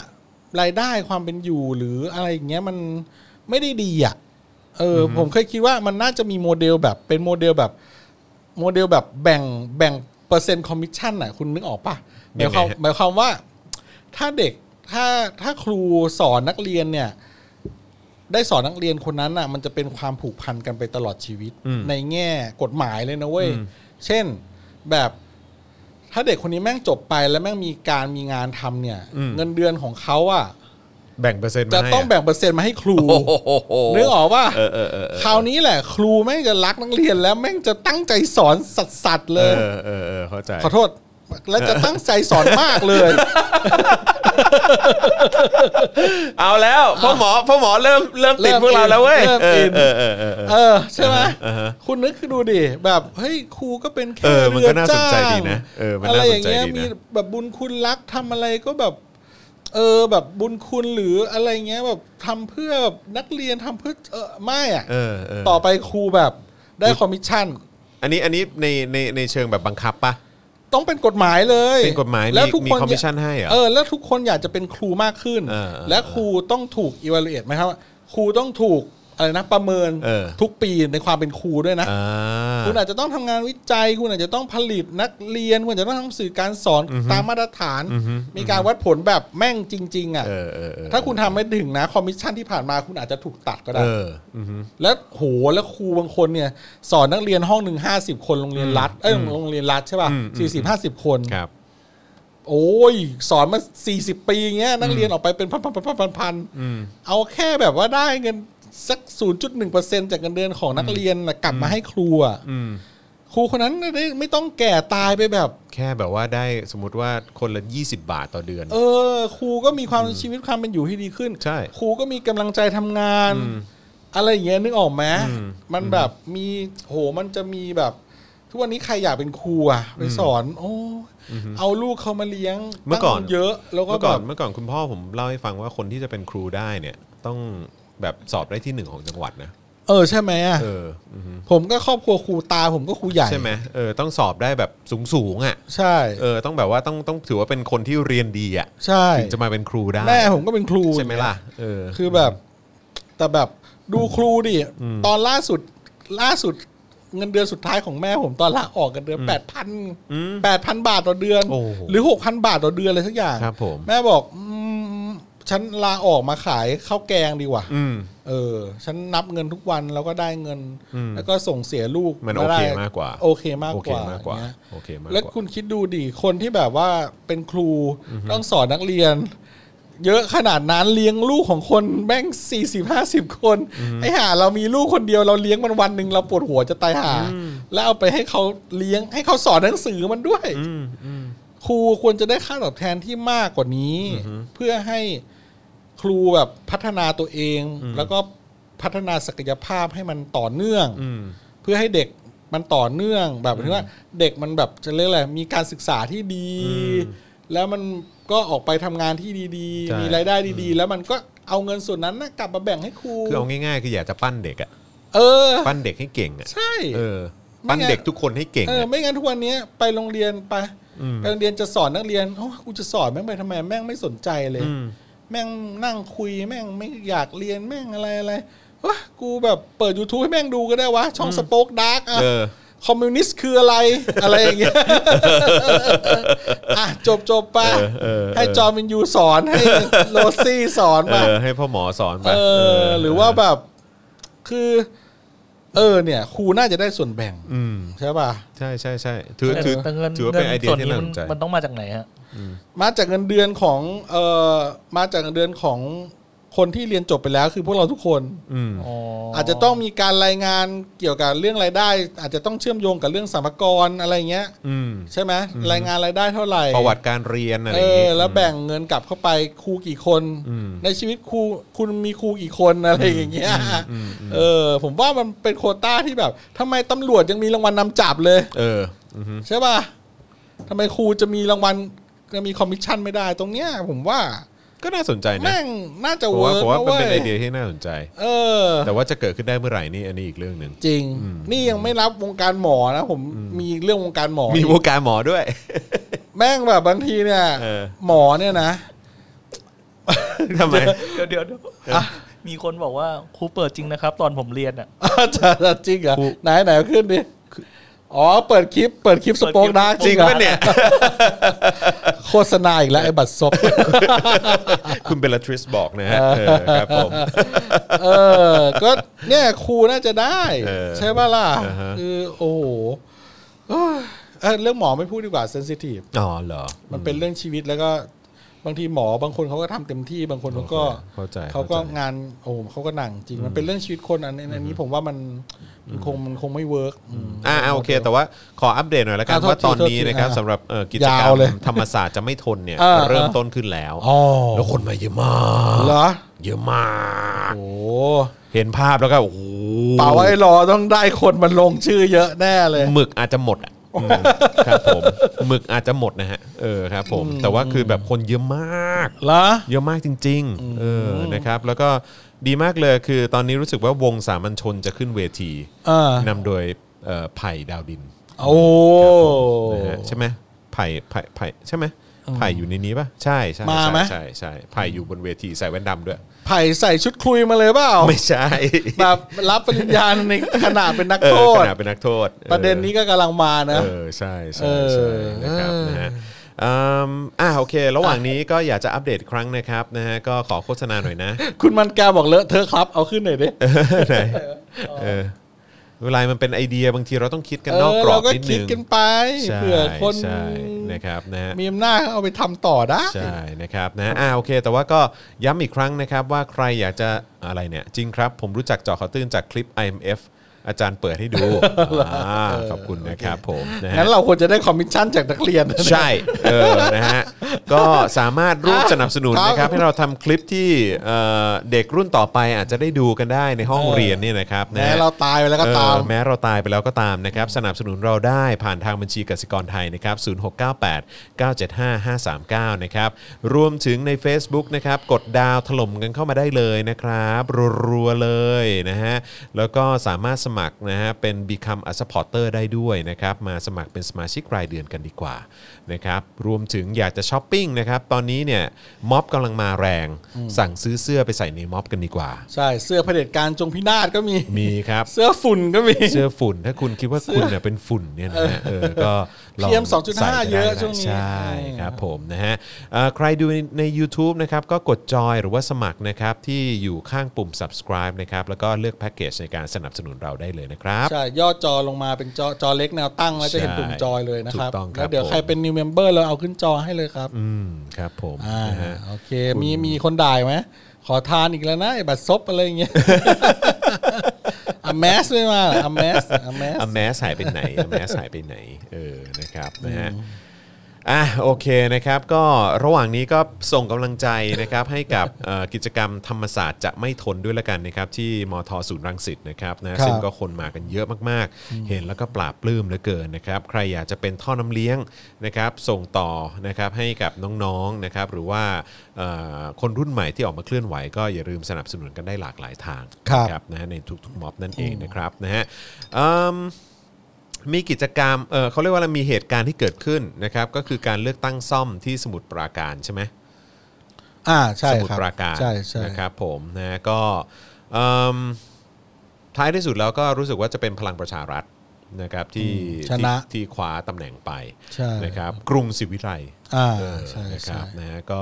[SPEAKER 3] รายได้ความเป็นอยู่หรืออะไรอย่างเงี้ยมันไม่ได้ดีอ่ะ เออผมเคยคิดว่ามันน่าจะมีโมเดลแบบเป็นโมเดลแบบโมเดลแบบแบ่งแบ่งเปอร์เซ็นต์คอมมิชชั่นน่ะคุณนึกออกปะห
[SPEAKER 2] ยั
[SPEAKER 3] มาย
[SPEAKER 2] งไง
[SPEAKER 3] ความ
[SPEAKER 2] ฮะ
[SPEAKER 3] หมายความว่าถ้าเด็กถ้าถ้าครูสอนนักเรียนเนี่ย ได้สอนนักเรียนคนนั้นน่ะ มันจะเป็นความผูกพันกันไปตลอดชีวิต ในแง่กฎหมายเลยนะเว้ย เช่นแบบ ถ้าเด็กคนนี้แม่งจบไปแล้วแม่งมีการมีงานทำเนี่ย
[SPEAKER 2] อืม
[SPEAKER 3] เงินเดือนของเขาอ่ะ
[SPEAKER 2] แบ่งเปอร์เซ็นต์มา
[SPEAKER 3] จะ
[SPEAKER 2] ให้
[SPEAKER 3] ต้องแบ่งเปอร์เซ็นต์มาให้ครู
[SPEAKER 2] โอ้โห
[SPEAKER 3] นึกออกว่า
[SPEAKER 2] เออเออเออเออ
[SPEAKER 3] คราวนี้แหละ ครูแม่งจะรักนักเรียนแล้วแม่งจะตั้งใจสอนสัสสัเล
[SPEAKER 2] เอย อเออเออเข้าใจ
[SPEAKER 3] ขอโทษ และจะตั้งใจสอนมากเลย
[SPEAKER 2] เอาแล้วพ่อหมอพ่อหมอเริ่มเริ่มติด
[SPEAKER 3] เริ่ม
[SPEAKER 2] พวกเราแล้วเว้ย
[SPEAKER 3] เริ่มอิน
[SPEAKER 2] เออเออเออเออเอ
[SPEAKER 3] เอ
[SPEAKER 2] อ
[SPEAKER 3] อ ใช่ไหม
[SPEAKER 2] อ่าฮะ
[SPEAKER 3] คุณนึกดูดิแบบเฮ้ยครูก็เป็นแค่
[SPEAKER 2] เออมัน
[SPEAKER 3] เรือ
[SPEAKER 2] ก็น่าสน
[SPEAKER 3] จ้าง
[SPEAKER 2] ใจดีนะเออมัน
[SPEAKER 3] อะไร
[SPEAKER 2] น่า
[SPEAKER 3] อ
[SPEAKER 2] สนใจดีนะ
[SPEAKER 3] ย่างเงี้ยมีแบบบุญคุณรักทำอะไรก็แบบ เออแบบบุญคุณหรืออะไรเงี้ยแบบทำเพื่อแบบนักเรียนทำเพื่อเออไม่อะ
[SPEAKER 2] เออเออ
[SPEAKER 3] ต่อไปครูแบบได้คอมมิชชั่น
[SPEAKER 2] อันนี้อันนี้ในในในเชิงแบบบังคับปะ
[SPEAKER 3] ต้องเป็นกฎหมายเลย
[SPEAKER 2] เป็นกฎหมายมีมี commission ให้เหรอ
[SPEAKER 3] เออแล้วทุกคนอยากจะเป็นครูมากขึ้น
[SPEAKER 2] เออเออ
[SPEAKER 3] และครูต้องถูก evaluate ไหมครับครูต้องถูกอะไรนะประเมิน
[SPEAKER 2] เออ
[SPEAKER 3] ทุกปีในความเป็นครูด้วยนะ
[SPEAKER 2] อ่า
[SPEAKER 3] คุณอาจจะต้องทำงานวิจัย คุณอาจจะต้องผลิตนักเรียน คุณอาจจะต้องทำสื่อการสอนตามมาตรฐาน มีการวัดผลแบบแม่งจริง ๆอ่ะ
[SPEAKER 2] เออเออเออ
[SPEAKER 3] ถ้าคุณทำไม่ถึงนะคอมมิชชั่นที่ผ่านมาคุณอาจจะถูกตัดก็ได้
[SPEAKER 2] เอออือฮึ
[SPEAKER 3] แล้วโหแล้วครูบางคนเนี่ย สอนนักเรียนห้องหนึ่งห้าสิบคนโรงเรียนรัฐเอ้ยโรงเรียนรัฐใช่ป่ะ
[SPEAKER 2] อืมอืม
[SPEAKER 3] สี่สิบห้าสิบคน
[SPEAKER 2] ครับ
[SPEAKER 3] โอ้ย สอนมาสี่สิบปีเงี้ยนักเรียนออกไปเป็นพันพันพันพันพัน
[SPEAKER 2] อืม
[SPEAKER 3] เอาแค่แบบว่าได้เงินสักศูนย์จุดหนึ่งเปอร์เซ็นจากเงินเดือนของนักเรียนน่ะกลับมาให้ครูอ่ะ
[SPEAKER 2] อืม
[SPEAKER 3] ครูคนนั้นน่ะได้ไม่ต้องแก่ตายไปแบบ
[SPEAKER 2] แค่แบบว่าได้สมมติว่าคนละ 20 บาทต่อเดือน
[SPEAKER 3] เออ ครูก็มีความชีวิตความเป็นอยู่ที่ดีขึ้น
[SPEAKER 2] ใช่
[SPEAKER 3] ครูก็มีกำลังใจทำงาน อะไรอย่างเงี้ยนึกออกไหม
[SPEAKER 2] อืม
[SPEAKER 3] มันแบบมีโหมันจะมีแบบ ทุกวันนี้ใครอยากเป็นครูอะไปสอน โอ้เอาลูกเขามาเลี้ยง
[SPEAKER 2] เมื่อก่อน
[SPEAKER 3] ตั้งเยอะ แล้วก็
[SPEAKER 2] เมื่อ
[SPEAKER 3] แบ
[SPEAKER 2] ก่อน
[SPEAKER 3] บ
[SPEAKER 2] เมื่อก่อนคุณพ่อผมเล่าให้ฟังว่าคนที่จะเป็นครูได้เนี่ย ต้องแบบสอบได้ที่หนึ่งของจังหวัดนะ
[SPEAKER 3] เออใช่ไหมอะ
[SPEAKER 2] เอออือฮึ
[SPEAKER 3] ผมก็ครอบครัวครูตาผมก็ครูใหญ่
[SPEAKER 2] ใช่ไหมเออต้องสอบได้แบบสูงๆอ่ะ
[SPEAKER 3] ใช่
[SPEAKER 2] เออต้องแบบว่าต้องต้องถือว่าเป็นคนที่เรียนดีอ่ะ
[SPEAKER 3] ใช่
[SPEAKER 2] ถึงจะมาเป็นครูได้
[SPEAKER 3] แม่ผมก็เป็นครู
[SPEAKER 2] ใช่ไหมล่ะเออ
[SPEAKER 3] คือแบบ แต่แบบดูครูดิ
[SPEAKER 2] อืม
[SPEAKER 3] ตอนล่าสุดล่าสุดเงินเดือนสุดท้ายของแม่ผมตอนลาออกกันเดือนแปดพัน
[SPEAKER 2] อืม
[SPEAKER 3] แปดพันบาทต่อเดือน
[SPEAKER 2] โอ้โห
[SPEAKER 3] หรือหกพันบาทต่อเดือนอะไรสักอย่าง
[SPEAKER 2] ครับผม
[SPEAKER 3] แม่บอกอมฉันลาออกมาขายข้าวแกงดีกว่า
[SPEAKER 2] อืม
[SPEAKER 3] เออ ฉันนับเงินทุกวันแล้วก็ได้เงิน
[SPEAKER 2] อืม
[SPEAKER 3] แล้วก็ส่งเสียลูก
[SPEAKER 2] มันโอเค
[SPEAKER 3] ได้
[SPEAKER 2] มากกว่า
[SPEAKER 3] โอเคมาก
[SPEAKER 2] โอเค
[SPEAKER 3] กว่าอ
[SPEAKER 2] มากกว่า
[SPEAKER 3] ย่างเงี้ย
[SPEAKER 2] โอเคมากก
[SPEAKER 3] แล้ว
[SPEAKER 2] ว่า
[SPEAKER 3] คุณคิดดูดิคนที่แบบว่าเป็นครูต้องสอนนักเรียน เยอะขนาดนั้นเลี้ยงลูกของคนแม่งสี่สิบห้าสิบคนไอ้ห่าเรามีลูกคนเดียวเราเลี้ยงมันวันหนึ่งเราปวดหัวจะตายห่าแล้วเอาไปให้เขาเลี้ยงให้เขาสอนหนังสือมันด้วย
[SPEAKER 2] อืมอืม
[SPEAKER 3] ครูควรจะได้ค่าตอบแทนที่มากกว่านี้ เพื่อให้ครูแบบพัฒนาตัวเอง แล้วก็พัฒนาศักยภาพให้มันต่อเนื่อง
[SPEAKER 2] อืม
[SPEAKER 3] เพื่อให้เด็กมันต่อเนื่องแบบถึงว่าเด็กมันแบบจะเรียกอะไรมีการศึกษาที่ดี แล้วมันก็ออกไปทำงานที่ดี
[SPEAKER 2] ใช่
[SPEAKER 3] ๆ มีรายได้ดีๆ แล้วมันก็เอาเงินส่วนนั้นนะกลับมาแบ่งให้ครู
[SPEAKER 2] คือเอาง่ายๆ คืออยากจะปั้นเด็กอ่ะ
[SPEAKER 3] เออ
[SPEAKER 2] ปั้นเด็กให้เก่งอ่ะ
[SPEAKER 3] ใช่
[SPEAKER 2] เออปั้นเด็กทุกคนให้เก่ง
[SPEAKER 3] เออ
[SPEAKER 2] อะ
[SPEAKER 3] ไม่งั้นทุกวันนี้ไปโรงเรียนไปไปโรงเรียนจะสอนนักเรียนโอ้กูจะสอนแม่งไปทำไมแม่งไม่สนใจเลย
[SPEAKER 2] อืม
[SPEAKER 3] แม่งนั่งคุยแม่งไม่อยากเรียนแม่งอะไรอะไรวะกูแบบเปิด YouTube ให้แม่งดูก็ได้วะ ช่องสป็อกดาร์กอะ
[SPEAKER 2] เออ
[SPEAKER 3] คอมมิวนิสต์คืออะไร อะไรอย่า งเงี้ยอ่ะจบจบๆไป
[SPEAKER 2] เออเออ
[SPEAKER 3] ให้จอมินยูสอนให้โรซี่สอน
[SPEAKER 2] เอ
[SPEAKER 3] มา
[SPEAKER 2] อ ให้พ่อหมอสอนไป
[SPEAKER 3] เออหรือว่าแบบคือ เออเนี่ยครูน่าจะได้ส่วนแบ่ง
[SPEAKER 2] อืม
[SPEAKER 3] ใช่ป่ะ
[SPEAKER 2] ใช่ใช่ใช่ถือถือ
[SPEAKER 4] แต่เงิน
[SPEAKER 2] ถือว่าเป็นไอเดีย
[SPEAKER 4] ส่วน
[SPEAKER 2] ที่
[SPEAKER 4] นี้
[SPEAKER 2] น่าส
[SPEAKER 4] มัน
[SPEAKER 2] นใจ
[SPEAKER 4] มันต้องมาจากไหนฮะ
[SPEAKER 3] มาจากเงินเดือนของเอ่อมาจากเงินเดือนของคนที่เรียนจบไปแล้วคือพวกเราทุกคน
[SPEAKER 2] อืม
[SPEAKER 4] อ๋อ
[SPEAKER 3] อาจจะต้องมีการรายงานเกี่ยวกับเรื่องรายได้ อาจจะต้องเชื่อมโยงกับเรื่องสมกรอะไรเงี้ย
[SPEAKER 2] อืม
[SPEAKER 3] ใช่ไหมรายงานรายได้เท่าไหร่
[SPEAKER 2] ประวัติการเรียนอะไร
[SPEAKER 3] เอ
[SPEAKER 2] อย่าง
[SPEAKER 3] อ
[SPEAKER 2] งี้
[SPEAKER 3] แล้วแบ่งเงินกลับเข้าไปครูกี่คน
[SPEAKER 2] อืม
[SPEAKER 3] ในชีวิตครูคุณมีครูกี่คน อะไรอย่างเงี้ยเออ ผมว่ามันเป็นโควต้าที่แบบทำไมตำรวจยังมีรางวัลนำจับเลย
[SPEAKER 2] เอออือฮึ
[SPEAKER 3] ใช่ป่ะทำไมครูจะมีรางวัลจะมีคอมมิชชั่นไม่ได้ตรงเนี้ย ผมว่า
[SPEAKER 2] ก็น่าสนใจนะ
[SPEAKER 3] แม่งน่าจะ
[SPEAKER 2] ผม
[SPEAKER 3] เวิ
[SPEAKER 2] ว่า
[SPEAKER 3] ร์ก
[SPEAKER 2] ผมว่า
[SPEAKER 3] นะ
[SPEAKER 2] มัน
[SPEAKER 3] เว้
[SPEAKER 2] เป็นไอย เดียที่น่าสนใจ
[SPEAKER 3] เออ
[SPEAKER 2] แต่ว่าจะเกิดขึ้นได้เมื่อไหร่นี่อันนี้อีกเรื่องหนึ่ง
[SPEAKER 3] จริง นี่ยังไม่รับวงการหมอนะ ผมมีเรื่องวงการหมอ
[SPEAKER 2] มี
[SPEAKER 3] อีก
[SPEAKER 2] วงการหมอด้วย
[SPEAKER 3] แม่งแบบบางทีเนี่ย
[SPEAKER 2] เออ
[SPEAKER 3] หมอเนี่ยนะ
[SPEAKER 2] ทำไม
[SPEAKER 4] เดี๋ยวเดี๋ยวเดี๋ยวมีคนบอกว่าครูเปิดจริงนะครับ ตอนผมเรียนอ่ะ
[SPEAKER 3] จะจะจริงเหรอ
[SPEAKER 2] ครู
[SPEAKER 3] ไหนไหนเอาขึ้นดิ อ๋อ เปิดคลิป เปิดคลิปส
[SPEAKER 4] เปิดคลิป
[SPEAKER 3] ปอคดาร์ก
[SPEAKER 2] จ
[SPEAKER 3] จ
[SPEAKER 2] ริ
[SPEAKER 3] ริ
[SPEAKER 2] ง
[SPEAKER 3] งเหรอ
[SPEAKER 2] ปะเนี่ย
[SPEAKER 3] โฆษณาอีกแล้วไอ้บัตรซบ
[SPEAKER 2] คุณเบลทริสบอกนะฮะเออครับผม
[SPEAKER 3] เออ ก็เนี่ยครูน่าจะได้
[SPEAKER 2] เออ
[SPEAKER 3] ใช่ป่ะล่ะ
[SPEAKER 2] อ่าฮะ
[SPEAKER 3] คือโอ้โหเอ้ยเอ้ยเรื่องหมอไม่พูดดีกว่าเซนซิทีฟ
[SPEAKER 2] อ๋อเหรอ
[SPEAKER 3] มันเป็นเรื่องชีวิตแล้วก็บางทีหมอบางคนเขาก็ทำเต็มที่บางคนเขาก็
[SPEAKER 2] เข้าใจ
[SPEAKER 3] เขาก็
[SPEAKER 2] เข้าใจ
[SPEAKER 3] งานโอ้โหเขาก็หนังจริงมันเป็นเรื่องชีวิตคนอันนี้อันนี้ผมว่ามันมันคงมันคงไม่เวิร์กอืม
[SPEAKER 2] อ่าอ่าโอเค แต่ว่าขออัปเดตหน่อยละกัน
[SPEAKER 3] อ่าโทษ
[SPEAKER 2] ว่าตอนนี้
[SPEAKER 3] ทีโทษที
[SPEAKER 2] นะครับ
[SPEAKER 3] อ่า
[SPEAKER 2] สำหรับเอ่อกิจกรร
[SPEAKER 3] ยาว
[SPEAKER 2] ม
[SPEAKER 3] เลย
[SPEAKER 2] ธรรมศาสตร์จะไม่ทนเนี่ย
[SPEAKER 3] เออ
[SPEAKER 2] เริ่มต้นขึ้นแล้ว
[SPEAKER 3] อ๋อ
[SPEAKER 2] แล้วคนมาเยอะมาก
[SPEAKER 3] เหรอ
[SPEAKER 2] เยอะมาก
[SPEAKER 3] โอ้
[SPEAKER 2] เห็นภาพแล้วก็โอ้โห
[SPEAKER 3] เปล่าไอ้รอต้องได้คนมันลงชื่อเยอะแน่เลย
[SPEAKER 2] หมึกอาจจะหมดอ่ะอืมครับผมหมึกอาจจะหมดนะฮะเออครับ ผมแต่ว่าคือแบบคนเยอะมาก
[SPEAKER 3] เหรอ
[SPEAKER 2] เยอะมากจริงๆเออนะครับ แล้วก็ดีมากเลยคือตอนนี้รู้สึกว่าวงสามัญชนจะขึ้นเวที
[SPEAKER 3] อ่าน
[SPEAKER 2] นำโดยเอ่อไผ่ดาวดิน
[SPEAKER 3] โอ้
[SPEAKER 2] นะฮะใช่ไหมไผ่ไผ่ไผ่ใช่ไหมไผ่อยู่ในนี้ป่ะใช่ใช่
[SPEAKER 3] มา
[SPEAKER 2] ใช่
[SPEAKER 3] ไหม
[SPEAKER 2] ใช่ใช่ไผ่อยู่บนเวทีใส่แว่นดำด้วย
[SPEAKER 3] ไผ่ใส่ชุดคลุยมาเลยเปล่า
[SPEAKER 2] ไม่ใช่
[SPEAKER 3] แบบรับปริญญาในขณะเป็นนัก
[SPEAKER 2] เอ
[SPEAKER 3] โท
[SPEAKER 2] อข
[SPEAKER 3] ษ
[SPEAKER 2] นาดเป็นนักโทษออ
[SPEAKER 3] ประเด็นนี้ก็กำลังมานะ
[SPEAKER 2] เออใช่ใช่ใช่
[SPEAKER 3] เออ
[SPEAKER 2] นะครับนะฮะอืมอ่าโอเค ระหว่างนี้ก็อยากจะอัปเดตอีกครั้งนะครับนะฮะก็ขอโฆษณาหน่อยนะ
[SPEAKER 3] คุณมันแกบอกเลอะเธอะครับเอาขึ้นหน่อยดิ
[SPEAKER 2] ไหนเออเวลามันเป็นไอเดียบางทีเราต้องคิดกันนอกกรอบนิดนึ
[SPEAKER 3] คิด
[SPEAKER 2] ง
[SPEAKER 3] กันไป
[SPEAKER 2] ใช่
[SPEAKER 3] เผื่อคน
[SPEAKER 2] ใช่นะครับนะฮะ
[SPEAKER 3] มีอำนาจเอาไปทำต่อได้
[SPEAKER 2] ใช่นะครับนะอ่าโอเค แต่ว่าก็ย้ำอีกครั้งนะครับว่าใครอยากจะอะไรเนี่ยจริงครับ ผมรู้จักเจอข่าวตื้นจากคลิป IMF อาจารย์เปิดให้ ดูอ่าขอบคุณนะครับผมนะฮะ
[SPEAKER 3] งั้นเราควรจะได้คอมมิชชั่นจากนักเรียน
[SPEAKER 2] ใช่ เออ นะฮะ ก็สามารถร่วมสนับสนุน
[SPEAKER 3] ครับ
[SPEAKER 2] นะครับ ให้เราทำคลิปที่เอ่อเด็กรุ่นต่อไปอาจจะได้ดูกันได้ในห้อง
[SPEAKER 3] เออ
[SPEAKER 2] เรียนเนี่ยนะครับนะ
[SPEAKER 3] แม้
[SPEAKER 2] ฮะ
[SPEAKER 3] เราตายไปแล้วก็ตาม
[SPEAKER 2] เออแม้เราตายไปแล้วก็ตามนะครับ สนับสนุนเราได้ผ่านทางบัญชีกสิกรไทยนะครับ 0698 975 539 นะครับ รวมถึงใน Facebook นะครับ กดดาวถล่มกันเข้ามาได้เลยนะครับ รัวๆเลยนะฮะ แล้วก็สามารถสมัครนะฮะ เป็น Become a supporter ได้ด้วยนะครับ มาสมัครเป็นสมาชิกรายเดือนกันดีกว่านะครับ รวมถึงอยากจะช้อปปิ้งนะครับ ตอนนี้เนี่ยม็อบกำลังมาแรง สั่งซื้อเสื้อไปใส่ในม็อบกันดีกว่า
[SPEAKER 3] ใช่ เสื้อเผด็จการจงพินาศก็มี
[SPEAKER 2] มีครับ
[SPEAKER 3] เสื้อฝุ่นก็มี
[SPEAKER 2] เสื้อฝุ่นถ้าคุณคิดว่าคุณเนี่ยเป็นฝุ่นเนี่ยนะฮะเออ ก็ลอง
[SPEAKER 3] PM
[SPEAKER 2] ใส่กันได้
[SPEAKER 3] 2.5เยอะช่วงนี้
[SPEAKER 2] ใช่ครับผมนะฮะเอ่อใครดูใน YouTube นะครับก็กดจอยหรือว่าสมัครนะครับที่อยู่ข้างปุ่ม subscribe นะครับแล้วก็เลือกแพ็กเกจในการสนับสนุนเราได้เลยนะครับ
[SPEAKER 3] ใช่ ย่อจอลงมาเป็นจอจอเล็กแนวตั้งแล้วจะเห็นปุ่มจอยเลยนะครับ
[SPEAKER 2] ถูกต้องครับ
[SPEAKER 3] แล้วเดี๋ยวใครเป็น new member เราเอาขึ้นจอให้เลยครับ
[SPEAKER 2] อืมครับผม
[SPEAKER 3] อ่า
[SPEAKER 2] นะฮะ
[SPEAKER 3] โอเค มีมีคนด่ายไหมขอทานอีกแล้วนะไอ้บัตรซบอะไรอย่างเงี้ ย อแมสไม่มาอแมสอแมส
[SPEAKER 2] อแมสหายไปไหนอแมสหายไปไหน เออ นะครับนะฮะ อ่ะโอเคนะครับ ก็ระหว่างนี้ก็ส่งกำลังใจนะครับ ให้ กับเอ่อกิจกรรมธรรมศาสตร์จะไม่ทนด้วยละกันนะครับ ที่มทศูนย์รังสิตนะครับนะซึ่งก็คนมากันเยอะมากๆ เห็นแล้วก็ปราบปลื้มเหลือเกินนะครับ ใครอยากจะเป็นท่อน้ำเลี้ยงนะครับ ส่งต่อนะครับให้กับน้องๆนะครับ หรือว่าเอ่อคนรุ่นใหม่ที่ออกมาเคลื่อนไหว ก็อย่าลืมสนับสนุนกันได้หลากหลายทาง
[SPEAKER 3] ครับ
[SPEAKER 2] นะนะฮะในทุกๆม็อบนั่นเองนะครับนะฮะอืม มีกิจกรรม เออเขาเรียกว่าอะไรมีเหตุการณ์ที่เกิดขึ้นนะครับ ก็คือการเลือกตั้งซ่อมที่สมุทรปราการใช่ไหม
[SPEAKER 3] อ่าใช่
[SPEAKER 2] สมุท
[SPEAKER 3] ค
[SPEAKER 2] ร
[SPEAKER 3] รับ
[SPEAKER 2] ปราการ
[SPEAKER 3] ใช่ใช่
[SPEAKER 2] นะครับผมนะก็เอิ่มท้ายที่สุดแล้วก็รู้สึกว่าจะเป็นพลังประชารัฐนะครับที่
[SPEAKER 3] ชนะ
[SPEAKER 2] ที่ที่คว้าตำแหน่งไป
[SPEAKER 3] ใช่
[SPEAKER 2] นะครับกรุงศรีวิไล
[SPEAKER 3] อ่า
[SPEAKER 2] เออ
[SPEAKER 3] ใช่
[SPEAKER 2] นะค
[SPEAKER 3] ใช่
[SPEAKER 2] รับนะก็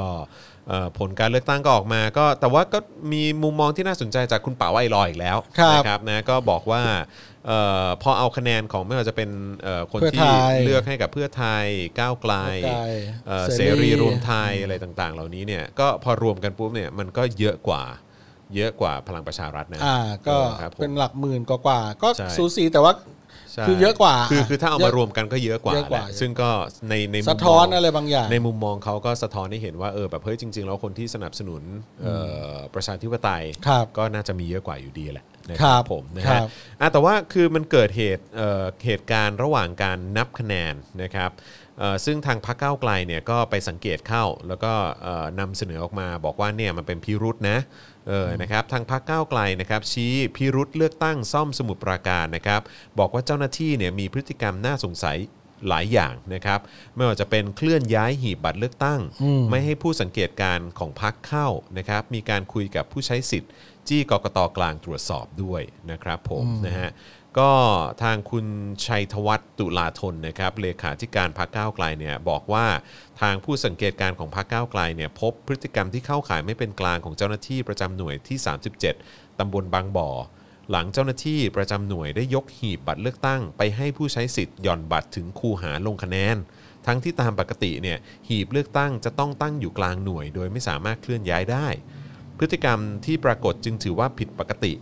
[SPEAKER 2] เอ่อผลการเลือกตั้งก็ออกมาก็แต่ว่าก็มีมุมมองที่น่าสนใจจากคุณป่าวไอลอยอีกแล้วนะครับนะก็บอกว่าเอ่อพอเอาคะแนนของไม่ว่าจะเป็นเอ่อคนที่เลือกให้กับเพื่อไทยก้าวไกล
[SPEAKER 3] ใช่
[SPEAKER 2] เอ่อเสรีรวมไทยอะไรต่างๆ เหล่านี้เนี่ยก็พอรวมกันปุ๊บเนี่ยมันก็เยอะกว่า เยอะกว่าพลังประชารัฐนะ
[SPEAKER 3] อ่าก็
[SPEAKER 2] เออครับผม
[SPEAKER 3] เป็นหลักหมื่นกว่าๆก็
[SPEAKER 2] ใช่
[SPEAKER 3] สูสีแต่ว่า
[SPEAKER 2] ใช่
[SPEAKER 3] คือเยอะกว่า
[SPEAKER 2] คือคือถ้าเอา
[SPEAKER 3] เยอะ
[SPEAKER 2] มารวมกันก็เยอะกว่า
[SPEAKER 3] เยอะกว่า
[SPEAKER 2] แหละซึ่งก็ในในมุมมง
[SPEAKER 3] สะท้อนอะไรบางอย่าง
[SPEAKER 2] ในมุมมองเขาก็สะท้อนให้เห็นว่าเออแบบเฮ้ยจริง ๆ แล้วคนที่สนับสนุนเอ่อประชาธิปไตย
[SPEAKER 3] ครับ
[SPEAKER 2] ก็น่าจะมีเยอะกว่าอยู่ดีแหละนะ
[SPEAKER 3] ค
[SPEAKER 2] ค
[SPEAKER 3] รั
[SPEAKER 2] รั
[SPEAKER 3] บบ
[SPEAKER 2] ผมนะ
[SPEAKER 3] ครั
[SPEAKER 2] ฮะ
[SPEAKER 3] บ
[SPEAKER 2] อ่ะแต่ว่าคือมันเกิดเหตุเอ่อเหตุการณ์ระหว่างการนับคะแนนนะครับเอ่อซึ่งทางพรรคก้าวไกลเนี่ยก็ไปสังเกตเข้า แล้วก็เอ่อนำเสนอออกมาบอกว่าเนี่ยมันเป็นพิรุษนะเออนะครับทางพรรคก้าวไกลนะครับชี้พิรุษเลือกตั้งซ่อมสมุทรปราการนะครับบอกว่าเจ้าหน้าที่เนี่ยมีพฤติกรรมน่าสงสัย หลายอย่างนะครับไม่ว่าจะเป็นเคลื่อนย้ายหีบบัตรเลือกตั้ง ไม่ให้ผู้สังเกตการณ์ของพักเข้านะครับ มีการคุยกับผู้ใช้สิทธิ์ จี้กกตกลางตรวจสอบด้วยนะครับผมนะฮะก็ทางคุณชัยธวัฒน์ตุลาธนนะครับเลขาธิการพักก้าวไกลเนี่ยบอกว่าทางผู้สังเกตการณ์ของพักก้าวไกลเนี่ยพบพฤติกรรมที่เข้าข่ายไม่เป็นกลางของเจ้าหน้าที่ประจำหน่วยที่ 37ตำบลบางบ่อ หลังเจ้าหน้าที่ประจำหน่วยได้ยกหีบบัตรเลือกตั้ง ไปให้ผู้ใช้สิทธิ์หย่อนบัตรถึงคูหาลงคะแนน ทั้งที่ตามปกติเนี่ยหีบเลือกตั้งจะต้องตั้งอยู่กลางหน่วย โดยไม่สามารถเคลื่อนย้ายได้ พฤติกรรมที่ปรากฏจึงถือว่าผิดปกติ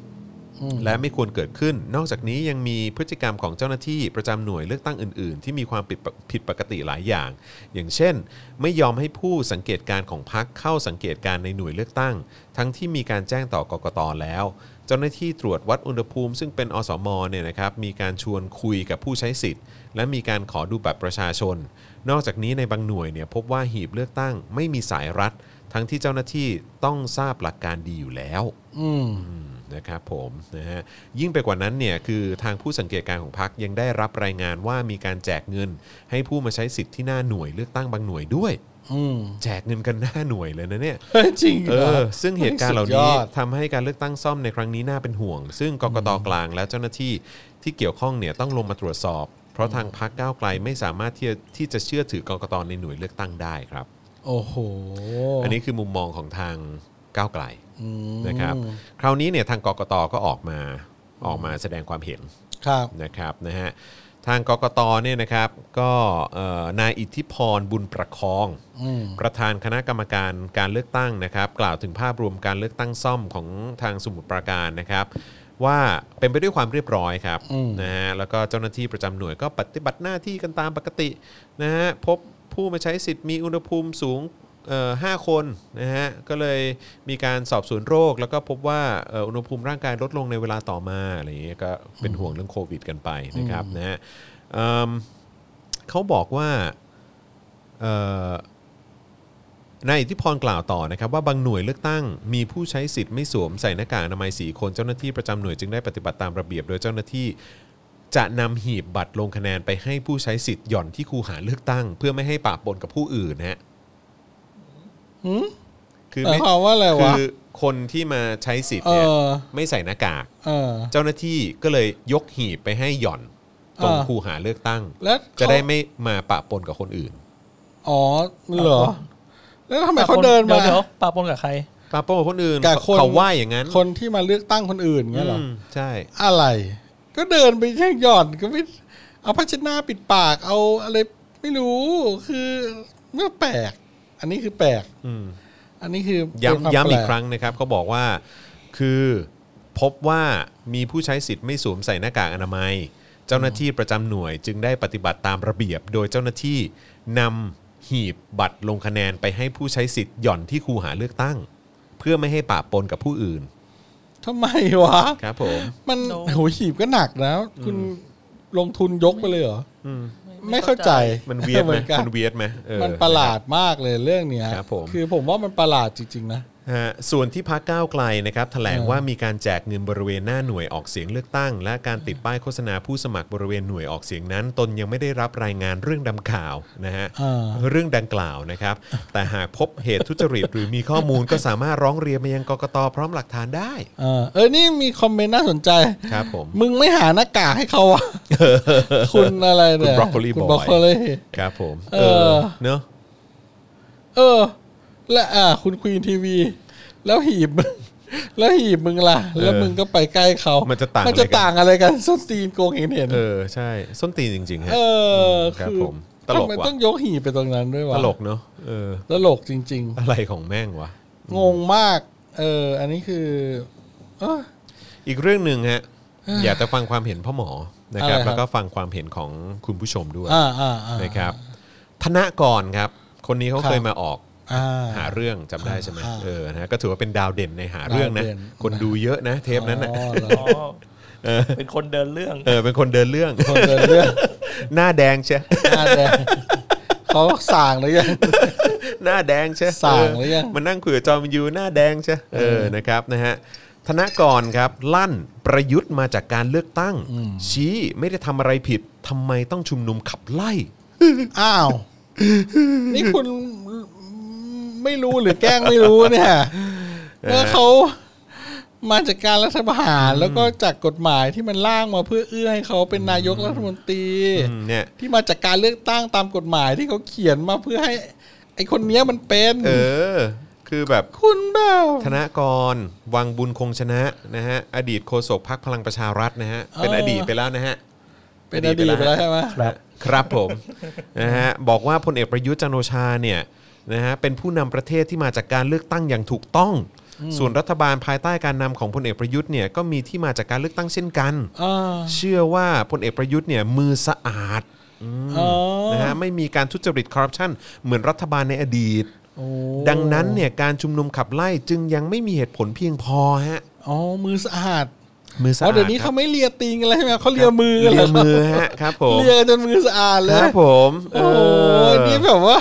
[SPEAKER 2] และไม่ควรเกิดขึ้น นอกจากนี้ยังมีพฤติกรรมของเจ้าหน้าที่ประจำหน่วยเลือกตั้งอื่น ๆ ที่มีความผิดปกผิดปกติหลายอย่าง อย่างเช่น ไม่ยอมให้ผู้สังเกตการณ์ของพรรคเข้าสังเกตการณ์ในหน่วยเลือกตั้ง ทั้งที่มีการแจ้งต่อกกตแล้ว เจ้าหน้าที่ตรวจวัดอุณหภูมิ ซึ่งเป็นอสมเนี่ยนะครับมีการชวนคุยกับผู้ใช้สิทธิ์ และมีการขอดูบัตรประชาชน นอกจากนี้ในบางหน่วยเนี่ยพบว่าหีบเลือกตั้งไม่มีสายรัด ทั้งที่เจ้าหน้าที่ต้องทราบหลักการดีอยู่แล้ว
[SPEAKER 3] อืม
[SPEAKER 2] อืมนะครับผมนะฮะยิ่งไปกว่านั้นเนี่ยคือทางผู้สังเกตการณ์ของพักยังได้รับรายงานว่ามีการแจกเงิน ให้ผู้มาใช้สิทธิ์ที่หน้าหน่วยเลือกตั้งบางหน่วยด้วย
[SPEAKER 3] อืม
[SPEAKER 2] แจกเงินกันหน้าหน่วยเลยนะเนี่ย
[SPEAKER 3] เฮ้ย จริงหร
[SPEAKER 2] เออซึ่งเหตุการณ์เหล่า
[SPEAKER 3] สุด
[SPEAKER 2] นี้
[SPEAKER 3] ยอด
[SPEAKER 2] ทำให้การเลือกตั้งซ่อมในครั้งนี้น่าเป็นห่วง ซึ่งกกตกลางและเจ้าหน้าที่ที่เกี่ยวข้องเนี่ยต้องลงมาตรวจสอบ เพราะทางพักก้าวไกลไม่สามารถที่จะที่จะเชื่อถือกกตในหน่วยเลือกตั้งได้ครับ
[SPEAKER 3] โอ้โห
[SPEAKER 2] อันนี้คือมุมมองของทางก้าวไกล
[SPEAKER 3] อืม
[SPEAKER 2] นะครับคราวนี้เนี่ยทางกกตก็ออกมาออกมาแสดงความเห็น
[SPEAKER 3] ครับ
[SPEAKER 2] นะครับนะฮะทางกกตเนี่ยนะครับก็เอ่อนายอิทธิพรบุญประคอง
[SPEAKER 3] อืม
[SPEAKER 2] ประธานคณะกรรมการการเลือกตั้งนะครับ กล่าวถึงภาพรวมการเลือกตั้งซ่อมของทางสมุทรปราการนะครับ ว่าเป็นไปด้วยความเรียบร้อยครับ
[SPEAKER 3] อืม
[SPEAKER 2] นะฮะแล้วก็เจ้าหน้าที่ประจำหน่วยก็ปฏิบัติหน้าที่กันตามปกตินะฮะพบผู้มาใช้สิทธิ์มีอุณหภูมิสูงเอ่อห้าคนนะฮะก็เลยมีการสอบสวนโรค แล้วก็พบว่าเอ่ออุณหภูมิร่างกายลดลงในเวลาต่อมาอะไรอย่างเงี้ยก็เป็นห่วงเรื่องโควิดกันไปนะครับนะฮะเอิ่มเขาบอกว่าเอ่อ นายอิทธิพรกล่าวต่อนะครับว่าบางหน่วยเลือกตั้งมีผู้ใช้สิทธิ์ไม่สวมใส่หน้ากากอนามัย4คนเจ้าหน้าที่ประจำหน่วยจึงได้ปฏิบัติตามระเบียบ โดยเจ้าหน้าที่จะนำหีบบัตรลงคะแนนไปให้ผู้ใช้สิทธิ์หย่อนที่คูหาเลือกตั้ง เพื่อไม่ให้ปะปนกับผู้อื่นนะฮะ
[SPEAKER 3] หืม
[SPEAKER 2] คือ
[SPEAKER 3] หมาย
[SPEAKER 2] ไม่
[SPEAKER 3] ความว่าอะไรวะ
[SPEAKER 2] คือคนที่มาใช้สิทธิ์
[SPEAKER 3] เอ
[SPEAKER 2] เนี่ย
[SPEAKER 3] อ
[SPEAKER 2] ไม่ใส่หน้ากาก
[SPEAKER 3] เออ
[SPEAKER 2] เจ้าหน้าที่ก็เลยยกหีบไปให้หย่อนตรง
[SPEAKER 3] เออ
[SPEAKER 2] คูหาเลือกตั้ง
[SPEAKER 3] แล้วเขา
[SPEAKER 2] จะได้ไม่มาปะปนกับคนอื่น
[SPEAKER 3] อ๋อเหรอ แล้วทำไมเขา
[SPEAKER 4] ปะป
[SPEAKER 3] เดินมา
[SPEAKER 4] ดี๋ยวๆปะปนกับใคร
[SPEAKER 2] ปะปนกับคนอื่น
[SPEAKER 3] กับคน
[SPEAKER 2] เขาว่าอย่างนั้น
[SPEAKER 3] คนที่มาเลือกตั้งคนอื่นเงี้ยเหรอ
[SPEAKER 2] มใช่
[SPEAKER 3] อะไร ก็เดินไปแค่หย่อนก็ไม่เอาผ้าเช็ดหน้าปิดปากเอาอะไรไม่รู้คือเมื่อแปลก อันนี้คือแปลก
[SPEAKER 2] อืม
[SPEAKER 3] อันนี้คือเป็นวาม
[SPEAKER 2] ย้ำย้ำอีก
[SPEAKER 3] แปล
[SPEAKER 2] ครั้งนะครับเขาบอกว่าคือพบว่ามีผู้ใช้สิทธิ์ไม่สวมใส่หน้ากากอนามัย เจ้าหน้าที่ประจำหน่วยจึงได้ปฏิบัติตามระเบียบ โดยเจ้าหน้าที่นำหีบบัตรลงคะแนนไปให้ผู้ใช้สิทธิ์หย่อนที่คูหาเลือกตั้ง เพื่อไม่ให้ปะปนกับผู้อื่น
[SPEAKER 3] ทำไมวะ
[SPEAKER 2] ครับผม
[SPEAKER 3] มัน
[SPEAKER 4] โน้ต
[SPEAKER 3] โหหีบก็หนักนะคุณลงทุนยกไปเลยเหรอ ไม่เข้าใจ
[SPEAKER 2] มันเวียดไห
[SPEAKER 3] เห
[SPEAKER 2] ม
[SPEAKER 3] มือนกัน
[SPEAKER 2] มันเวียดไหมเออ
[SPEAKER 3] มันประหลาดมากเลยเรื่องเนี้ย
[SPEAKER 2] ครับผม
[SPEAKER 3] คือผมว่ามันประหลาดจริง ๆ นะ
[SPEAKER 2] ฮะส่วนที่พักก้าวไกลนะครับแถลง
[SPEAKER 3] เออ
[SPEAKER 2] ว่ามีการแจกเงินบริเวณหน้าหน่วยออกเสียงเลือกตั้ง และการติดป้ายโฆษณาผู้สมัครบริเวณหน่วยออกเสียงนั้น ตนยังไม่ได้รับรายงานเรื่องดังกล่าวนะฮะ
[SPEAKER 3] อ่า
[SPEAKER 2] เรื่องดังกล่าวนะครับ แต่หากพบเหตุทุจริต หรือมีข้อมูลก็สามารถร้องเรียนมายังกกตพร้อมหลักฐานได้
[SPEAKER 3] เออเออนี่มีคอมเมนต์น่าสนใจ
[SPEAKER 2] ครับผม
[SPEAKER 3] มึงไม่หาหน้ากากให้เขา อะ คุณอะไรเนี่ย
[SPEAKER 2] คุณ Broccoli
[SPEAKER 3] คุณ
[SPEAKER 2] Boy
[SPEAKER 3] บรอกโคลี
[SPEAKER 2] ครับผม
[SPEAKER 3] เออ
[SPEAKER 2] เนอะ
[SPEAKER 3] เออ และอ่า คุณควีนทีวี แล้วหีบ แล้วหีบมึงล่ะ แล้วมึงก็ไปใกล้เขา
[SPEAKER 2] มันจะต่าง
[SPEAKER 3] มันจะต่างอะไรกันส้นตีนโกงเห็นเห็น
[SPEAKER 2] เออใช่ส้นตีนจริงๆฮะ
[SPEAKER 3] เออ
[SPEAKER 2] ครับ
[SPEAKER 3] คือ
[SPEAKER 2] ผมตลก
[SPEAKER 3] ทำไม
[SPEAKER 2] ว่ะ
[SPEAKER 3] ต้องยกหีบไปตรงนั้นด้วยวะ
[SPEAKER 2] ตลกเนอะเออ
[SPEAKER 3] ตลกจริง
[SPEAKER 2] อะไรของแม่งวะ
[SPEAKER 3] ๆ งงมาก เออ อันนี้คือเออ
[SPEAKER 2] อีกเรื่องหนึ่ง ฮะ อยากจะฟังความเห็นพ่อหมอนะครับ
[SPEAKER 3] อะไรครับ
[SPEAKER 2] แล้วก็ฟังความเห็นของคุณผู้ชมด้วย
[SPEAKER 3] อ่าอ่าอ่า
[SPEAKER 2] นะครับ ธนากรครับ คนนี้เขา
[SPEAKER 3] ครับ
[SPEAKER 2] เคยมาออก
[SPEAKER 3] อ่า
[SPEAKER 2] หาเรื่องจำได้ใช่ไหม
[SPEAKER 3] อ่า
[SPEAKER 2] เออนะฮะก็ถือว่าเป็นดาวเด่นในหาเรื่องนะ
[SPEAKER 3] ดาวเด่น
[SPEAKER 2] คนดูเยอะนะเทปนั้นนะ
[SPEAKER 3] อ๋อเหรอ
[SPEAKER 4] อ๋อเป็นคนเดินเรื่อง
[SPEAKER 2] เออเป็นคนเดินเรื่อง
[SPEAKER 3] คนเดินเรื่อง
[SPEAKER 2] หน้าแดงใช่
[SPEAKER 3] หน้าแดงเขาสางหรือยัง
[SPEAKER 2] หน้าแดงใช่
[SPEAKER 3] ส่างหรือยัง
[SPEAKER 2] มันนั่งคุยกับจอมยูหน้าแดงใช่เออนะครับนะฮะธนกรครับ ลั่นประยุทธ์มาจากการเลือกตั้ง ชี้ไม่ได้ทำอะไรผิดทำไมต้องชุมนุมขับไล่
[SPEAKER 3] อ้าว นี่คุณไม่รู้หรือแกล้งไม่รู้เนี่ยเมื่อเขามาจากการรัฐประหารแล้วก็จากกฎหมายที่มันร่างมาเพื่อเอื้อให้เขาเป็นนายกรัฐมนตรี
[SPEAKER 2] อืมเนี่ย
[SPEAKER 3] ที่มาจากการเลือกตั้งตามกฎหมายที่เขาเขียนมาเพื่อให้ ไอคนเนี้ยมันเป็น
[SPEAKER 2] เออ คือแบบ
[SPEAKER 3] คุณเปล่า
[SPEAKER 2] ธนกร วังบุญคงชนะนะฮะ อดีตโฆษกพักพลังประชารัฐนะฮะ
[SPEAKER 3] เออ
[SPEAKER 2] เป็นอดีตไปแล้วนะฮะ
[SPEAKER 3] เป็นอดีตไปแล้วใช่ไหม
[SPEAKER 2] ครับครับผม นะฮะบอกว่าพลเอกประยุทธ์จันทร์โอชาเนี่ยนะฮะเป็นผู้นำประเทศที่มาจากการเลือกตั้งอย่างถูกต้อง ส่วนรัฐบาลภายใต้การนำของพลเอกประยุทธ์เนี่ยก็มีที่มาจากการเลือกตั้งเช่นกัน
[SPEAKER 3] อ่า
[SPEAKER 2] เชื่อว่าพลเอกประยุทธ์เนี่ยมือสะอาด
[SPEAKER 3] อ๋อ
[SPEAKER 2] นะฮะไม่มีการทุจริตคอร์รัปชันเหมือนรัฐบาลในอดีต
[SPEAKER 3] โอ้
[SPEAKER 2] ดังนั้นเนี่ยการชุมนุมขับไล่จึงยังไม่มีเหตุผลเพียงพอฮะ
[SPEAKER 3] อ๋อมือสะอาด
[SPEAKER 2] มือสะ
[SPEAKER 3] อ๋
[SPEAKER 2] อา
[SPEAKER 3] อ
[SPEAKER 2] ด
[SPEAKER 3] เดี๋ยวนี้
[SPEAKER 2] ครั
[SPEAKER 3] เขา
[SPEAKER 2] บ
[SPEAKER 3] ไม่เลียตีนกันแล้วใช่ไหมเขาเลียมือกัน
[SPEAKER 2] เลี
[SPEAKER 3] แล้
[SPEAKER 2] ยว มือฮะครับผม
[SPEAKER 3] เลียจนมือสะอาดเล
[SPEAKER 2] ค
[SPEAKER 3] ย
[SPEAKER 2] รับผม
[SPEAKER 3] โอ้โห
[SPEAKER 2] เออ
[SPEAKER 3] นี่แบบว่า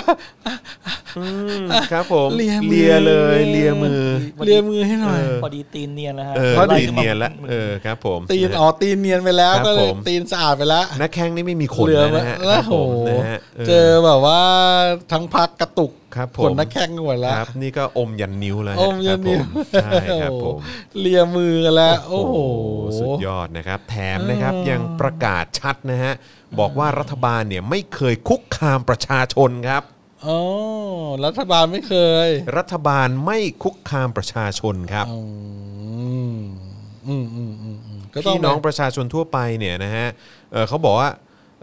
[SPEAKER 2] อืมครับผม
[SPEAKER 3] เลียมือ
[SPEAKER 2] ยเลยเลียมือ
[SPEAKER 3] เลียมือให้หน่อย
[SPEAKER 4] พอดีตีนเนียนแล้วฮะ
[SPEAKER 2] เออ
[SPEAKER 3] พอดี
[SPEAKER 2] ตีนเนียนละเออครับผม
[SPEAKER 3] ตีนอ๋อตีนเนียนไปแล้ว
[SPEAKER 2] ครับ
[SPEAKER 3] ก็เล
[SPEAKER 2] ผ
[SPEAKER 3] ย
[SPEAKER 2] ม
[SPEAKER 3] ตีนสะอาดไปแล้ว
[SPEAKER 2] นักแข้งนี่ไม่มีขน
[SPEAKER 3] เหลือ
[SPEAKER 2] เลย
[SPEAKER 3] มา
[SPEAKER 2] นะฮะคว
[SPEAKER 3] แล้
[SPEAKER 2] รับผ
[SPEAKER 3] โห
[SPEAKER 2] มนะฮะ
[SPEAKER 3] เจอแบบว่าทั้งพักกระตุก
[SPEAKER 2] ครับผ
[SPEAKER 3] ข
[SPEAKER 2] ม
[SPEAKER 3] นนักแข้งกันหมดแล้
[SPEAKER 2] คว รับ นี่ก็อมยันนิ้วแล้วฮะ
[SPEAKER 3] อมยันนิ้ว
[SPEAKER 2] ครับผมใช่ครับผม
[SPEAKER 3] เลียมือกันแล้ว โอ้โห
[SPEAKER 2] สุดยอดนะครับ แถมนะครับยังประกาศชัดนะฮะ บอกว่ารัฐบาลเนี่ยไม่เคยคุกคามประชาชนครับ
[SPEAKER 3] อ๋อ รัฐบาลไม่เคย
[SPEAKER 2] รัฐบาลไม่คุกคามประชาชนครับ
[SPEAKER 3] อืมอืมอืมอืมก็ต้อ
[SPEAKER 2] พี่
[SPEAKER 3] ง
[SPEAKER 2] น้องประชาชนทั่วไปเนี่ยนะฮะเอ่อเขาบอกว่า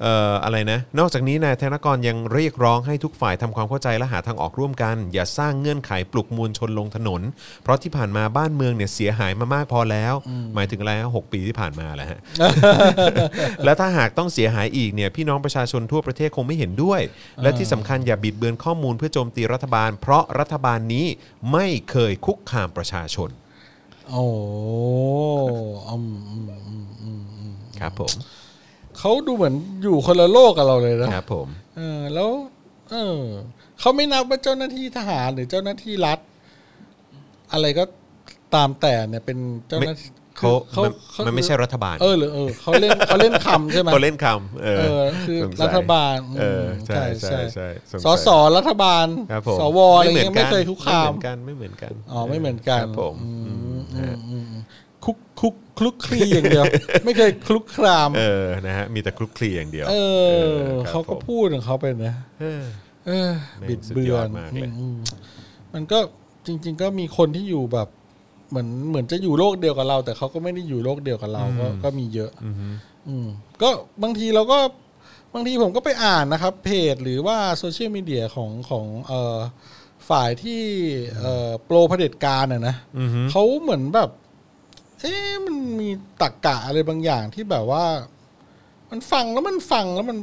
[SPEAKER 2] เอ่ออะไรนะ นอกจากนี้นายธนกรยังเรียกร้องให้ทุกฝ่ายทำความเข้าใจและหาทางออกร่วมกัน อย่าสร้างเงื่อนไขปลุกมวลชนลงถนน เพราะที่ผ่านมาบ้านเมืองเนี่ยเสียหายมามากพอแล้ว หมายถึงอะไรฮะหกปีที่ผ่านมาแห ละฮะ และถ้าหากต้องเสียหายอีกเนี่ยพี่น้องประชาชนทั่วประเทศคงไม่เห็นด้วย และที่สำคัญอย่าบิดเบือนข้อมูลเพื่อโจมตีรัฐบาล เพราะรัฐบาลนี้ไม่เคยคุกคามประชาชน
[SPEAKER 3] โอ้อืมอืมอืมอืมอืม
[SPEAKER 2] ครับผม
[SPEAKER 3] เขาดูเหมือนอยู่คนละโลกกับเราเลยนะครับ
[SPEAKER 2] ผม
[SPEAKER 3] เออแล้ว เออเขาไม่นับว่าเจ้าหน้าที่ทหารหรือเจ้าหน้าที่รัฐ อะไรก็ตามแต่เนี่ยเป็นเจ้าหน้าที่
[SPEAKER 2] เขา
[SPEAKER 3] คือ
[SPEAKER 2] มันมันไม่ใช่รัฐบาล
[SPEAKER 3] เออหรือเออเขาเล่นเขาเล่นคำใช่ไหม
[SPEAKER 2] เขาเล่นคำเอ
[SPEAKER 3] เอ
[SPEAKER 2] อ
[SPEAKER 3] อคือ
[SPEAKER 2] สงสัย
[SPEAKER 3] รัฐบาลอืม
[SPEAKER 2] เออใช่ใช่ใช่ง
[SPEAKER 3] ส
[SPEAKER 2] สัย
[SPEAKER 3] สรัฐบาล
[SPEAKER 2] ครับผม
[SPEAKER 3] สวอะไร
[SPEAKER 2] ห
[SPEAKER 3] เงี้ย
[SPEAKER 2] น
[SPEAKER 3] ไม่
[SPEAKER 2] น
[SPEAKER 3] เคยคุกคาม
[SPEAKER 2] ไม่เหมือนกันไม่เหมือนกัน
[SPEAKER 3] อ๋อไม่เหมือนกัน
[SPEAKER 2] ครับผม
[SPEAKER 3] อืม
[SPEAKER 2] อืมฮะ
[SPEAKER 3] อืมอืมคุกคุกคลุกคลีอย่าง เดียว ไม่เคยคลุกคลาม
[SPEAKER 2] เออนะฮะมีแต่คลุกคลีอย่างเดียว
[SPEAKER 3] เออ
[SPEAKER 2] ครับ
[SPEAKER 3] เขาก็
[SPEAKER 2] ผม
[SPEAKER 3] พูดของเขาไปนะ
[SPEAKER 2] เออ
[SPEAKER 3] เออ
[SPEAKER 2] แม่ง
[SPEAKER 3] บิด
[SPEAKER 2] สุด
[SPEAKER 3] เบื
[SPEAKER 2] ย
[SPEAKER 3] อ
[SPEAKER 2] อด
[SPEAKER 3] น
[SPEAKER 2] มากเลย
[SPEAKER 3] อืมมันก็จริง ๆ ก็มีคนที่อยู่แบบ เหมือนเหมือนจะอยู่โลกเดียวกับเรา แต่เขาก็ไม่ได้อยู่โลกเดียวกับเราก็ก็มีเยอะ
[SPEAKER 2] อือฮึ
[SPEAKER 3] อืมก็บางทีเราก็บางทีผมก็ไปอ่านนะครับ เพจหรือว่าโซเชียลมีเดียของของเอ่อฝ่ายที่เอ่อโปรเผด็จการอ่ะนะ
[SPEAKER 2] อือฮึ
[SPEAKER 3] เขาเหมือนแบบ เอ๊ะมันมีตรกกะอะไรบางอย่างที่แบบว่า มันฟังแล้วมันฟังแล้วมัน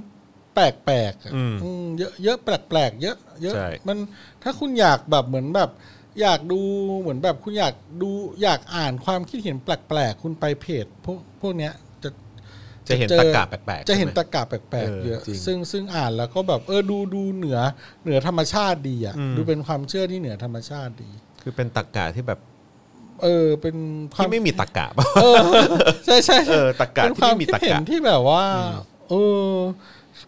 [SPEAKER 3] แปลกแปลกๆอะ
[SPEAKER 2] อืม
[SPEAKER 3] อืมเยอะเยอะแปลกแปลกๆเยอะ เยอะ
[SPEAKER 2] ใช่
[SPEAKER 3] มันถ้าคุณอยากแบบเหมือนแบบ อยากดูเหมือนแบบคุณอยากดูอยากอ่านความคิดเห็นแปลกๆคุณไปเพจพวกพวกเนี้ยจะ
[SPEAKER 2] จะเห็น
[SPEAKER 3] จะเจอ
[SPEAKER 2] ตะกาแปลกๆ
[SPEAKER 3] จะเห็น
[SPEAKER 2] ใช่ไม
[SPEAKER 3] ตะกาแปลก
[SPEAKER 2] เออ
[SPEAKER 3] ๆเยอะ
[SPEAKER 2] จริง
[SPEAKER 3] ซึ่งซึ่งอ่านแล้วก็แบบเออดูดูเหนือเหนือธรรมชาติดีอ่ะ
[SPEAKER 2] อืม
[SPEAKER 3] ดูเป็นความเชื่อที่เหนือธรรมชาติดี
[SPEAKER 2] คือเป็นตะกาที่แบบ
[SPEAKER 3] เออเป็นควา
[SPEAKER 2] ที่
[SPEAKER 3] ม
[SPEAKER 2] ไม่มีตะ กาปะ
[SPEAKER 3] เออ ใช่ใช่
[SPEAKER 2] เอ
[SPEAKER 3] ใช่
[SPEAKER 2] อตะกา
[SPEAKER 3] เป็น
[SPEAKER 2] ที่
[SPEAKER 3] ความ
[SPEAKER 2] ไม่มี
[SPEAKER 3] คิด
[SPEAKER 2] ตะ
[SPEAKER 3] เห็
[SPEAKER 2] กาน
[SPEAKER 3] ที่แบบว่าเออ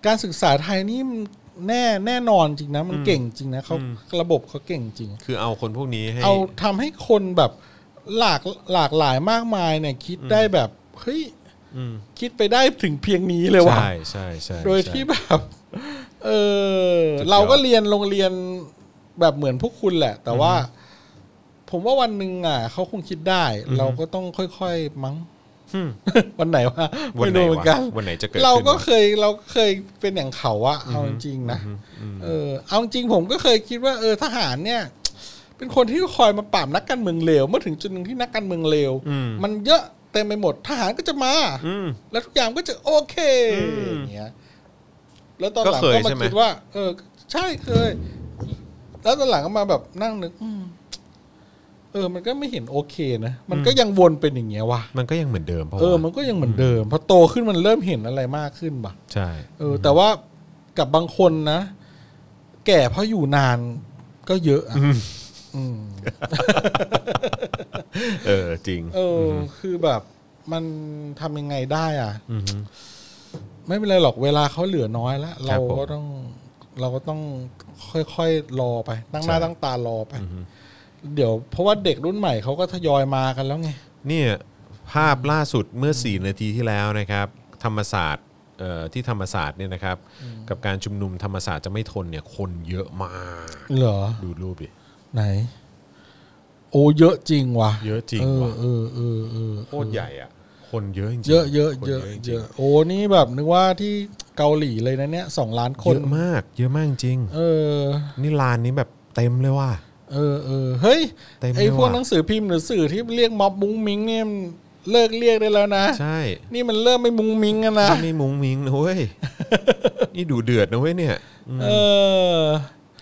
[SPEAKER 3] การศึกษาไทยนี่มันแน่แน่นอนจริงนะ มันเก่งจริงนะเขาระบบเขาเก่งจริง
[SPEAKER 2] คือเอาคนพวกนี้ให้
[SPEAKER 3] เอาทำให้คนแบบหลากหลากหลายมากมายเนี่ยคิดได้แบบเฮ้ย
[SPEAKER 2] อืม
[SPEAKER 3] คิดไปได้ถึงเพียงนี้เลยว่ะ
[SPEAKER 2] ใช่ใช่ใช่
[SPEAKER 3] โดย
[SPEAKER 2] ใช่
[SPEAKER 3] ที่แบบ เออ
[SPEAKER 2] สุดยอด
[SPEAKER 3] เราก็เรียนโรงเรียนแบบเหมือนพวกคุณแหละ แต่ว่า ผมว่าวันหนึ่งอ่ะเขาคงคิดได้ เราก็ต้องค่อยๆมั้ง
[SPEAKER 2] อืม
[SPEAKER 3] วันไหนวะ
[SPEAKER 2] วัน
[SPEAKER 3] ไม่
[SPEAKER 2] ไหน
[SPEAKER 3] รู้เหมือนกั
[SPEAKER 2] วะ
[SPEAKER 3] น
[SPEAKER 2] วันไหนจะเกิด
[SPEAKER 3] เราก็
[SPEAKER 2] ขึ้นวะ
[SPEAKER 3] เคยเราเคยเป็นอย่างเขาอะเอาจริงๆนะเออเอาจริงผมก็เคยคิดว่า เออทหารเนี่ย เป็นคนที่คอยมาปราบนักการเมืองเลวเมื่อถึงจุดหนึ่งที่นักการเมืองเลว
[SPEAKER 2] อืม
[SPEAKER 3] มันเยอะเต็มไปหมดทหารก็จะมา
[SPEAKER 2] อืม
[SPEAKER 3] แล้วทุกอย่างก็จะโอเคอย่างเงี้ย แล้วตอนหลัง
[SPEAKER 2] ก็เค
[SPEAKER 3] ก็
[SPEAKER 2] ย
[SPEAKER 3] มา
[SPEAKER 2] ใช่ไหม
[SPEAKER 3] คิดว่า เออ ใช่เคย แล้วตอนหลังก็มาแบบนั่งนึกอืมเออ มันก็ไม่เห็นโอเคนะ มันก็ยังวนเป็นอย่างเงี้ยว่ะ
[SPEAKER 2] มันก็ยังเหมือนเดิมเพราะ
[SPEAKER 3] เออ มั
[SPEAKER 2] ว่าน
[SPEAKER 3] ก็ยังเหมือนเดิม พอโตขึ้นมันเริ่มเห็นอะไรมากขึ้นป่ะ
[SPEAKER 2] ใช่
[SPEAKER 3] เออ แต่ว่ากับบางคนนะ แก่เพราะอยู่นานก็เยอะอะอืม
[SPEAKER 2] เออจริง
[SPEAKER 3] เอออคือแบบมันทำยังไงได้อ่ะ
[SPEAKER 2] มฮึ
[SPEAKER 3] ไม่เป็นไรหรอกเวลาเขาเหลือน้อยแล้ว
[SPEAKER 2] ครั
[SPEAKER 3] เรา
[SPEAKER 2] บผม
[SPEAKER 3] ก็ต้องเราก็ต้องค่อยๆรอไปตั้งหน้า
[SPEAKER 2] ใช่
[SPEAKER 3] ตั้งตารอไป เดี๋ยวเพราะว่าเด็กรุ่นใหม่เขาก็ทยอยมากันแล้วไง
[SPEAKER 2] เนี่ยภาพล่าสุดเมื่อ 4 นาทีที่แล้วนะครับ ธรรมศาสตร์เอ่อที่ธรรมศาสตร์เนี่ยนะครับ กับการชุมนุมธรรมศาสตร์จะไม่ทนเนี่ยคนเยอะมาก
[SPEAKER 3] เหรอ
[SPEAKER 2] ดูรูปดิ
[SPEAKER 3] ไหน โอ้เยอะจริงว่ะ
[SPEAKER 2] เยอะจริงว่ะ
[SPEAKER 3] เออเออเออ
[SPEAKER 2] โคตรใหญ่อ่ะ คนเยอะจริงๆ
[SPEAKER 3] เยอะเยอะ
[SPEAKER 2] คน
[SPEAKER 3] เยอะ
[SPEAKER 2] จริงๆ
[SPEAKER 3] เยอะโอ้นี่แบบนึกว่าที่เกาหลีเลยนะเนี่ยสองล้านคน
[SPEAKER 2] เยอะมาก เยอะมากจริง
[SPEAKER 3] เออ
[SPEAKER 2] นี่ลานนี้แบบเต็มเลยว่ะ
[SPEAKER 3] เออเออเฮ้ย
[SPEAKER 2] เต็มเลย
[SPEAKER 3] ไอพวก
[SPEAKER 2] ว่ะ
[SPEAKER 3] หนังสือพิมพ์หรือสื่อที่เรียกม็อบมุ้งมิ้งเนี่ยเลิกเรียกได้แล้วนะ
[SPEAKER 2] ใช่
[SPEAKER 3] นี่มันเริ่มไม่มุงมิงกันนะ
[SPEAKER 2] นี่ไม่มุ้งมิงนะเว้ย นี่ดูเดือดนะเว้ยเนี่ยอืม
[SPEAKER 3] เออ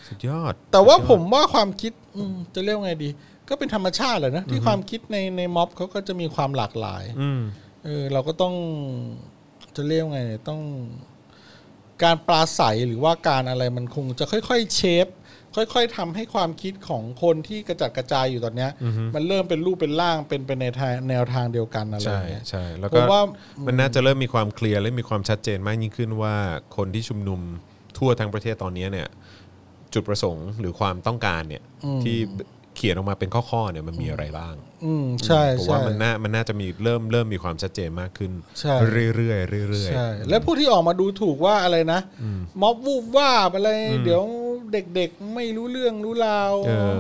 [SPEAKER 2] สุดยอด
[SPEAKER 3] แต่ว่า
[SPEAKER 2] สุดยอด
[SPEAKER 3] ผมว่าความคิดอืมจะเรียกว่าไงดี ก็เป็นธรรมชาติแหละนะ ที่ความคิดในในม็อบเขาก็จะมีความหลากหลาย
[SPEAKER 2] อืม
[SPEAKER 3] เออ เราก็ต้องจะเรียกว่าไงต้อง การปราศัยหรือว่าการอะไรมันคงจะค่อยๆ เชฟ ค่อยๆทำให้ความคิดของคนที่กระจัดกระจายอยู่ตอนเนี้ย มันเริ่มเป็นรูปเป็นร่างเป็นไปในทางแนวทางเดียวกันอะไรอ
[SPEAKER 2] ใช่
[SPEAKER 3] ย่างเงี้ย
[SPEAKER 2] ใช่แล้วก็
[SPEAKER 3] ผมว่าอืม
[SPEAKER 2] มันน่าจะเริ่มมีความเคลียร์และมีความชัดเจนมากยิ่งขึ้นว่าคนที่ชุมนุมทั่วทั้งประเทศตอนนี้เนี่ยจุดประสงค์หรือความต้องการเนี่ยที่เขียนออกมาเป็นข้อๆเนี่ยมันมีอะไรบ้าง
[SPEAKER 3] อืมใช่
[SPEAKER 2] ผม
[SPEAKER 3] ใช่
[SPEAKER 2] ว่ามันน่ามันน่าจะมีเริ่มเริ่มมีความชัดเจนมากขึ้น
[SPEAKER 3] ใช่
[SPEAKER 2] เรื่อยๆเรื่อย
[SPEAKER 3] ใช่และผู้ที่ออกมาดูถูกว่าอะไรนะม็อบวูบว่าบอะไร เดี๋ยวเด็กๆไม่รู้เรื่องรู้ราว
[SPEAKER 2] ๆเออ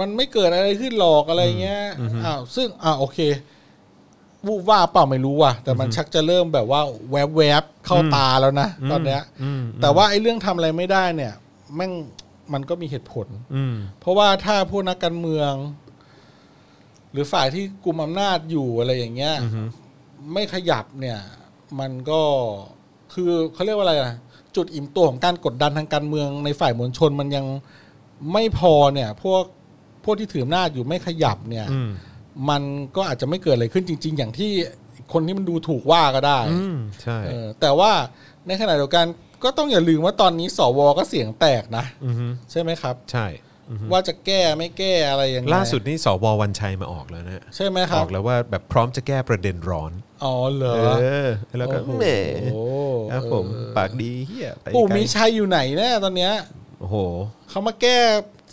[SPEAKER 3] มันไม่เกิดอะไรขึ้นหรอกอะไรเงี้ยอ้าวซึ่งอ่าโอเค วูบว่าบเปล่าไม่รู้ว่ะแต่มันชักจะเริ่มแบบว่าแวบแวบๆเข้าตาแล้วนะตอนเนี้ยแต่ว่าไอ้เรื่องทำอะไรไม่ได้เนี่ยแม่งมันก็มีเหตุผล
[SPEAKER 2] อืม
[SPEAKER 3] เพราะว่าถ้าพวกนักการเมือง หรือฝ่ายที่กลุ่มอำนาจอยู่อะไรอย่างเงี้ยไม่ขยับเนี่ย มันก็คือเขาเรียกว่าอะไรนะจุดอิ่มตัวของการกดดันทางการเมืองในฝ่ายมวลชนมันยังไม่พอเนี่ย พวกพวกที่ถืออำนาจอยู่ไม่ขยับเนี่ย
[SPEAKER 2] อืม
[SPEAKER 3] มันก็อาจจะไม่เกิดอะไรขึ้นจริง ๆ อย่างที่คนที่มันดูถูกว่าก็ได้
[SPEAKER 2] อืม ใช่
[SPEAKER 3] เออแต่ว่าในขณะเดียวกันก็ต้องอย่าลืมว่าตอนนี้สวก็เสียงแตกนะ
[SPEAKER 2] อือฮึ
[SPEAKER 3] ใช่ไหมครับ
[SPEAKER 2] ใช่
[SPEAKER 3] ว่าจะแก้ไม่แก้อะไรยังไง
[SPEAKER 2] ล่าสุดนี่สววันชัยมาออกแล้วนะ
[SPEAKER 3] ใช่ไหมค
[SPEAKER 2] อ
[SPEAKER 3] รับอก
[SPEAKER 2] แล้วว่าแบบพร้อมจะแก้ประเด็นร้อน
[SPEAKER 3] อ๋อเหรอ
[SPEAKER 2] เออ แล้วก็
[SPEAKER 3] โอ้โห
[SPEAKER 2] แหมครับผมปากดีเฮียไป
[SPEAKER 3] ปู่
[SPEAKER 2] ไกล
[SPEAKER 3] มีชัยอยู่ไหนแน่ยตอนเนี้ย
[SPEAKER 2] โอ้โห
[SPEAKER 3] เขามาแก้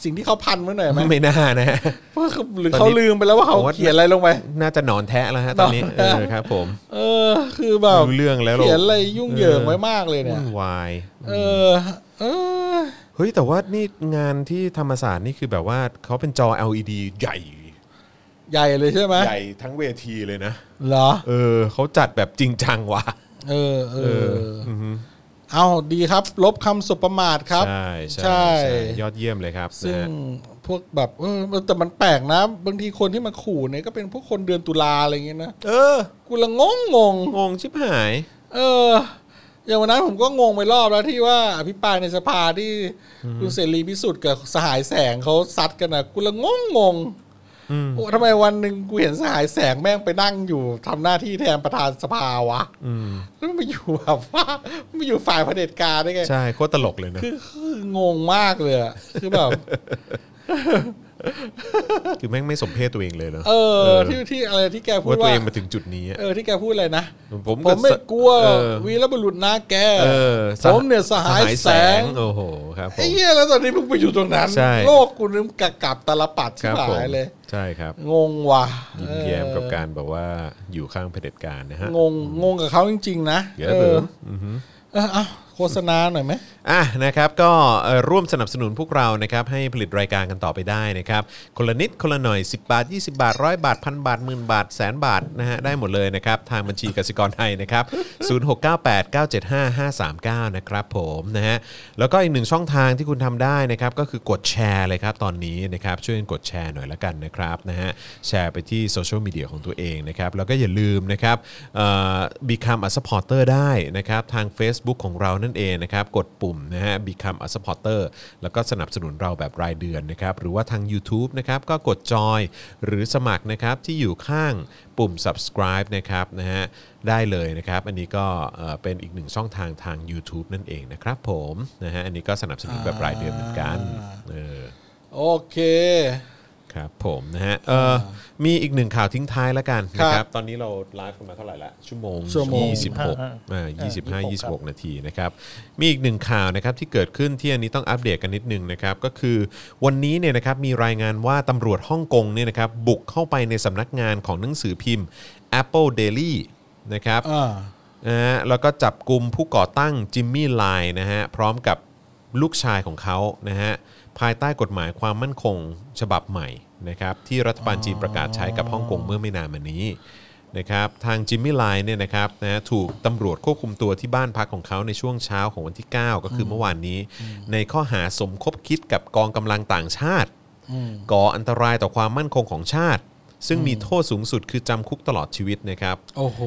[SPEAKER 3] สิ่งที่เขาพันไว้หน่อยไหม
[SPEAKER 2] ไม่น่านะ
[SPEAKER 3] หรือเขาลืมไปแล้วว่าเขา
[SPEAKER 2] ผมว่า
[SPEAKER 3] เขียนอะไรลงไป
[SPEAKER 2] น่าจะหนอนแทะแล้วฮะตอนนี้
[SPEAKER 3] หนอน
[SPEAKER 2] เออ
[SPEAKER 3] แทะ
[SPEAKER 2] ครับผม
[SPEAKER 3] เออ คือแบบ
[SPEAKER 2] รู้เรื่องแล้วหร
[SPEAKER 3] เขียนอะไรยุ่งเหยิงไว้มากเลยเนี่ย
[SPEAKER 2] วุ่นวาย
[SPEAKER 3] เออ เออ
[SPEAKER 2] เฮ้ยแต่ว่านี่งานที่ธรรมศาสตร์นี่คือแบบว่าเขาเป็นจอ LED ใหญ่
[SPEAKER 3] ใหญ่เลยใช่ไหม
[SPEAKER 2] ใหญ่ทั้งเวทีเลยนะ
[SPEAKER 3] เหรอ
[SPEAKER 2] เออเขาจัดแบบจริงจังว่ะ
[SPEAKER 3] เออเอ
[SPEAKER 2] เออ
[SPEAKER 3] อ
[SPEAKER 2] อือฮึ
[SPEAKER 3] เอาดีครับ ลบคำสุปประมาทครับ
[SPEAKER 2] ใช่ใช่
[SPEAKER 3] ใช่
[SPEAKER 2] ใช่ยอดเยี่ยมเลยครับ
[SPEAKER 3] ซึ่ง
[SPEAKER 2] นะฮะ
[SPEAKER 3] พวกแบบเออแต่มันแปลกนะ บางทีคนที่มาขู่เนี่ยก็เป็นพวกคนเดือนตุลาอะไรอย่างเงี้ยนะ
[SPEAKER 2] เออ
[SPEAKER 3] กูละงงงง
[SPEAKER 2] งงชิบหาย
[SPEAKER 3] เออ อย่างวันนั้นผมก็งงไปรอบแล้วที่ว่าอภิปรายในสภาที่คุณเสรีพิสุทธิ์กับสหายแสงเขาซัดกันนะกูละงงงงโอ้ทำไมวันหนึ่งกูเห็นสหายแสงแม่งไปนั่งอยู่ทำหน้าที่แทนประธานสภาวะ
[SPEAKER 2] อืม
[SPEAKER 3] แล้วมันมาอยู่แบบว่ามันมาอยู่ฝ่ายเผด็จการได้ไง
[SPEAKER 2] ใช่ โคตรตลกเลยนะ
[SPEAKER 3] คือคืองงมากเลยอะคือแบบ
[SPEAKER 2] คือแม่งไม่สมเพศตัวเองเลยเนอะ
[SPEAKER 3] เออที่ที่อะไรที่แกพูด
[SPEAKER 2] ว่าตัว
[SPEAKER 3] ว่า
[SPEAKER 2] เองมาถึงจุดนี้อะ
[SPEAKER 3] เออที่แกพูดอะไรนะ
[SPEAKER 2] ผม
[SPEAKER 3] ผมไม่
[SPEAKER 2] สะ
[SPEAKER 3] กลัว
[SPEAKER 2] เออ
[SPEAKER 3] วีรบุรุษนะแก
[SPEAKER 2] เออสะ
[SPEAKER 3] ผมเนี่ยสหายแสง
[SPEAKER 2] โอ้โหครับผ
[SPEAKER 3] ไอ้
[SPEAKER 2] ม
[SPEAKER 3] เหี้ยแล้วตอนนี้มึงไปอยู่ตรงนั้น
[SPEAKER 2] ใช่
[SPEAKER 3] โลกกูนึกกะกับตาลปัด
[SPEAKER 2] ค
[SPEAKER 3] ชิบ
[SPEAKER 2] รับผ
[SPEAKER 3] หาม ยเลย
[SPEAKER 2] ใช่ครับ
[SPEAKER 3] งงว่ะ
[SPEAKER 2] ยิ้มแย้มกับการแบบว่าอยู่ข้างเผด็จการนะ
[SPEAKER 3] เอ
[SPEAKER 2] ฮะ
[SPEAKER 3] องงงงกับเขาจริง ๆ นะ
[SPEAKER 2] เยอะเหลือ
[SPEAKER 3] เออเอ้าโฆษณาหน่อยไหม
[SPEAKER 2] อ่ะนะครับก็เอ่อร่วมสนับสนุนพวกเรานะครับให้ผลิตรายการกันต่อไปได้นะครับคนละนิดคนละหน่อย 10 บาท 20 บาทร้อยบาทพันบาทหมื่นบาทแสนบาทนะฮะได้หมดเลยนะครับทางบัญชีกสิกรไทยนะครับ 0698975539 นะครับผมนะฮะแล้วก็อีกหนึ่งช่องทางที่คุณทำได้นะครับก็คือกดแชร์เลยครับตอนนี้นะครับช่วยกันกดแชร์หน่อยละกันนะครับนะฮะแชร์ไปที่โซเชียลมีเดียของตัวเองนะครับแล้วก็อย่าลืมนะครับเอ่อ become a supporter ได้นะครับทาง Facebook ของเรานั่นเองนะครับ กดปุ่มนะฮะ Become a supporter แล้วก็สนับสนุนเราแบบรายเดือนนะครับ หรือว่าทาง u t u b e นะครับ ก็กดจอยหรือสมัครนะครับ ที่อยู่ข้างปุ่ม subscribe นะครับนะฮะได้เลยนะครับ อันนี้ก็เอ่อเป็นอีกหนึ่งช่องทางทาง YouTube นั่นเองนะครับผมนะฮะอันนี้ก็สนับสนุนแบบรายเดือนเหมือนกัน
[SPEAKER 3] อ่า
[SPEAKER 2] เออ
[SPEAKER 3] โอเค
[SPEAKER 2] ครับผมนะฮะเอ่อมีอีกหนึ่งข่าวทิ้งท้ายแล้วกัน
[SPEAKER 3] ครั
[SPEAKER 2] นะ
[SPEAKER 3] บ
[SPEAKER 2] ครับ ตอนนี้เราไลฟ์กันมาเท่าไหร่ละชั่วโมง
[SPEAKER 3] ชั่วโมง
[SPEAKER 2] ยี่สิบหกอ่า25 26 นาทีนะครับ มีอีกหนึ่งข่าวนะครับที่เกิดขึ้นที่อันนี้ต้องอัปเดตกันนิดนึงนะครับ ก็คือวันนี้เนี่ยนะครับมีรายงานว่าตำรวจฮ่องกงเนี่ยนะครับบุกเข้าไปในสำนักงานของหนังสือพิมพ์ Apple Daily นะครับ
[SPEAKER 3] อ่า
[SPEAKER 2] นะฮะแล้วก็จับกลุ่มผู้ก่อตั้งจิมมี่ไลน์นะฮะพร้อมกับลูกชายของเขานะฮะภายใต้กฎหมายความมั่นคงฉบับใหม่นะครับที่รัฐบาลจีนประกาศใช้กับฮ่องกงเมื่อไม่นานมานี้นะครับทางจิมมี่ไลน์เนี่ยนะครับนะฮะถูกตำรวจควบคุมตัวที่บ้านพักของเขาในช่วงเช้าของวันที่ 9 ก็คือเมื่อวานนี้ ในข้อหาสมคบคิดกับกองกำลังต่างชาติ
[SPEAKER 3] อืม
[SPEAKER 2] ก่ออันตรายต่อความมั่นคงของชาติ ซึ่งมีโทษสูงสุดคือจำคุกตลอดชีวิตนะครับ
[SPEAKER 3] โอ้โห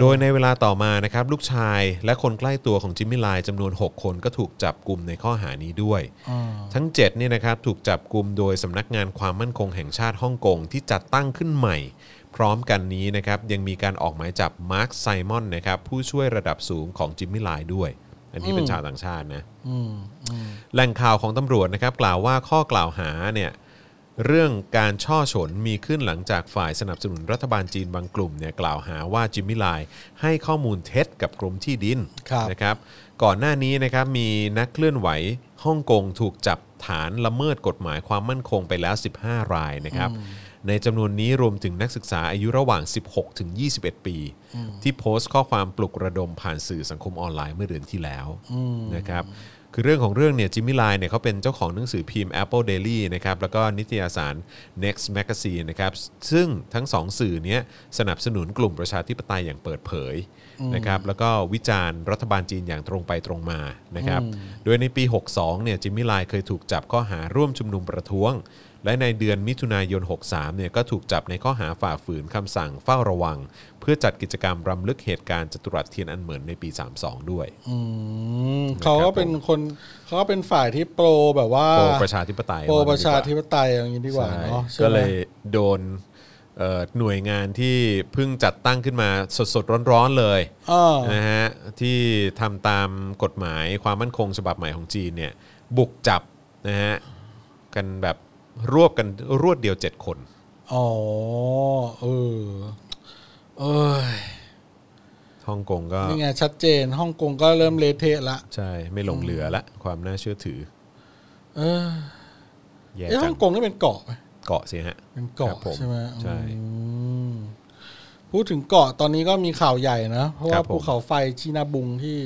[SPEAKER 2] โดยในเวลาต่อมานะครับลูกชายและคนใกล้ตัวของจิมมี่ไลน์จำนวน 6 คนก็ถูกจับกลุ่มในข้อหานี้ด้วย
[SPEAKER 3] อ่า
[SPEAKER 2] ทั้ง7เนี่ยนะครับถูกจับกลุ่มโดยสำนักงานความมั่นคงแห่งชาติฮ่องกงที่จัดตั้งขึ้นใหม่ พร้อมกันนี้นะครับยังมีการออกหมายจับมาร์คไซมอนนะครับผู้ช่วยระดับสูงของจิมมี่ไลน์ด้วย อันนี้เป็นชาวต่างชาตินะ
[SPEAKER 3] อืมอืม
[SPEAKER 2] แหล่งข่าวของตำรวจนะครับกล่าวว่าข้อกล่าวหาเนี่ยเรื่องการช่อฉนมีขึ้นหลังจากฝ่ายสนับสนุนรัฐบาลจีนบางกลุ่มเนี่ยกล่าวหาว่าจิมมี่ไลน์ให้ข้อมูลเท็จกับกรมที่ดินนะครับก่อนหน้านี้นะครับมีนักเคลื่อนไหวฮ่องกงถูกจับฐานละเมิดกฎหมายความมั่นคงไปแล้ว 15 รายนะครับในจำนวนนี้รวมถึงนักศึกษาอายุระหว่าง 16 ถึง 21 ปี ที่โพสต์ข้อความปลุกระดมผ่านสื่อสังคมออนไลน์เมื่อเดือนที่แล้วนะครับ คือเรื่องของเรื่องเนี่ยจิมมี่ไลน์เนี่ยเขาเป็นเจ้าของหนังสือพิมพ์ Apple Daily นะครับแล้วก็นิตยสาร Next Magazine นะครับซึ่งทั้งสองสื่อเนี้ยสนับสนุนกลุ่มประชาธิปไตยอย่างเปิดเผยนะครับแล้วก็วิจารณ์รัฐบาลจีนอย่างตรงไปตรงมานะครับโดยในปี 62เนี่ยจิมมี่ไลน์เคยถูกจับข้อหาร่วมชุมนุมประท้วง และในเดือนมิถุนายน 63 เนี่ยก็ถูกจับในข้อหาฝ่าฝืนคำสั่งเฝ้าระวัง เพื่อจัดกิจกรรมรำลึกเหตุการณ์จตุรัสเทียนอันเหมินในปี 32 ด้วย
[SPEAKER 3] เขาก็เป็นคนเขาก็เป็นฝ่ายที่โปรแบบว่า
[SPEAKER 2] โปรประชาธิปไตย
[SPEAKER 3] โปรประชาธิปไตยอย่างนี้ดีกว่า
[SPEAKER 2] ใช่
[SPEAKER 3] เนาะใช่ไหม
[SPEAKER 2] ก็เลยโดนเอ่อหน่วยงานที่เพิ่งจัดตั้งขึ้นมาสดๆ ร้อนๆ เลย
[SPEAKER 3] เออ
[SPEAKER 2] นะฮะที่ทำตามกฎหมายความมั่นคงฉบับใหม่ของจีนเนี่ยบุกจับนะฮะกันแบบรวบกันรวดเดียว 7 คน
[SPEAKER 3] อ๋อเออเอย
[SPEAKER 2] ฮ่องกงก็
[SPEAKER 3] นี่ไงชัดเจนฮ่องกงก็เริ่มเละเทะละ
[SPEAKER 2] ใช่ ไม่หลงเหลือละความน่าเชื่อถือ
[SPEAKER 3] เออ
[SPEAKER 2] แย่
[SPEAKER 3] เอ้ย
[SPEAKER 2] จั
[SPEAKER 3] ฮ่อง งกงนี่เป็นเกาะไหม
[SPEAKER 2] เกาะสิฮะ
[SPEAKER 3] เป็น
[SPEAKER 2] ครั
[SPEAKER 3] เกาะ
[SPEAKER 2] บผม
[SPEAKER 3] ใช่ไหม
[SPEAKER 2] ใช่
[SPEAKER 3] อืมพูดถึงเกาะตอนนี้ก็มีข่าวใหญ่นะเพราะ
[SPEAKER 2] ครั
[SPEAKER 3] ว่า
[SPEAKER 2] บผม
[SPEAKER 3] ภูเขาไฟชินาบุงที่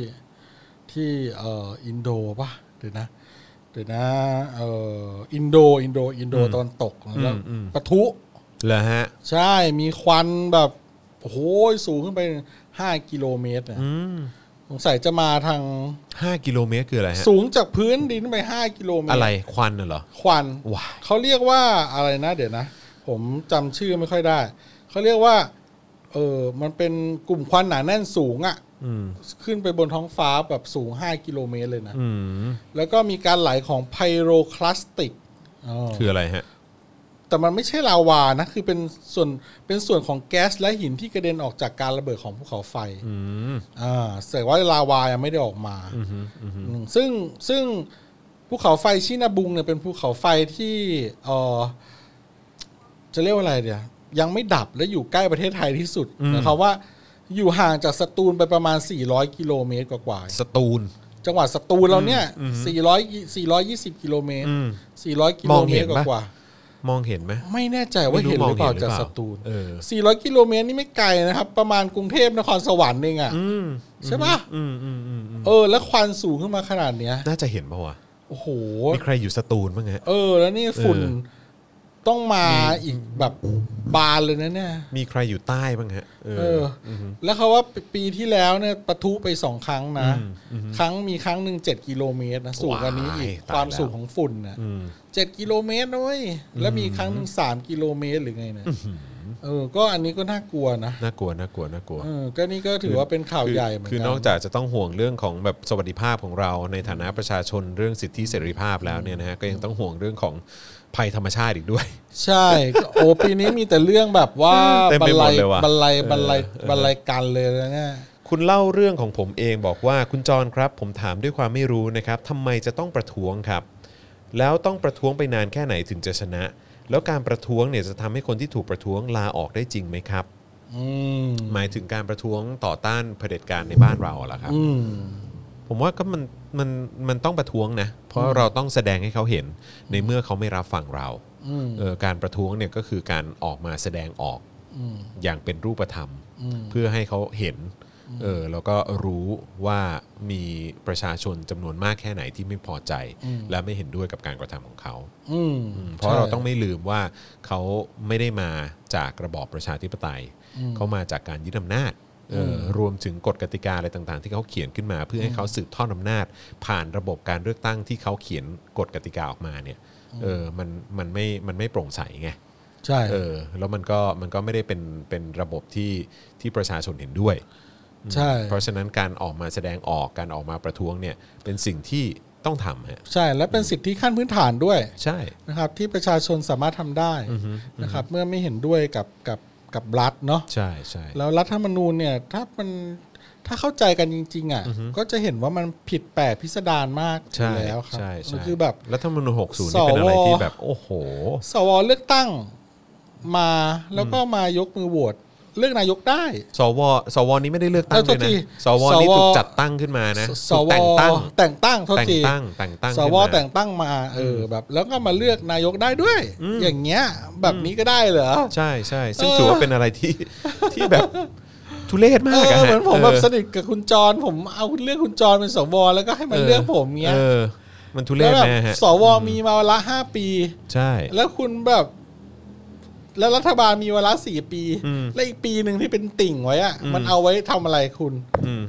[SPEAKER 3] ที่เอ่ออินโดป่ะเดี๋ยวนะเดี๋ยวนะเอ่ออินโดอินโดอินโดตอนตกแล้วปะทุ
[SPEAKER 2] เหรอฮะ
[SPEAKER 3] ใช่มีควันแบบโอ้โหสูงขึ้นไปห้ากิโลเมตรนะ
[SPEAKER 2] อืม
[SPEAKER 3] สงสัยจะมาทาง
[SPEAKER 2] ห้ากิโลเมตรคืออะไรฮะ
[SPEAKER 3] สูงจากพื้นดินไปห้ากิโลเมตร
[SPEAKER 2] อะไรควันน่ะเหรอ
[SPEAKER 3] ควัน
[SPEAKER 2] ว้าย
[SPEAKER 3] เขาเรียกว่าอะไรนะ เดี๋ยวนะ ผมจำชื่อไม่ค่อยได้ เขาเรียกว่า เออมันเป็นกลุ่มควันหนาแน่นสูงอะ่ะ
[SPEAKER 2] อืม
[SPEAKER 3] ขึ้นไปบนท้องฟ้าแบบสูง 5 กิโลเมตรเลยนะ
[SPEAKER 2] อืม
[SPEAKER 3] แล้วก็มีการไหลของไพโรคลาสติกอ๋อ
[SPEAKER 2] คืออะไรฮะ
[SPEAKER 3] แต่มันไม่ใช่ลาวานะ คือเป็นส่วนเป็นส่วนของแก๊สและหินที่กระเด็นออกจากการระเบิดของภูเขาไฟ
[SPEAKER 2] อืม
[SPEAKER 3] อ่าแต่ว่าลาวายังไม่ได้ออกมาอืมซึ่งซึ่งภูเขาไฟชินาบุงเนี่ยเป็นภูเขาไฟที่เออจะเรียกว่าอะไรเดี๋ยวยังไม่ดับและอยู่ใกล้ประเทศไทยที่สุดนะครับว่าอยู่ห่างจากสตูลไปประมาณ 400 กิโลเมตรกว่า
[SPEAKER 2] สตูล
[SPEAKER 3] ๆจังหวัดสตูลเราเนี่ย400 420 กิโลเมตร
[SPEAKER 2] อืม
[SPEAKER 3] 400 กิโลเมตร
[SPEAKER 2] มองเห็นปะ
[SPEAKER 3] กว่าๆ
[SPEAKER 2] มองเห็นไหม
[SPEAKER 3] ไม่แน่ใจว่าเห็นหรือเปล่าจากสตูล
[SPEAKER 2] เออ
[SPEAKER 3] 400 กิโลเมตรนี่ไม่ไกลนะครับ ประมาณกรุงเทพนครสวรรค์เองอ่ะ
[SPEAKER 2] อืม
[SPEAKER 3] ใช่ปะ
[SPEAKER 2] อืมอืมอืมอืม
[SPEAKER 3] เออ แล้วควันสูงขึ้นมาขนาดเนี้ย
[SPEAKER 2] น่าจะเห็นปะวะ
[SPEAKER 3] โอ้โห
[SPEAKER 2] มีใครอยู่สตูลบ้างฮะ
[SPEAKER 3] เออ แล้วนี่ฝุ่น
[SPEAKER 2] เออ
[SPEAKER 3] ต้องมาอีกแบบบานเลยนะเนี่ย
[SPEAKER 2] มีใครอยู่ใต้บ้างฮะ เอ
[SPEAKER 3] เอ
[SPEAKER 2] อ
[SPEAKER 3] ออแล้วเขาว่าปีที่แล้วเนี่ยปะทุไปสองครั้งนะ ครั้งมีครั้งหนึ่งเจ็ดกิโลเมตรนะสูงกว่านี้อีก
[SPEAKER 2] ว้ายตายแล้ว
[SPEAKER 3] ความสูงของฝุ่นนะเจ็ดกิโลเมตรนะเว้ยแล้วมีครั้งหนึ่งสามกิโลเมตรหรือไงนะเออ ก็อันนี้ก็น่ากลัวนะ
[SPEAKER 2] น่ากลัวน่ากลัวน่ากลัว
[SPEAKER 3] เออก็นี่ก็ถือว่าเป็นข่าว
[SPEAKER 2] คือ
[SPEAKER 3] ใหญ่เหมือน
[SPEAKER 2] คื
[SPEAKER 3] กั
[SPEAKER 2] อน นอกจากจะต้องห่วงเรื่องของแบบสวัสดิภาพของเราในฐานะประชาชนเรื่องสิทธิเสรีภาพแล้วเนี่ยนะฮะก็ยังต้องห่วงเรื่องของภัยธรรมชาติอีกด้วย
[SPEAKER 3] ใช่ก็โอ้ปีนี้มีแต่เรื่องแบบว่า
[SPEAKER 2] เต็ม
[SPEAKER 3] บั
[SPEAKER 2] ไปหม
[SPEAKER 3] ไล
[SPEAKER 2] ดเลยว่ะ
[SPEAKER 3] บันไลบันไลบันไลกันเลยนะเนี่ย
[SPEAKER 2] คุณเล่าเรื่องของผมเองบอกว่าคุณจรครับ ผมถามด้วยความไม่รู้นะครับทำไมจะต้องประท้วงครับ แล้วต้องประท้วงไปนานแค่ไหนถึงจะชนะ แล้วการประท้วงเนี่ยจะทำให้คนที่ถูกประท้วงลาออกได้จริงไหมครับ
[SPEAKER 3] อืม
[SPEAKER 2] หมายถึงการประท้วงต่อต้านเผด็จการในบ้านเราเหรอครับ
[SPEAKER 3] อืม
[SPEAKER 2] ผมว่าก็มันมันมันต้องประท้วงนะ เพราะเราต้องแสดงให้เขาเห็นในเมื่อเขาไม่รับฟังเรา
[SPEAKER 3] อืม
[SPEAKER 2] เออการประท้วงเนี่ยก็คือการออกมาแสดงออก
[SPEAKER 3] อืม
[SPEAKER 2] อย่างเป็นรูปธรรม
[SPEAKER 3] อืม
[SPEAKER 2] เพื่อให้เขาเห็นเออแล้วก็รู้ว่ามีประชาชนจำนวนมากแค่ไหนที่ไม่พอใจ และไม่เห็นด้วยกับการกระทำของเขา
[SPEAKER 3] อืม
[SPEAKER 2] อืมเพราะเรา
[SPEAKER 3] ใช่
[SPEAKER 2] ต้องไม่ลืมว่าเขาไม่ได้มาจากระบอบประชาธิปไตย เขามาจากการยึดอำนาจเอออรวมถึงกฎกติกาอะไรต่างๆ ที่เขาเขียนขึ้นมา เพื่อให้เขาสืบทอดอำนาจ ผ่านระบบการเลือกตั้งที่เขาเขียนกฎกติกาออกมาเนี่ยเออมันมันไม่มันไม่โปร่งใสไง
[SPEAKER 3] ใช่
[SPEAKER 2] เออแล้วมันก็มันก็ไม่ได้เป็นเป็นระบบที่ที่ประชาชนเห็นด้วย
[SPEAKER 3] ใช่
[SPEAKER 2] เพราะฉะนั้นการออกมาแสดงออกการออกมาประท้วงเนี่ยเป็นสิ่งที่ต้องทำฮะ
[SPEAKER 3] ใช่และเป็นสิทธิขั้นพื้นฐานด้วย
[SPEAKER 2] ใช่
[SPEAKER 3] นะครับ ที่ประชาชนสามารถทำได้นะครับ เมื่อไม่เห็นด้วยกับกับกับรัฐเนาะ
[SPEAKER 2] ใช่ใช่
[SPEAKER 3] แล้วรัฐธรรมนูญเนี่ยถ้ามันถ้าเข้าใจกันจริง ๆ อ่ะ ก็จะเห็นว่ามันผิดแปลกพิสดารมากอ
[SPEAKER 2] ใช่
[SPEAKER 3] ยู่แล้วครับ
[SPEAKER 2] ใช่ใช่
[SPEAKER 3] มันคือแบบ
[SPEAKER 2] รัฐธรรมนูญ60นี่เป็นอะไร
[SPEAKER 3] สว
[SPEAKER 2] ที่แบบโอ้โห
[SPEAKER 3] สวเลือกตั้งมาแล้วก็มายกมือโหวตเลือกนายกได้
[SPEAKER 2] สวสวนี้ไม่ได้เลือกตั้ง
[SPEAKER 3] เอ้ย
[SPEAKER 2] ด้วย
[SPEAKER 3] โทษ
[SPEAKER 2] นะ
[SPEAKER 3] ที
[SPEAKER 2] สวนี่
[SPEAKER 3] สว
[SPEAKER 2] ถูกจัดตั้งขึ้นมานะ
[SPEAKER 3] ส
[SPEAKER 2] ถูก
[SPEAKER 3] ว
[SPEAKER 2] แต่งตั้ง
[SPEAKER 3] แต่งตั้งโทษ
[SPEAKER 2] แต่ง
[SPEAKER 3] ที
[SPEAKER 2] ตั้งแต่งตั้ง
[SPEAKER 3] ส
[SPEAKER 2] ขึ้น
[SPEAKER 3] ว
[SPEAKER 2] มา
[SPEAKER 3] แต่งตั้งมาเออแบบ แล้วก็มาเลือกนายกได้ด้วย อย่างเงี้ย แบบนี้ก็ได้เหรอ
[SPEAKER 2] ใช่ใช่ซึ่งถือว่าเป็นอะไรที่ที่แบบ ทุเรศ
[SPEAKER 3] เอ
[SPEAKER 2] มากะ
[SPEAKER 3] อ
[SPEAKER 2] ฮะ
[SPEAKER 3] เหมือนผมแบบ
[SPEAKER 2] เออ
[SPEAKER 3] สนิทกับคุณจร ผมเอาเรื่องคุณจรเป็นสวแล้วก็ให้มัน
[SPEAKER 2] เออ
[SPEAKER 3] เลือกผมเงี้ย
[SPEAKER 2] เออ มันทุเร
[SPEAKER 3] แล้
[SPEAKER 2] ศ
[SPEAKER 3] วแบบ
[SPEAKER 2] แน่ฮะ
[SPEAKER 3] สวมีมาเวลาห้าปี
[SPEAKER 2] ใช่
[SPEAKER 3] แล้วคุณแบบ แล้วรัฐบาลมีเวลาสี่ปี
[SPEAKER 2] อืม
[SPEAKER 3] และอีกปีหนึ่งที่เป็นติ่งไว้อะ
[SPEAKER 2] อืม
[SPEAKER 3] มันเอาไว้ทำอะไรคุณ
[SPEAKER 2] อืม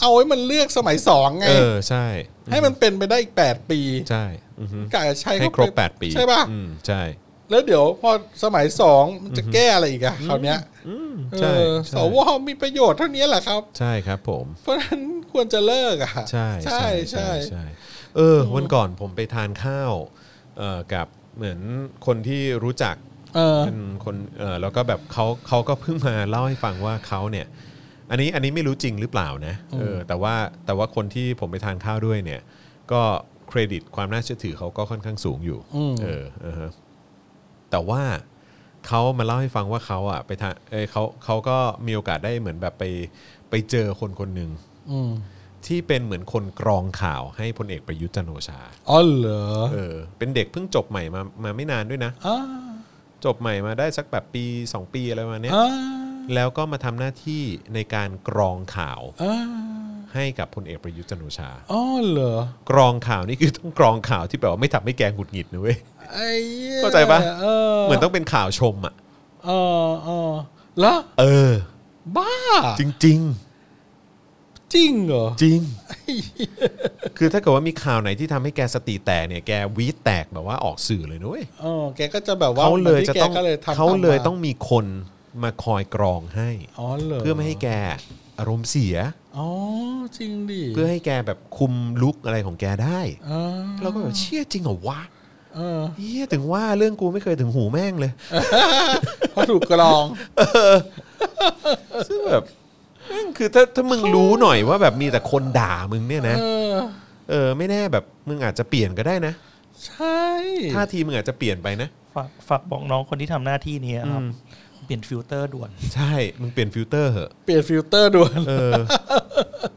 [SPEAKER 3] เอาไว้มันเลือกสมัยสองไง
[SPEAKER 2] เออใช่
[SPEAKER 3] ให้มันเป็นไปได้อีกแปดปี
[SPEAKER 2] ใช่อือฮึ
[SPEAKER 3] กะจะใช้
[SPEAKER 2] ให้
[SPEAKER 3] เข้า
[SPEAKER 2] ครบ
[SPEAKER 3] ไ
[SPEAKER 2] แปดปี
[SPEAKER 3] ใช่ป่ะ
[SPEAKER 2] อืมใช่
[SPEAKER 3] แล้วเดี๋ยวพอสมัยสองมันจะแก้อะไรอีกอะคราวเนี้ย
[SPEAKER 2] อืม
[SPEAKER 3] เอ
[SPEAKER 2] ใช่
[SPEAKER 3] อส
[SPEAKER 2] ใช่
[SPEAKER 3] วมีประโยชน์เท่านี้แหละครับ
[SPEAKER 2] ใช่ครับผม
[SPEAKER 3] เพราะฉะนั้นควรจะเลิกอะ
[SPEAKER 2] ใช่
[SPEAKER 3] ใช่ใช่
[SPEAKER 2] ใช่เออวันก่อนผมไปทานข้าวเอ่อกับเหมือนคนที่รู้จัก
[SPEAKER 3] เออ
[SPEAKER 2] เป็นคนเออแล้วก็แบบเขาเขาก็เพิ่งมาเล่าให้ฟังว่าเขาเนี่ย อันนี้อันนี้ไม่รู้จริงหรือเปล่านะเออแต่ว่าแต่ว่าคนที่ผมไปทานข้าวด้วยเนี่ย ก็เครดิตความน่าเชื่อถือเขาก็ค่อนข้างสูงอยู่
[SPEAKER 3] อืม
[SPEAKER 2] เออเออฮะแต่ว่าเขามาเล่าให้ฟังว่าเขาอ่ะไปทานเออเขาเขาก็มีโอกาสได้เหมือนแบบไปไปเจอคนคนหนึ่ง
[SPEAKER 3] อืม
[SPEAKER 2] ที่เป็นเหมือนคนกรองข่าวให้พลเอกประยุทธ์จันทร์โอชา
[SPEAKER 3] อ๋อเหรอ
[SPEAKER 2] เออ เป็นเด็กเพิ่งจบใหม่มา มาไม่นานด้วยนะ
[SPEAKER 3] อ่า
[SPEAKER 2] จบใหม่มาได้สักแบบปี 2 ปีอะไรประมาณเนี้ย
[SPEAKER 3] อ่า
[SPEAKER 2] แล้วก็มาทำหน้าที่ในการกรองข่าว
[SPEAKER 3] อ่า
[SPEAKER 2] ให้กับพลเอกประยุทธ์จันทร์โอชา
[SPEAKER 3] อ๋อเหรอก
[SPEAKER 2] รองข่าวนี่คือต้องกรองข่าวที่แบบว่าไม่ทำให้แกหงุดหงิดนะเว้ย
[SPEAKER 3] ไอ้หี้ย
[SPEAKER 2] เข้าใจปะ
[SPEAKER 3] เออ
[SPEAKER 2] เหมือนต้องเป็นข่าวชมอ่ะ
[SPEAKER 3] เออเออแล้ว
[SPEAKER 2] เออ
[SPEAKER 3] บ้า
[SPEAKER 2] จริง
[SPEAKER 3] จริงเหรอ
[SPEAKER 2] ๆ จริง คือถ้าเกิดว่ามีข่าวไหนที่ทำให้แกสติแตกเนี่ยแกวีดแตกแบบว่าออกสื่อเลยนะเว้ย
[SPEAKER 3] เออแกก็จะแบบว่า
[SPEAKER 2] เขาเลยจะต้อง
[SPEAKER 3] หมืนที่แกก็เลยทำ
[SPEAKER 2] เขาเลย
[SPEAKER 3] ม
[SPEAKER 2] ต้องมีคนมาคอยกรองให้
[SPEAKER 3] อ๋อเหรอ
[SPEAKER 2] เพื่อไม่ให้แกอารมณ์เสีย
[SPEAKER 3] อ๋อจริงดิ
[SPEAKER 2] เพื่อให้แกแบบคุมลุกอะไรของแกได้
[SPEAKER 3] เออ
[SPEAKER 2] เราก็แบบเชี่ยจริงเหรอวะ
[SPEAKER 3] เออ
[SPEAKER 2] เฮียถึงว่าเรื่องกูไม่เคยถึงหูแม่งเลย
[SPEAKER 3] เพราะถูกกรอง
[SPEAKER 2] ซึ่งแบบแม่งคือถ้าถ้ามึงรู้หน่อยว่าแบบมีแต่คนด่ามึงเนี่ยนะ
[SPEAKER 3] เออ
[SPEAKER 2] เออไม่แน่แบบมึงอาจจะเปลี่ยนก็ได้นะ
[SPEAKER 3] ใช่
[SPEAKER 2] ท่าทีมึงอาจจะเปลี่ยนไปนะ
[SPEAKER 4] ฝากฝากบอกน้องคนที่ทำหน้าที่นี้ครับ
[SPEAKER 2] อืม
[SPEAKER 4] เปลี่ยนฟิลเตอร์ด่วน
[SPEAKER 2] ใช่มึงเปลี่ยนฟิลเตอร์เหอะ
[SPEAKER 3] เปลี่ยนฟิลเตอร์ด่วน
[SPEAKER 2] เออ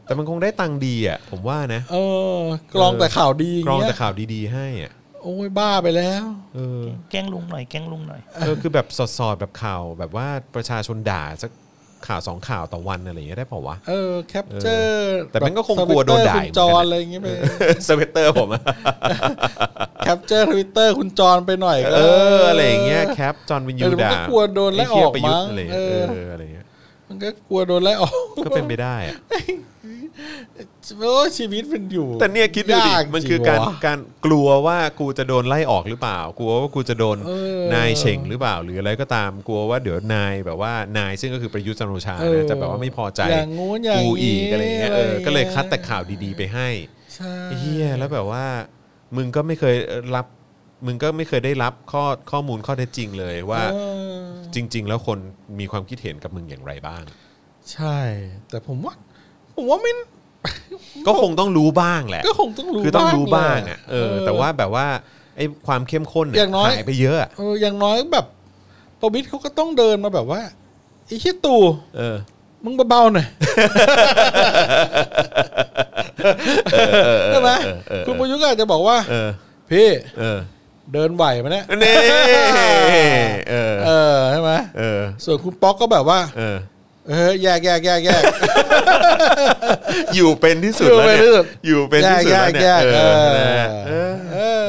[SPEAKER 2] แต่มันคงได้ตังค์ดีอ่ะผมว่านะ
[SPEAKER 3] เออกรองแต่ข่าวดี
[SPEAKER 2] กรอง
[SPEAKER 3] เงี้
[SPEAKER 2] แต่
[SPEAKER 3] ย
[SPEAKER 2] ข่าวดีๆให้อ่ะ
[SPEAKER 3] โอ้ยบ้าไปแล้ว
[SPEAKER 2] เออ
[SPEAKER 4] แกล้งลุงหน่อยแกล้งลุงหน่อย
[SPEAKER 2] เออคือแบบสอดๆแบบข่าวแบบว่าประชาชนด่าสักข่าวสองข่าวต่อวันอะไรอย่างเงี้ยได้เปล่าวะ
[SPEAKER 3] เออแคปเจอร์
[SPEAKER 2] แต่มันก็คงกลัวโดนด่า
[SPEAKER 3] คุณจอ
[SPEAKER 2] เหมือนกัน นนะ
[SPEAKER 3] อะไรอย่างเงี้ยไป
[SPEAKER 2] สเวตเตอร์ผมอะ
[SPEAKER 3] แคปเจอร์ทวิตเตอร์คุณจอนไปหน่อยก็
[SPEAKER 2] เอออะไรอย่างเงี้ยแคปจอห์นวิน
[SPEAKER 3] เอ
[SPEAKER 2] ยู
[SPEAKER 3] อมันก็
[SPEAKER 2] ด่าก
[SPEAKER 3] ลัวโดนไล่ออก
[SPEAKER 2] ไเหี้ยประยุท
[SPEAKER 3] มั้
[SPEAKER 2] ธ์
[SPEAKER 3] ง
[SPEAKER 2] อะไรอย่าง
[SPEAKER 3] เอ
[SPEAKER 2] เงี้ย
[SPEAKER 3] อ
[SPEAKER 2] เอออะไรอย่างเงี้ย
[SPEAKER 3] มันก็กลัวโดนไล่ออก
[SPEAKER 2] ก็เป็นไปได้อะ
[SPEAKER 3] โอ้ยชีวิตมันอยู่
[SPEAKER 2] แต่เนี่ยคิดดูดิ
[SPEAKER 3] าก
[SPEAKER 2] มันคือ
[SPEAKER 3] จง
[SPEAKER 2] การ
[SPEAKER 3] วะ
[SPEAKER 2] การกลัวว่ากูจะโดนไล่ออกหรือเปล่า กลัวว่ากูจะโดน
[SPEAKER 3] เออน
[SPEAKER 2] ายเฉ่งหรือเปล่าหรืออะไรก็ตามกลัวว่าเดี๋ยวนายแบบว่านายซึ่งก็คือประยุทธ์จันทร์โอชา
[SPEAKER 3] เออ
[SPEAKER 2] นะจะแบบว่าไม่พอใจ
[SPEAKER 3] อย่างงู้นอย่าง
[SPEAKER 2] กูอีก
[SPEAKER 3] นี้
[SPEAKER 2] อะไรอย่างเงี้ยเออก็เลย
[SPEAKER 3] อะไรอย่างเงี้ย
[SPEAKER 2] คัดแต่ข่าวดีๆไปให้
[SPEAKER 3] ใช่
[SPEAKER 2] เฮียแล้วแบบว่า มึงก็ไม่เคยรับ มึงก็ไม่เคยได้รับข้อข้อมูลข้อเท็จจริงเลยว่า
[SPEAKER 3] เออ
[SPEAKER 2] จริง ๆ แล้วคนมีความคิดเห็นกับมึงอย่างไรบ้าง
[SPEAKER 3] ใช่ แต่ผมว่า ผมว่าไม่
[SPEAKER 2] ก็คงต้องรู้บ้างแหละ
[SPEAKER 3] ก็คงต้องรู้
[SPEAKER 2] คือต้องรู้บ้าง
[SPEAKER 3] แหล
[SPEAKER 2] อ่ะเออ แต่ว่าแบบว่าไอ้ความเข้มข้นเนี่
[SPEAKER 3] อย่างน้อย
[SPEAKER 2] หายไปเยอะอะ
[SPEAKER 3] เอออย่างน้อยแบบประวิทย์เขาก็ต้องเดินมาแบบว่าไอ้ชี้ยตู่
[SPEAKER 2] เออ
[SPEAKER 3] มึงเบาๆหน่อยใช่ไหมคุณประยุทธ์ก็อาจจะบอกว่า
[SPEAKER 2] เออ
[SPEAKER 3] พี่
[SPEAKER 2] เออ
[SPEAKER 3] เดินไหวไหมเนี่ย
[SPEAKER 2] เน่เออ
[SPEAKER 3] เออใช่ไหม
[SPEAKER 2] เออ
[SPEAKER 3] ส่วนคุณป๊อกก็แบบว่า
[SPEAKER 2] เออ
[SPEAKER 3] เออแยกแยกแยกแยก
[SPEAKER 2] อยู่เป็นที่สุดแล้วเนี่ยอยู่เป็นที่สุดแล้วเนี่ย
[SPEAKER 3] แยกแยกแยก
[SPEAKER 2] เออนะเออ
[SPEAKER 3] เออ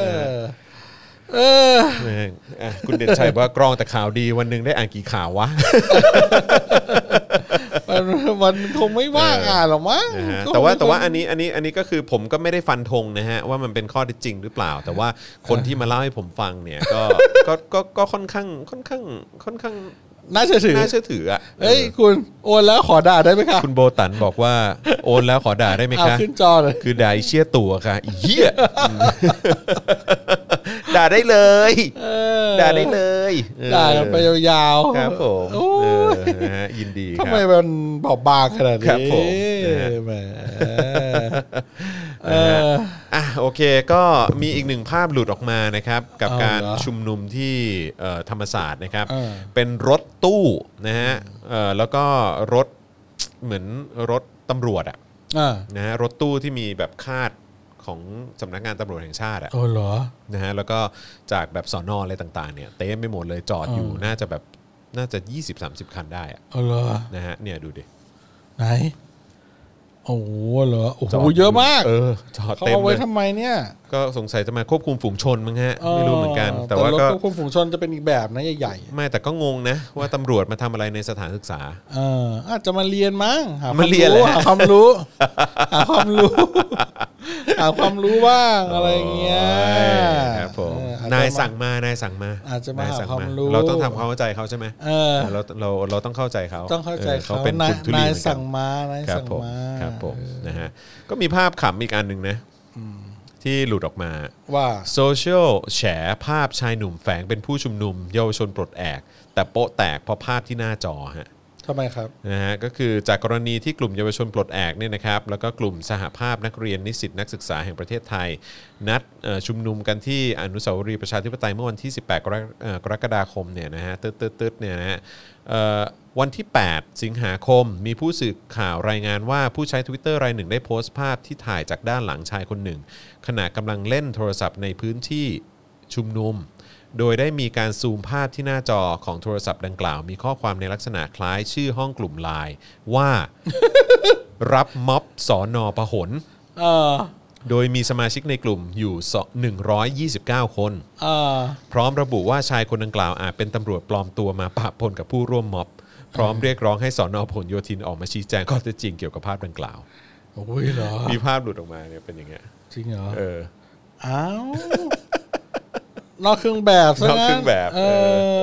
[SPEAKER 3] เออ
[SPEAKER 2] แม่งอ่ะคุณเด่นชัยบอกว่ากรองแต่ข่าวดีวันหนึ่งได้อ่านกี่ข่าววะ
[SPEAKER 3] มันมันคงไม่ว่างอ่านหรอกมั้ง
[SPEAKER 2] นะ ฮะ
[SPEAKER 3] ก็คง
[SPEAKER 2] แต่ว่า
[SPEAKER 3] ไม่
[SPEAKER 2] แต่ว่า
[SPEAKER 3] คย
[SPEAKER 2] อันนี้อันนี้อันนี้ก็คือผมก็ไม่ได้ฟันธงนะฮะว่ามันเป็นข้อเท็จจริงหรือเปล่า แต่ว่าคนที่มาเล่าให้ผมฟังเนี่ยก็ ก็ก็ก็ค่อนข้างค่อนข้างค่อนข้าง
[SPEAKER 3] น่าเชื่อถือ
[SPEAKER 2] น่าเชื่อถืออ่ะ
[SPEAKER 3] เอ้ยคุณโอนแล้วขอด่าได้ไหมคะ
[SPEAKER 2] คุณโบตันบอกว่าโอนแล้วขอด่าได้ไหม
[SPEAKER 3] เอา
[SPEAKER 2] คะ
[SPEAKER 3] ขึ้นจอเลย
[SPEAKER 2] คือด่าไอ้เชี่ยตัวค่ะไอ้เหี้ย ด่าได้เลย
[SPEAKER 3] เออ
[SPEAKER 2] ด่าได้เลยเออ
[SPEAKER 3] ด่ากันไปยาวๆ
[SPEAKER 2] ครับผม
[SPEAKER 3] โอ้
[SPEAKER 2] เออย นะฮะยินดีค
[SPEAKER 3] ทำ
[SPEAKER 2] รับ
[SPEAKER 3] ไมมันบอบบางขนาดนี้
[SPEAKER 2] ครับผมนะฮะ
[SPEAKER 3] แหมเออ
[SPEAKER 2] อ่ะโอเคก็มีอีกหนึ่งภาพหลุดออกมานะครับ กับ
[SPEAKER 3] เอาเหรอ
[SPEAKER 2] การชุมนุมที่เอ่อธรรมศาสตร์นะครับ
[SPEAKER 3] เออ
[SPEAKER 2] เป็นรถตู้นะฮะเอ่อแล้วก็รถเหมือนรถตำรวจอะ
[SPEAKER 3] อ่ะ
[SPEAKER 2] นะฮะรถตู้ที่มีแบบคาดของสำนักงานตำรวจแห่งชาติอะ
[SPEAKER 3] โอ้เหรอ
[SPEAKER 2] นะฮะแล้วก็จากแบบสอนออะไรต่างๆเนี่ยเต็มไปหมดเลยจอดอยู่
[SPEAKER 3] เออ
[SPEAKER 2] น่าจะแบบน่าจะ 20-30 คันได้อะ
[SPEAKER 3] โอ้เหรอ
[SPEAKER 2] นะฮะเนี่ยดูดิ
[SPEAKER 3] ไหน โอ้โหเหรอโอ้โห
[SPEAKER 2] จด
[SPEAKER 3] เยอะมาก
[SPEAKER 2] เออจอด
[SPEAKER 3] เขา
[SPEAKER 2] เต็ม
[SPEAKER 3] เอา
[SPEAKER 2] เล
[SPEAKER 3] ไว้
[SPEAKER 2] ย
[SPEAKER 3] ทำไมเนี่ย
[SPEAKER 2] ก็สงสัยจะมาควบคุมฝูงชนมั้งฮะไม่รู้เหมือนกัน แต่ว่า
[SPEAKER 3] ถ
[SPEAKER 2] ก็
[SPEAKER 3] ควบคุมฝูงชนจะเป็นอีกแบบนะใหญ่
[SPEAKER 2] ไม่แต่ก็งงนะว่าตำรวจมาทำอะไรในสถานศึกษา
[SPEAKER 3] ๆเอออาจจะมาเรียนมั้งหาความ
[SPEAKER 2] มาเรียนแห
[SPEAKER 3] รู้
[SPEAKER 2] ละ
[SPEAKER 3] หาความรู้หาความรู้หาความรู้บ้างอะไรเงี้ย
[SPEAKER 2] โอ้ยครับผม
[SPEAKER 3] เอออจจะ
[SPEAKER 2] นายสั่งมานายสั่งมา
[SPEAKER 3] อาจจะมาหา
[SPEAKER 2] ายสั่ง
[SPEAKER 3] ความรู้
[SPEAKER 2] เราต้องทำความเข้าใจเขาใช่ไหม
[SPEAKER 3] เออ
[SPEAKER 2] เราเราเราต้องเข้าใจเขา
[SPEAKER 3] ต้องเข้าใจ
[SPEAKER 2] ออ
[SPEAKER 3] เขา
[SPEAKER 2] เป็น
[SPEAKER 3] นาก ย
[SPEAKER 2] ลุ่มทุลี
[SPEAKER 3] นาย
[SPEAKER 2] เหมือนกัน
[SPEAKER 3] สั่งมานาย
[SPEAKER 2] ครับ
[SPEAKER 3] สั่ง
[SPEAKER 2] ผม
[SPEAKER 3] มา
[SPEAKER 2] ครับผมนะฮะก็มีภาพขำอีกอันหนึ่งนะที่หลุดออกมา
[SPEAKER 3] ว่า
[SPEAKER 2] โซเชียลแฉภาพชายหนุ่มแฝงเป็นผู้ชุมนุม เยาวชนปลดแอก แต่โป๊ะแตกเพราะภาพที่หน้าจอฮะ
[SPEAKER 3] ทำไมครับ
[SPEAKER 2] นะฮะก็คือจากกรณีที่กลุ่มเยาวชนปลดแอกเนี่ยนะครับแล้วก็กลุ่มสหภาพนักเรียนนิสิตนักศึกษาแห่งประเทศไทย นัดเอ่อชุมนุมกันที่อนุสาวรีย์ประชาธิปไตยเมื่อวันที่ 18 กรกเอ่อกรกฎาคมเนี่ยนะฮะตึ๊ดตึ๊ดตึ๊ดเนี่ยนะฮะเอ่อ วันที่ 8 สิงหาคม มีผู้สื่อข่าวรายงานว่าผู้ใช้ Twitter รายหนึ่งได้โพสต์ภาพที่ถ่ายจากด้านหลังชายคนหนึ่ง ขณะกำลังเล่นโทรศัพท์ในพื้นที่ชุมนุม โดยได้มีการซูมภาพที่หน้าจอของโทรศัพท์ดังกล่าว มีข้อความในลักษณะคล้ายชื่อห้องกลุ่มไลน์ว่า รับม็อบสอนอพหล
[SPEAKER 3] เออ
[SPEAKER 2] โดยมีสมาชิกในกลุ่มอยู่ส129 คน
[SPEAKER 3] เออ
[SPEAKER 2] พร้อมระบุว่าชายคนดังกล่าวอาจเป็นตำรวจปลอมตัวมาปะปนกับผู้ร่วมม็อบ พร้อมเรียกร้องให้สอนอผลโยธินออกมาชี้แจงข้อเท็จจริงเกี่ยวกับภาพดังกล่าว
[SPEAKER 3] โอ้ยเหรอ
[SPEAKER 2] มีภาพหลุดออกมาเนี่ยเป็นอย่างเงี้ย
[SPEAKER 3] จริงเหรอ
[SPEAKER 2] เออ
[SPEAKER 3] อ้าว นอกเครื่องแบบซะ
[SPEAKER 2] นอกเครื่องแบบ
[SPEAKER 3] เอ
[SPEAKER 2] เอ
[SPEAKER 3] อ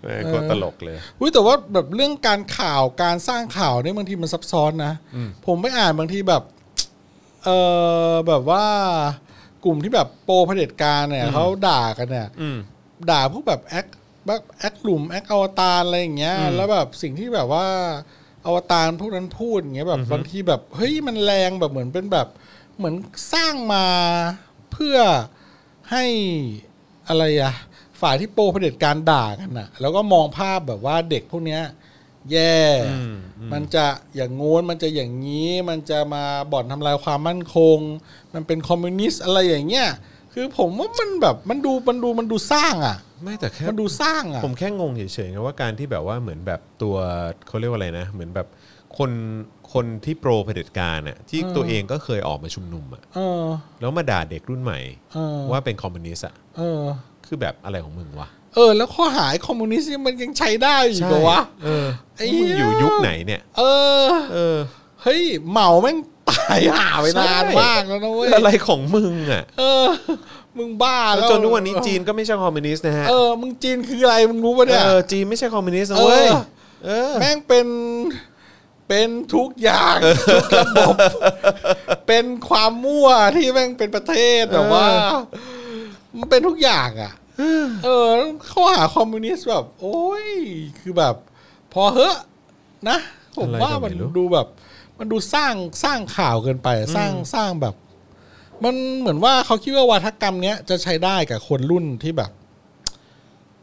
[SPEAKER 2] แม่งโคตรตลกเลย
[SPEAKER 3] อุ้ยแต่ว่าแบบเรื่องการข่าวการสร้างข่าวเนี่ยบางทีมันซับซ้อนนะ ผมไม่อ่านบางทีแบบ เออแบบว่ากลุ่มที่แบบโปรเผด็จการเนี่ยเขาด่ากันเนี่ย
[SPEAKER 2] อืม
[SPEAKER 3] ด่าพวกแบบแอคแบบแอคหลุมแอคอวตารอะไรอย่างเงี้ยแล้วแบบสิ่งที่แบบว่าอวตารพวกนั้นพูดอย่างเงี้ยแบบบางทีแบบเฮ้ยมันแรงแบบเหมือนเป็นแบบเหมือนสร้างมาเพื่อให้อะไรอะฝ่ายที่โปรเผด็จการด่ากันอะแล้วก็มองภาพแบบว่าเด็กพวกเนี้ย แย่ มันจะอย่างงู้นมันจะอย่างนี้ มันจะมาบ่อนทำลายความมั่นคง มันเป็นคอมมิวนิสต์อะไรอย่างเงี้ย คือผมว่ามันแบบมันดูมันดูมันดูสร้างอ่ะ
[SPEAKER 2] ไม่แต่แค่
[SPEAKER 3] มันดูสร้างอ่ะ
[SPEAKER 2] ผมแค่งงเฉยๆไงว่าการที่แบบว่าเหมือนแบบตัวเขาเรียกว่าอะไรนะ เหมือนแบบคนคนที่โปรเผด็จการน่ะที่ตัวเองก็เคยออกมาชุมนุมอะ
[SPEAKER 3] เออ
[SPEAKER 2] แล้วมาด่าเด็กรุ่นใหม่
[SPEAKER 3] เออ
[SPEAKER 2] ว่าเป็นคอมมิวนิสต์อะ
[SPEAKER 3] เออ
[SPEAKER 2] คือแบบอะไรของมึงวะ
[SPEAKER 3] เออ แล้วข้อหายคอมมิวนิสต์นี่มันยังใช้ได้อีกเหรอวะ
[SPEAKER 2] เออ
[SPEAKER 3] ไอ้เหี้
[SPEAKER 2] มึ
[SPEAKER 3] ย
[SPEAKER 2] งอยู่ยุคไหนเนี่ย
[SPEAKER 3] เออ
[SPEAKER 2] เออ
[SPEAKER 3] เฮ้ยเหมาแม่งตายห่าไปนานมากแล้วนะเว้ย
[SPEAKER 2] อะไรของมึงอ่ะ
[SPEAKER 3] เออ มึงบ้า
[SPEAKER 2] แล้
[SPEAKER 3] แล้ว ว
[SPEAKER 2] จนทุกวันนี้จีนก็ไม่ใช่คอมมิวนิสต์นะฮะ
[SPEAKER 3] เออ มึงจีนคืออะไรมึงรู้ปะเนี่ย
[SPEAKER 2] เออจีนไม่ใช่คอมมิวนิสต์นะเว้ย
[SPEAKER 3] เออ
[SPEAKER 2] เออ
[SPEAKER 3] แม่งเป็นเป็นทุกอย่างทุกระบบ เป็นความมั่วที่แม่งเป็นประเทศแบบว่า มันเป็นทุกอย่างอ่ะ เออข้อหาคอมมิวนิสต์แบบ โอ้ยคือแบบ พอเหอะนะ ผมว่ามันดูแบบ มันดูสร้างสร้างข่าวเกินไปอะสร้างสร้างแบบ มันเหมือนว่าเขาคิดว่าวาทกรรมเนี้ยจะใช้ได้กับคนรุ่นที่แบบ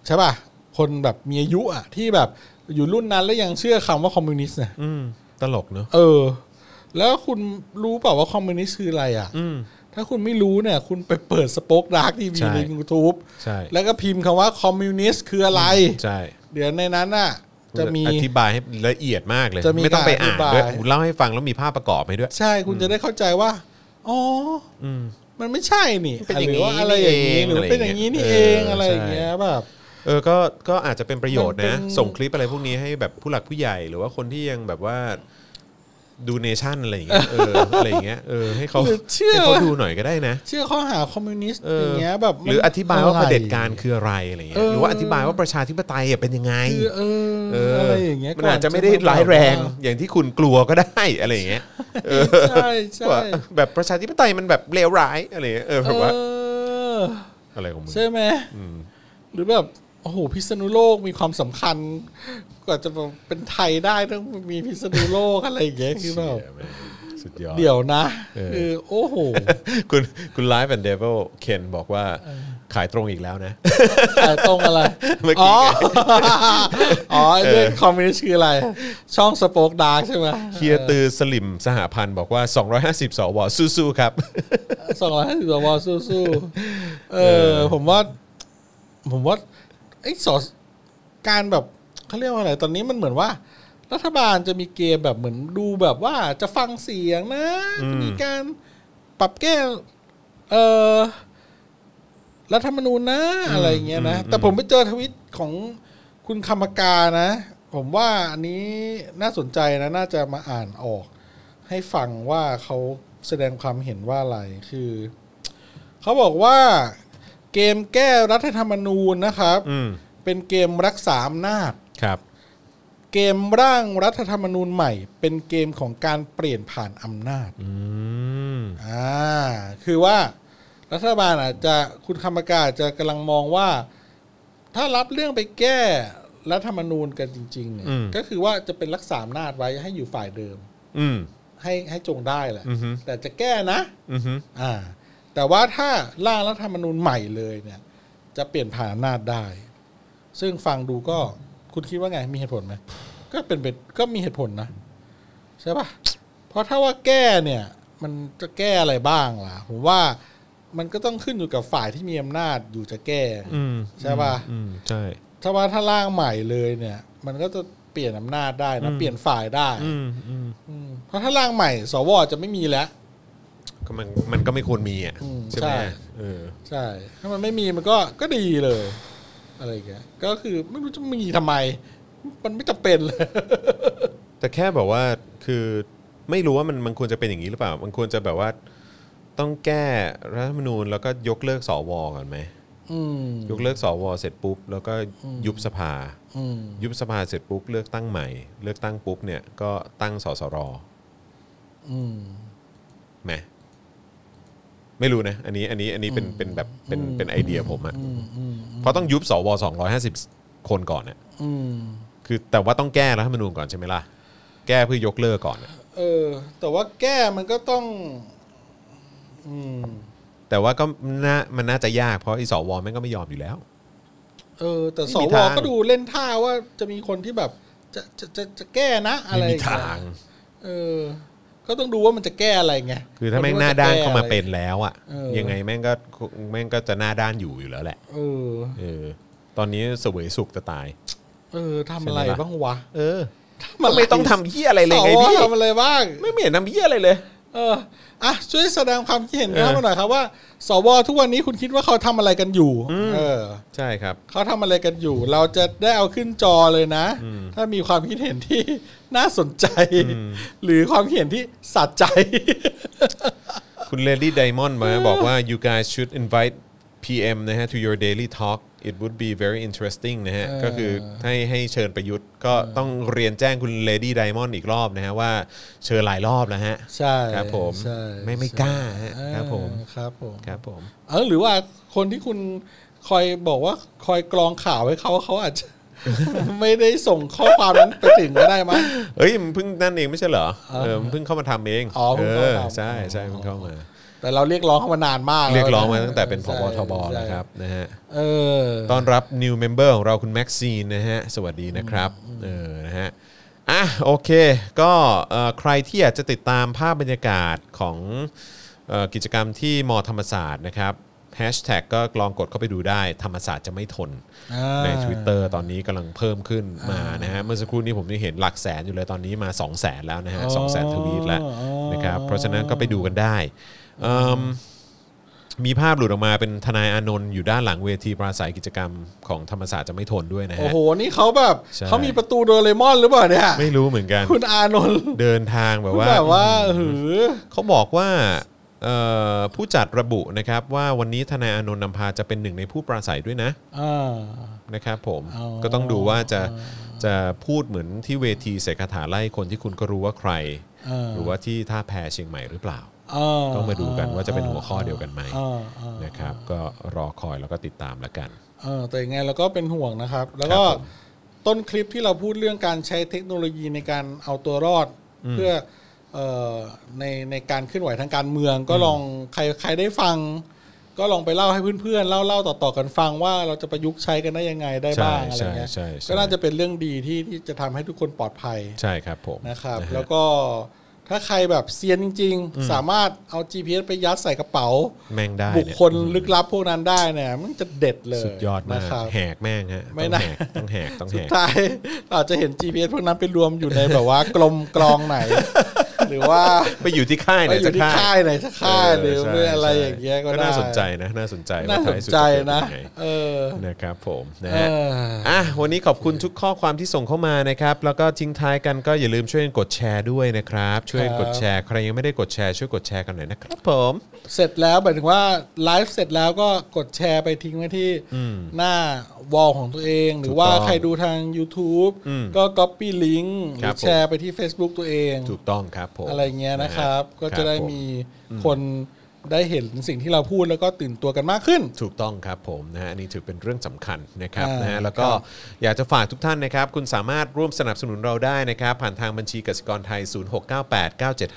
[SPEAKER 3] ใช่ป่ะ คนแบบมีอายุอ่ะ ที่แบบอยู่รุ่นนั้นแล้วยังเชื่อคำว่าคอมมิวนิสต์เนี่ย
[SPEAKER 2] อืมตลกเนอะ
[SPEAKER 3] เออ แล้วคุณรู้เปล่าว่าคอมมิวนิสต์คืออะไรอ่ะ
[SPEAKER 2] อืม
[SPEAKER 3] ถ้าคุณไม่รู้เนี่ย คุณไปเปิดสป็อกดาร์กทีวี
[SPEAKER 2] ใช่
[SPEAKER 3] ใน YouTube
[SPEAKER 2] ใช่
[SPEAKER 3] แล้วก็พิมพ์คำว่าคอมมิวนิสต์คืออะไร
[SPEAKER 2] ใช่
[SPEAKER 3] เดี๋ยวในนั้นน่ะ จะมี
[SPEAKER 2] อธิบายให้ละเอียดมากเลย
[SPEAKER 3] จะมี
[SPEAKER 2] ไม่ต้องไปอ่านด้วย
[SPEAKER 3] การอธิบาย
[SPEAKER 2] เล่าให้ฟังแล้วมีภาพประกอบให้ด้วย
[SPEAKER 3] ใช่คุณจะได้เข้าใจว่าอ๋ออมันไม่ใช่นี่
[SPEAKER 2] เป็นอย่าง
[SPEAKER 3] ห
[SPEAKER 2] นี้
[SPEAKER 3] รือว่าอะไรอย่างนี้
[SPEAKER 2] นี่เอง
[SPEAKER 3] หรือเป็นอย่างนี้นี่
[SPEAKER 2] เออ
[SPEAKER 3] เอง
[SPEAKER 2] ใช่
[SPEAKER 3] อะไรอย่างเงี้ยแบบ
[SPEAKER 2] เออก็ก็อาจจะเป็นประโยชน์
[SPEAKER 3] มันเป็
[SPEAKER 2] นะ
[SPEAKER 3] น
[SPEAKER 2] ส่งคลิปอะไรพวกนี้ให้แบบผู้หลักผู้ใหญ่ หรือว่าคนที่ยังแบบว่าดูเนชั่นอะไรอย่างเงี้ ยเอออะไรอย่างเงี้ยเออให้เขา
[SPEAKER 3] หรือเชื่อ
[SPEAKER 2] ให้เขาดูหน่อยก็ได้นะ
[SPEAKER 3] เชื่อข้อหาคอมมิวนิสต์
[SPEAKER 2] เออ
[SPEAKER 3] อ
[SPEAKER 2] อ
[SPEAKER 3] ย่างเงี้ยแบบ
[SPEAKER 2] หรืออธิบายว่า
[SPEAKER 3] มัน
[SPEAKER 2] เผ
[SPEAKER 3] ไ
[SPEAKER 2] ด็จการคืออะไรอะไรอย่างเงี้
[SPEAKER 3] เอย อ
[SPEAKER 2] หรือว่าอธิบายว่าประชาธิปไตยอะเป็นยังไง
[SPEAKER 3] คือเออ
[SPEAKER 2] เอออ
[SPEAKER 3] อะไรอย่างเงี้ย
[SPEAKER 2] มันอาจจะไม่ได้ร้ายแรงอย่างที่คุณกลัวก็ได้อะไรอย่างเงี้ยเออ
[SPEAKER 3] ใช่ใช่
[SPEAKER 2] ว่าแบบประชาธิปไตยมันแบบเลวร้ายอะไรอย่างเงี้ยเออ
[SPEAKER 3] เอ
[SPEAKER 2] แบบว่า
[SPEAKER 3] อ
[SPEAKER 2] อะไรของมึง
[SPEAKER 3] ใช่ไหมหรือแบบโอ้โหพิษณุโลกมีความสำคัญกว่าจะมาเป็นไทยได้ต้องมีพิษณุโลกอะไรอย่างเงี้ย คือแบบ
[SPEAKER 2] เชี่ยแม่งสุดยอด
[SPEAKER 3] เดี๋ยวนะ
[SPEAKER 2] เออ
[SPEAKER 3] คือโอ้โห
[SPEAKER 2] คุณคุณไลฟ์แอนเดเวลเคนบอกว่าขายตรงอีกแล้วนะ
[SPEAKER 3] ขายตรงอะไร
[SPEAKER 2] เมื่อกี้
[SPEAKER 3] อ๋อ อ๋อไอ้เรื่องคอมมิวนิสต์คืออะไร ช่องสป็อกดาร์กใช่ไหม
[SPEAKER 2] เฮียตือสลิมสหพันธ์บอกว่า 250 สวสู้ๆครับ
[SPEAKER 3] สองร้อยห้าสิบสวสู้ๆเออ ผมว่า ผมว่าไอ้สอการแบบเขาเรียกว่าอะไร ตอนนี้มันเหมือนว่า รัฐบาลจะมีเกมแบบเหมือนดูแบบว่าจะฟังเสียงนะ
[SPEAKER 2] อืม
[SPEAKER 3] มีการปรับแก้เออรัฐธรรมนูญนะอะไรอย่างเงี้ยนะแต่ผมไปเจอทวิตของคุณคำปากานะ ผมว่าอันนี้น่าสนใจนะ น่าจะมาอ่านออก ให้ฟังว่าเขาแสดงความเห็นว่าอะไรคือ เขาบอกว่าเกมแก้รัฐธรรมนูญนะครับ
[SPEAKER 2] อืม
[SPEAKER 3] เป็นเกมรักษาอำนาจ
[SPEAKER 2] ครับ
[SPEAKER 3] เกมร่างรัฐธรรมนูญใหม่ เป็นเกมของการเปลี่ยนผ่านอำนาจ
[SPEAKER 2] อืม
[SPEAKER 3] อ่า คือว่ารัฐบาลอาจจะคุณคำปากาอาจจะกำลังมองว่า ถ้ารับเรื่องไปแก้รัฐธรรมนูญกันจริงๆเนี่ย
[SPEAKER 2] อืม
[SPEAKER 3] ก็คือว่าจะเป็นรักษาอำนาจไว้ให้อยู่ฝ่ายเดิม
[SPEAKER 2] อืม
[SPEAKER 3] ให้ให้จงได้แหละ
[SPEAKER 2] อือฮึ
[SPEAKER 3] แต่จะแก้นะ
[SPEAKER 2] อืม
[SPEAKER 3] อ่า แต่ว่าถ้าร่างรัฐธรรมนูญใหม่เลยเนี่ย จะเปลี่ยนผ่านอำนาจได้ ซึ่งฟังดูก็คุณคิดว่าไงมีเหตุผลไหมก็เป็นไปก็มีเหตุผลนะ ใช่ปะเพราะถ้าว่าแก้เนี่ย มันจะแก้อะไรบ้างล่ะ ผมว่ามันก็ต้องขึ้นอยู่กับฝ่ายที่มีอำนาจอยู่จะแก้
[SPEAKER 2] อืม
[SPEAKER 3] ใช่ปะ
[SPEAKER 2] อืมใช่
[SPEAKER 3] ถ้าว่าถ้าร่างใหม่เลยเนี่ย มันก็จะเปลี่ยนอำนาจได้นะเปลี่ยนฝ่ายได้
[SPEAKER 2] อืมอืม
[SPEAKER 3] อืมเพราะถ้าร่างใหม่ สวจะไม่มีแล้ว
[SPEAKER 2] ก็มันมันก็ไม่ควรมีอ่ะ
[SPEAKER 3] อืม
[SPEAKER 2] ใช่ไหม
[SPEAKER 3] ใช่
[SPEAKER 2] เออ
[SPEAKER 3] ใช่ ถ้ามันไม่มีมันก็ก็ดีเลย อะไรอย่างเงี้ย ก็คือไม่รู้จะมีทำไม มันไม่จำเป็นเลย
[SPEAKER 2] แต่แค่แบบว่าคือไม่รู้ว่ามันมันควรจะเป็นอย่างนี้หรือเปล่า มันควรจะแบบว่าต้องแก้รัฐธรรมนูญแล้วก็ยกเลิกสวก่อนไหม
[SPEAKER 3] อืม
[SPEAKER 2] ยกเลิกสวเสร็จปุ๊บ แล้วก็ยุบสภา
[SPEAKER 3] อืม
[SPEAKER 2] ยุบสภาเสร็จปุ๊บเลือกตั้งใหม่ เลือกตั้งปุ๊บเนี่ยก็ตั้งสสร
[SPEAKER 3] อืม
[SPEAKER 2] ไหมไม่รู้นะ อันนี้อันนี้อันนี้เป็นเป็นแบบเป็นเป็นไอเดียผมอะ
[SPEAKER 3] อืม อืม
[SPEAKER 2] เพราะต้องยุบสว250 คนก่อนเนี่ย
[SPEAKER 3] อืม
[SPEAKER 2] คือแต่ว่าต้องแก้รัฐธรรมนูญก่อนใช่ไหมล่ะแก้เพื่อยกเลิกก่อนอะ
[SPEAKER 3] เออ แต่ว่าแก้มันก็ต้อง อืม
[SPEAKER 2] แต่ว่าก็น่ามันน่าจะยากเพราะไอ้สวแม่งก็ไม่ยอมอยู่แล้ว
[SPEAKER 3] เออ แต่ส
[SPEAKER 2] ไม่มี
[SPEAKER 3] ว
[SPEAKER 2] ทาง
[SPEAKER 3] ก็ดูเล่นท่าว่าจะมีคนที่แบบ จะจะจะจะแก้นะอะไร
[SPEAKER 2] ไม่
[SPEAKER 3] อย่
[SPEAKER 2] มี
[SPEAKER 3] เย
[SPEAKER 2] ทาง
[SPEAKER 3] เออ ก็ต้องดูว่ามันจะแก้อะไรไง
[SPEAKER 2] คือถ้าแม่งหน้าด้านเข้ามาเป็น นแล้วอ่ะ
[SPEAKER 3] เออ
[SPEAKER 2] ยังไงแม่งก็แม่งก็จะหน้าด้านอยู่อยู่แล้วแหละ
[SPEAKER 3] เออ
[SPEAKER 2] เออตอนนี้เสวยสุขจะตาย
[SPEAKER 3] เออทำอะไร
[SPEAKER 2] ใช่ไหมล่ะ
[SPEAKER 3] บ้างวะ
[SPEAKER 2] เออมันไม่ต้องทำเหี้ยอะไรเลยไง
[SPEAKER 3] สว
[SPEAKER 2] พี่
[SPEAKER 3] ทำอะไรบ้าง
[SPEAKER 2] ไม่เห็นทำเหี้ยอะไรเลย
[SPEAKER 3] เอออ่ะช่วยแสดงความคิดเห็น
[SPEAKER 2] เออ
[SPEAKER 3] เข้ามาหน่อยครับว่า สวทุกวันนี้คุณคิดว่าเขาทำอะไรกันอยู่ เออ
[SPEAKER 2] ใช่ครับ
[SPEAKER 3] เขาทำอะไรกันอยู่ เราจะได้เอาขึ้นจอเลยนะ ถ้ามีความคิดเห็นที่น่าสนใจ หรือความคิดเห็นที่สะใจ
[SPEAKER 2] คุณเลดี้ไดมอนด์มาบอกว่า you guys should invite PM นะฮะ to your daily talk it would be very interesting นะฮะ
[SPEAKER 3] เออ
[SPEAKER 2] ก็คือให้ให้เชิญประยุทธ์ก็ต้องเรียนแจ้งคุณเลดี้ไดมอนด์อีกรอบนะฮะ ว่าเชิญหลายรอบแล้วฮะ
[SPEAKER 3] ใช่
[SPEAKER 2] ครับผม
[SPEAKER 3] ใช่
[SPEAKER 2] ไม่ไม่
[SPEAKER 3] ใช่
[SPEAKER 2] กล้าฮะ
[SPEAKER 3] เออ
[SPEAKER 2] ครับผม
[SPEAKER 3] ครับผม
[SPEAKER 2] ครับผม
[SPEAKER 3] เออหรือว่าคนที่คุณคอยบอกว่าคอยกรองข่าวให้เขาเขาอาจจะ ไม่ได้ส่งข้อความนั้นไปถึงก็ได้มั้ย
[SPEAKER 2] เอ้ยมันเพิ่งนั่นเองไม่ใช่เหรอเออมันเพิ่งเข้ามาทำเอง
[SPEAKER 3] อ๋อเพิ่งเข้ามาทำ
[SPEAKER 2] ออใช่ใช่เพิ่งเข้ามา
[SPEAKER 3] แต่เราเรียกร้องเขามานานมากแล้ว
[SPEAKER 2] เรียกร้องมาตั้งแต่เป็นพ
[SPEAKER 3] ใช่
[SPEAKER 2] บทบแล้ว
[SPEAKER 3] ใช่
[SPEAKER 2] ครับนะฮะ
[SPEAKER 3] เออ
[SPEAKER 2] ต้อนรับ new member ของเราคุณแม็กซีนนะฮะ สวัสดีนะครับ เออ นะฮะ อ่ะ โอเค ก็เอ่อใครที่อยากจะติดตามภาพบรรยากาศของเอ่อกิจกรรมที่มธรรมศาสตร์นะครับแฮชแท็กก็ลองกดเข้าไปดูได้ ธรรมศาสตร์จะไม่ทน
[SPEAKER 3] อ่า
[SPEAKER 2] ใน Twitter ตอนนี้กำลังเพิ่มขึ้นมานะฮะ เมื่อสักครู่นี้ผมยังเห็นหลักแสนอยู่เลยตอนนี้มา 2 0 0แสนแล้วนะฮะสองแสนทวีตแล้วนะครับ เพราะฉะนั้นก็ไปดูกันได้เอิ่ม มีภาพหลุดออกมาเป็นทนายอานนท์อยู่ด้านหลังเวทีปราศัยกิจกรรมของธรรมศาสตร์จะไม่ทนด้วยนะ
[SPEAKER 3] โอ้
[SPEAKER 2] ฮะ
[SPEAKER 3] โห นี่เขาแบบ
[SPEAKER 2] ใช่
[SPEAKER 3] เขามีประตูโดเรมอนหรือเปล่าเนี่ย
[SPEAKER 2] ไม่รู้เหมือนกัน
[SPEAKER 3] คุณอานนท์
[SPEAKER 2] เดินทางแบบว่า
[SPEAKER 3] แบบว่าหือ
[SPEAKER 2] เขาบอกว่าเอ่อผู้จัดระบุนะครับว่าวันนี้ทนายอานนท์นำพาจะเป็นหนึ่งในผู้ปราศัยด้วยนะ
[SPEAKER 3] อ่า
[SPEAKER 2] นะครับผม
[SPEAKER 3] อ๋อ
[SPEAKER 2] ก็ต้องดูว่าจะจะพูดเหมือนที่เวทีเสกคาถาไล่คนที่คุณก็รู้ว่าใคร
[SPEAKER 3] อ่า
[SPEAKER 2] หรือว่าที่ท่าแพเชียงใหม่หรือเปล่า
[SPEAKER 3] อ่
[SPEAKER 2] ต้องมาดูกันว่าจะเป็นหัวข้อเดียวกันไหม
[SPEAKER 3] อ่าอ่า
[SPEAKER 2] นะครับก็รอคอยแล้วก็ติดตามแล้วกัน
[SPEAKER 3] อ่าแต่ยังไงเราก็เป็นห่วงนะครับ แล้วก็
[SPEAKER 2] ครับผม
[SPEAKER 3] ต้นคลิปที่เราพูดเรื่องการใช้เทคโนโลยีในการเอาตัวรอด เพื่อเอ่อในในการเคลื่อนไหวทางการเมือง ก็ลองใครใครได้ฟัง ก็ลองไปเล่าให้เพื่อนๆเล่าเล่าต่อๆกันฟังว่าเราจะประยุกต์ใช้กันได้ยังไงได้บ้างอะไรเงี้ย
[SPEAKER 2] ใช่ใช่ใช่
[SPEAKER 3] ก็น่าจะเป็นเรื่องดีที่ที่จะทำให้ทุกคนปลอดภัย
[SPEAKER 2] ใช่ครับผม
[SPEAKER 3] นะครับ
[SPEAKER 2] ฮ
[SPEAKER 3] แล้วก็ ถ้าใครแบบเซียนจริง ๆ สามารถเอา GPS ไปยัดใส่กระเป๋า
[SPEAKER 2] แม่งได้
[SPEAKER 3] บุค
[SPEAKER 2] เนี่ย
[SPEAKER 3] คลลึกลับพวกนั้นได้เนี่ยมันจะเด็ดเลย
[SPEAKER 2] สุดยอดมา
[SPEAKER 3] นะ
[SPEAKER 2] ก
[SPEAKER 3] ครับ
[SPEAKER 2] แหกแม่งฮะ
[SPEAKER 3] ไม่น่า
[SPEAKER 2] ต้องแหกต้อง
[SPEAKER 3] สุ
[SPEAKER 2] แห
[SPEAKER 3] ด
[SPEAKER 2] ก
[SPEAKER 3] ท้ายเราอาจจะเห็น GPS พวกนั้นไปรวมอยู่ในแบบว่ากลมกรอง ไหน หรือว่า
[SPEAKER 2] ไปอยู่ที่ค่ายไห
[SPEAKER 3] ไป
[SPEAKER 2] น
[SPEAKER 3] อ
[SPEAKER 2] สัก
[SPEAKER 3] ยู่ที่
[SPEAKER 2] ค่าย
[SPEAKER 3] ค่ายไหนสักค่ายหรือ
[SPEAKER 2] เใช่
[SPEAKER 3] เป็นอะไร
[SPEAKER 2] ใช่
[SPEAKER 3] อย่างเงี้ยก็ได้
[SPEAKER 2] น่าสนใจนะน่าสนใจ
[SPEAKER 3] น่าส
[SPEAKER 2] ว่ท้ย
[SPEAKER 3] น
[SPEAKER 2] ด
[SPEAKER 3] ใจ
[SPEAKER 2] จเป็
[SPEAKER 3] นะ
[SPEAKER 2] ยังไง
[SPEAKER 3] เออ
[SPEAKER 2] นะครับผมนะ
[SPEAKER 3] เอ
[SPEAKER 2] ฮะ
[SPEAKER 3] อ
[SPEAKER 2] อ่ะวันนี้ขอบคุณทุกข้อความที่ส่งเข้ามานะครับ แล้วก็ทิ้งท้ายกันก็อย่าลืมช่วยกดแชร์ด้วยนะครับ ช่วยกดแชร์ใครยังไม่ได้กดแชร์ช่วยกดแชร์กันหน่อยนะครับผม
[SPEAKER 3] เสร็จแล้วหมายถึงว่าไลฟ์เสร็จแล้วก็กดแชร์ไปทิ้งไว้ที่หน้าวอลของตัวเอง หรือว่าใครดูทาง YouTube ก็ก๊อปปี้ลิงก์ห
[SPEAKER 2] ครั
[SPEAKER 3] รื
[SPEAKER 2] บ
[SPEAKER 3] อ
[SPEAKER 2] ผม
[SPEAKER 3] แชร์ไปที่ Facebook ตัวเอง
[SPEAKER 2] ถูกต้องครับผม
[SPEAKER 3] อะไรเงี้ยนะครับ
[SPEAKER 2] ฮ
[SPEAKER 3] ก็จะได้
[SPEAKER 2] ครับผ
[SPEAKER 3] มีคนได้เห็นสิ่งที่เราพูดแล้วก็ตื่นตัวกันมากขึ้น
[SPEAKER 2] ถูกต้องครับผมนะฮะอันนี่ถือเป็นเรื่องสำคัญนะครับ
[SPEAKER 3] อ่าน
[SPEAKER 2] นะฮะแล้วก็
[SPEAKER 3] ครับ
[SPEAKER 2] อยากจะฝากทุกท่านนะครับ คุณสามารถร่วมสนับสนุนเราได้นะครับ ผ่านทางบัญชีกสิกรไทย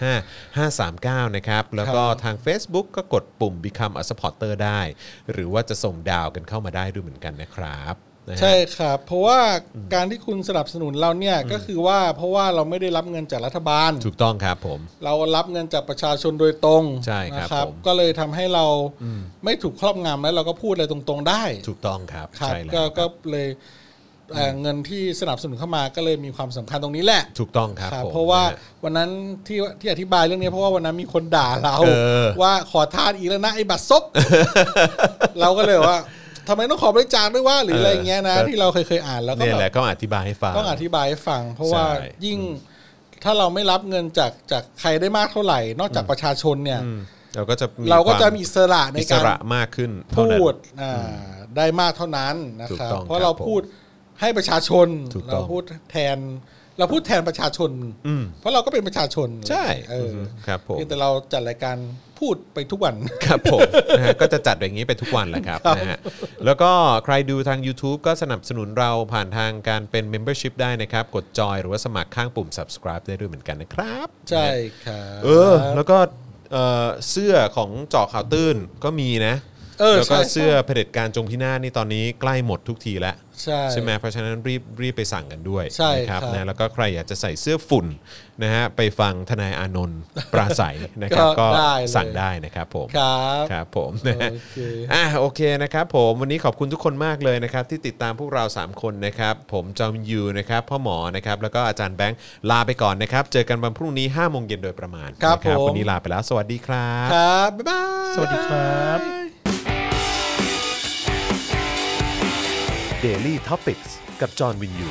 [SPEAKER 2] 0698975539 นะครับ แล้วก็ทาง Facebook ก็กดปุ่ม Become a supporter ได้ หรือว่าจะส่งดาวกันเข้ามาได้ด้วยเหมือนกันนะครับนะฮะ
[SPEAKER 3] ใช่ครับ เพราะว่าการที่คุณสนับสนุนเราเนี่ยก็คือว่าเพราะว่าเราไม่ได้รับเงินจากรัฐบาล
[SPEAKER 2] ถูกต้องครับผม
[SPEAKER 3] เรารับเงินจากประชาชนโดยตรง
[SPEAKER 2] ใช่ครับ
[SPEAKER 3] นะ
[SPEAKER 2] ผม
[SPEAKER 3] ก็เลยทำให้เราไม่ถูกครอบงำและเราก็พูดอะไรตรงๆได้
[SPEAKER 2] ถูกต้องครับ
[SPEAKER 3] ครับ
[SPEAKER 2] ใช่แล้ว
[SPEAKER 3] ก็
[SPEAKER 2] ค
[SPEAKER 3] ก็
[SPEAKER 2] รับ
[SPEAKER 3] เลยเอ่อเงินที่สนับสนุนเข้ามาก็เลยมีความสำคัญตรงนี้แหละ
[SPEAKER 2] ถูกต้องครับ
[SPEAKER 3] ครับ
[SPEAKER 2] ผม
[SPEAKER 3] เพราะว่า
[SPEAKER 2] นะฮะ
[SPEAKER 3] วันนั้นที่ที่อธิบายเรื่องนี้เพราะว่าวันนั้นมีคนด่าเรา
[SPEAKER 2] เออ
[SPEAKER 3] ว่าขอทานอีกแล้วนะไอ้บัตรซ บ เราก็เลยว่าทำไมต้องขอบริจาคด้วยว่าหรืออะไรอย่างเงี้ยนะ ที่เราเคยเคยๆอ่านแล้วก็
[SPEAKER 2] เนี่ย
[SPEAKER 3] แบบ
[SPEAKER 2] แหละก็อธิบายให้ฟัง
[SPEAKER 3] ต้องอธิบายให้ฟัง เพราะว่า
[SPEAKER 2] ใช่
[SPEAKER 3] ยิ่งถ้าเราไม่รับเงินจากจากใครได้มากเท่าไหร่ นอกจากประชาชนเนี่ย
[SPEAKER 2] เราก็จะมี
[SPEAKER 3] เราก็จะ
[SPEAKER 2] คว
[SPEAKER 3] มีอิสระใน
[SPEAKER 2] อิส
[SPEAKER 3] การ
[SPEAKER 2] ระมากขึ้นเท่า
[SPEAKER 3] พู
[SPEAKER 2] นั้น
[SPEAKER 3] ดอ่าได้มากเท่านั้นนะ
[SPEAKER 2] ถูก
[SPEAKER 3] ครับ
[SPEAKER 2] ต้อง
[SPEAKER 3] เพราะเรา
[SPEAKER 2] ครับผม
[SPEAKER 3] พูดให้ประชาชน
[SPEAKER 2] ถูกต้อง
[SPEAKER 3] เราพูดแทน เราพูดแทนประชาชน
[SPEAKER 2] อืม
[SPEAKER 3] เพราะเราก็เป็นประชาชน
[SPEAKER 2] ใช่
[SPEAKER 3] เอออ
[SPEAKER 2] มครับผม
[SPEAKER 3] เพียงแต่เราจัดรายการพูดไปทุกวัน
[SPEAKER 2] ครับผมนะฮะก็จะจัดอย่างนี้ไปทุกวันแหละครับนะฮะแล้วก็ใครดูทาง YouTube ก็สนับสนุนเราผ่านทางการเป็น Membership ได้นะครับ กดจอยหรือว่าสมัครข้างปุ่ม subscribe ได้ด้วยเหมือนกันนะครับ
[SPEAKER 3] ใช่
[SPEAKER 2] นะฮะ
[SPEAKER 3] ครับ
[SPEAKER 2] เออ แล้วก็เอ่อเสื้อของเจอข่าวตื้นก็มีนะ
[SPEAKER 3] เออ
[SPEAKER 2] แล้วก็
[SPEAKER 3] ใช่
[SPEAKER 2] เสื้อเผด็จการจงพินาศนี่ตอนนี้ใกล้หมดทุกทีแล้ว
[SPEAKER 3] ใช่
[SPEAKER 2] ใช่ไหมเพราะฉะนั้นรีบรีบไปสั่งกันด้วย
[SPEAKER 3] ใช่
[SPEAKER 2] นะค
[SPEAKER 3] ครั
[SPEAKER 2] รับบ นะแล้วก็ใครอยากจะใส่เสื้อฝุ่นนะฮะไปฟังทนายอานนท์ปราศัยนะครับ ก็สั่งได้นะครับผม
[SPEAKER 3] ครับ
[SPEAKER 2] ครับผมนะฮะ
[SPEAKER 3] โอเค
[SPEAKER 2] อ่ะโอเคนะครับผมวันนี้ขอบคุณทุกคนมากเลยนะครับ ที่ติดตามพวกเรา 3 คนนะครับ ผมจอมยูนะครับพ่อหมอนะครับแล้วก็อาจารย์แบงค์ลาไปก่อนนะครับ เจอกันวันพรุ่งนี้5โมงเย็นโดยประมาณ
[SPEAKER 3] ครับ
[SPEAKER 2] นะ
[SPEAKER 3] ผม
[SPEAKER 2] วันนี้ลาไปแล้ว สวัสดีครับ
[SPEAKER 3] ครับ บ๊ายบาย
[SPEAKER 4] สวัสดีครับ
[SPEAKER 1] Daily t o p i c กกับจอห์นวินยู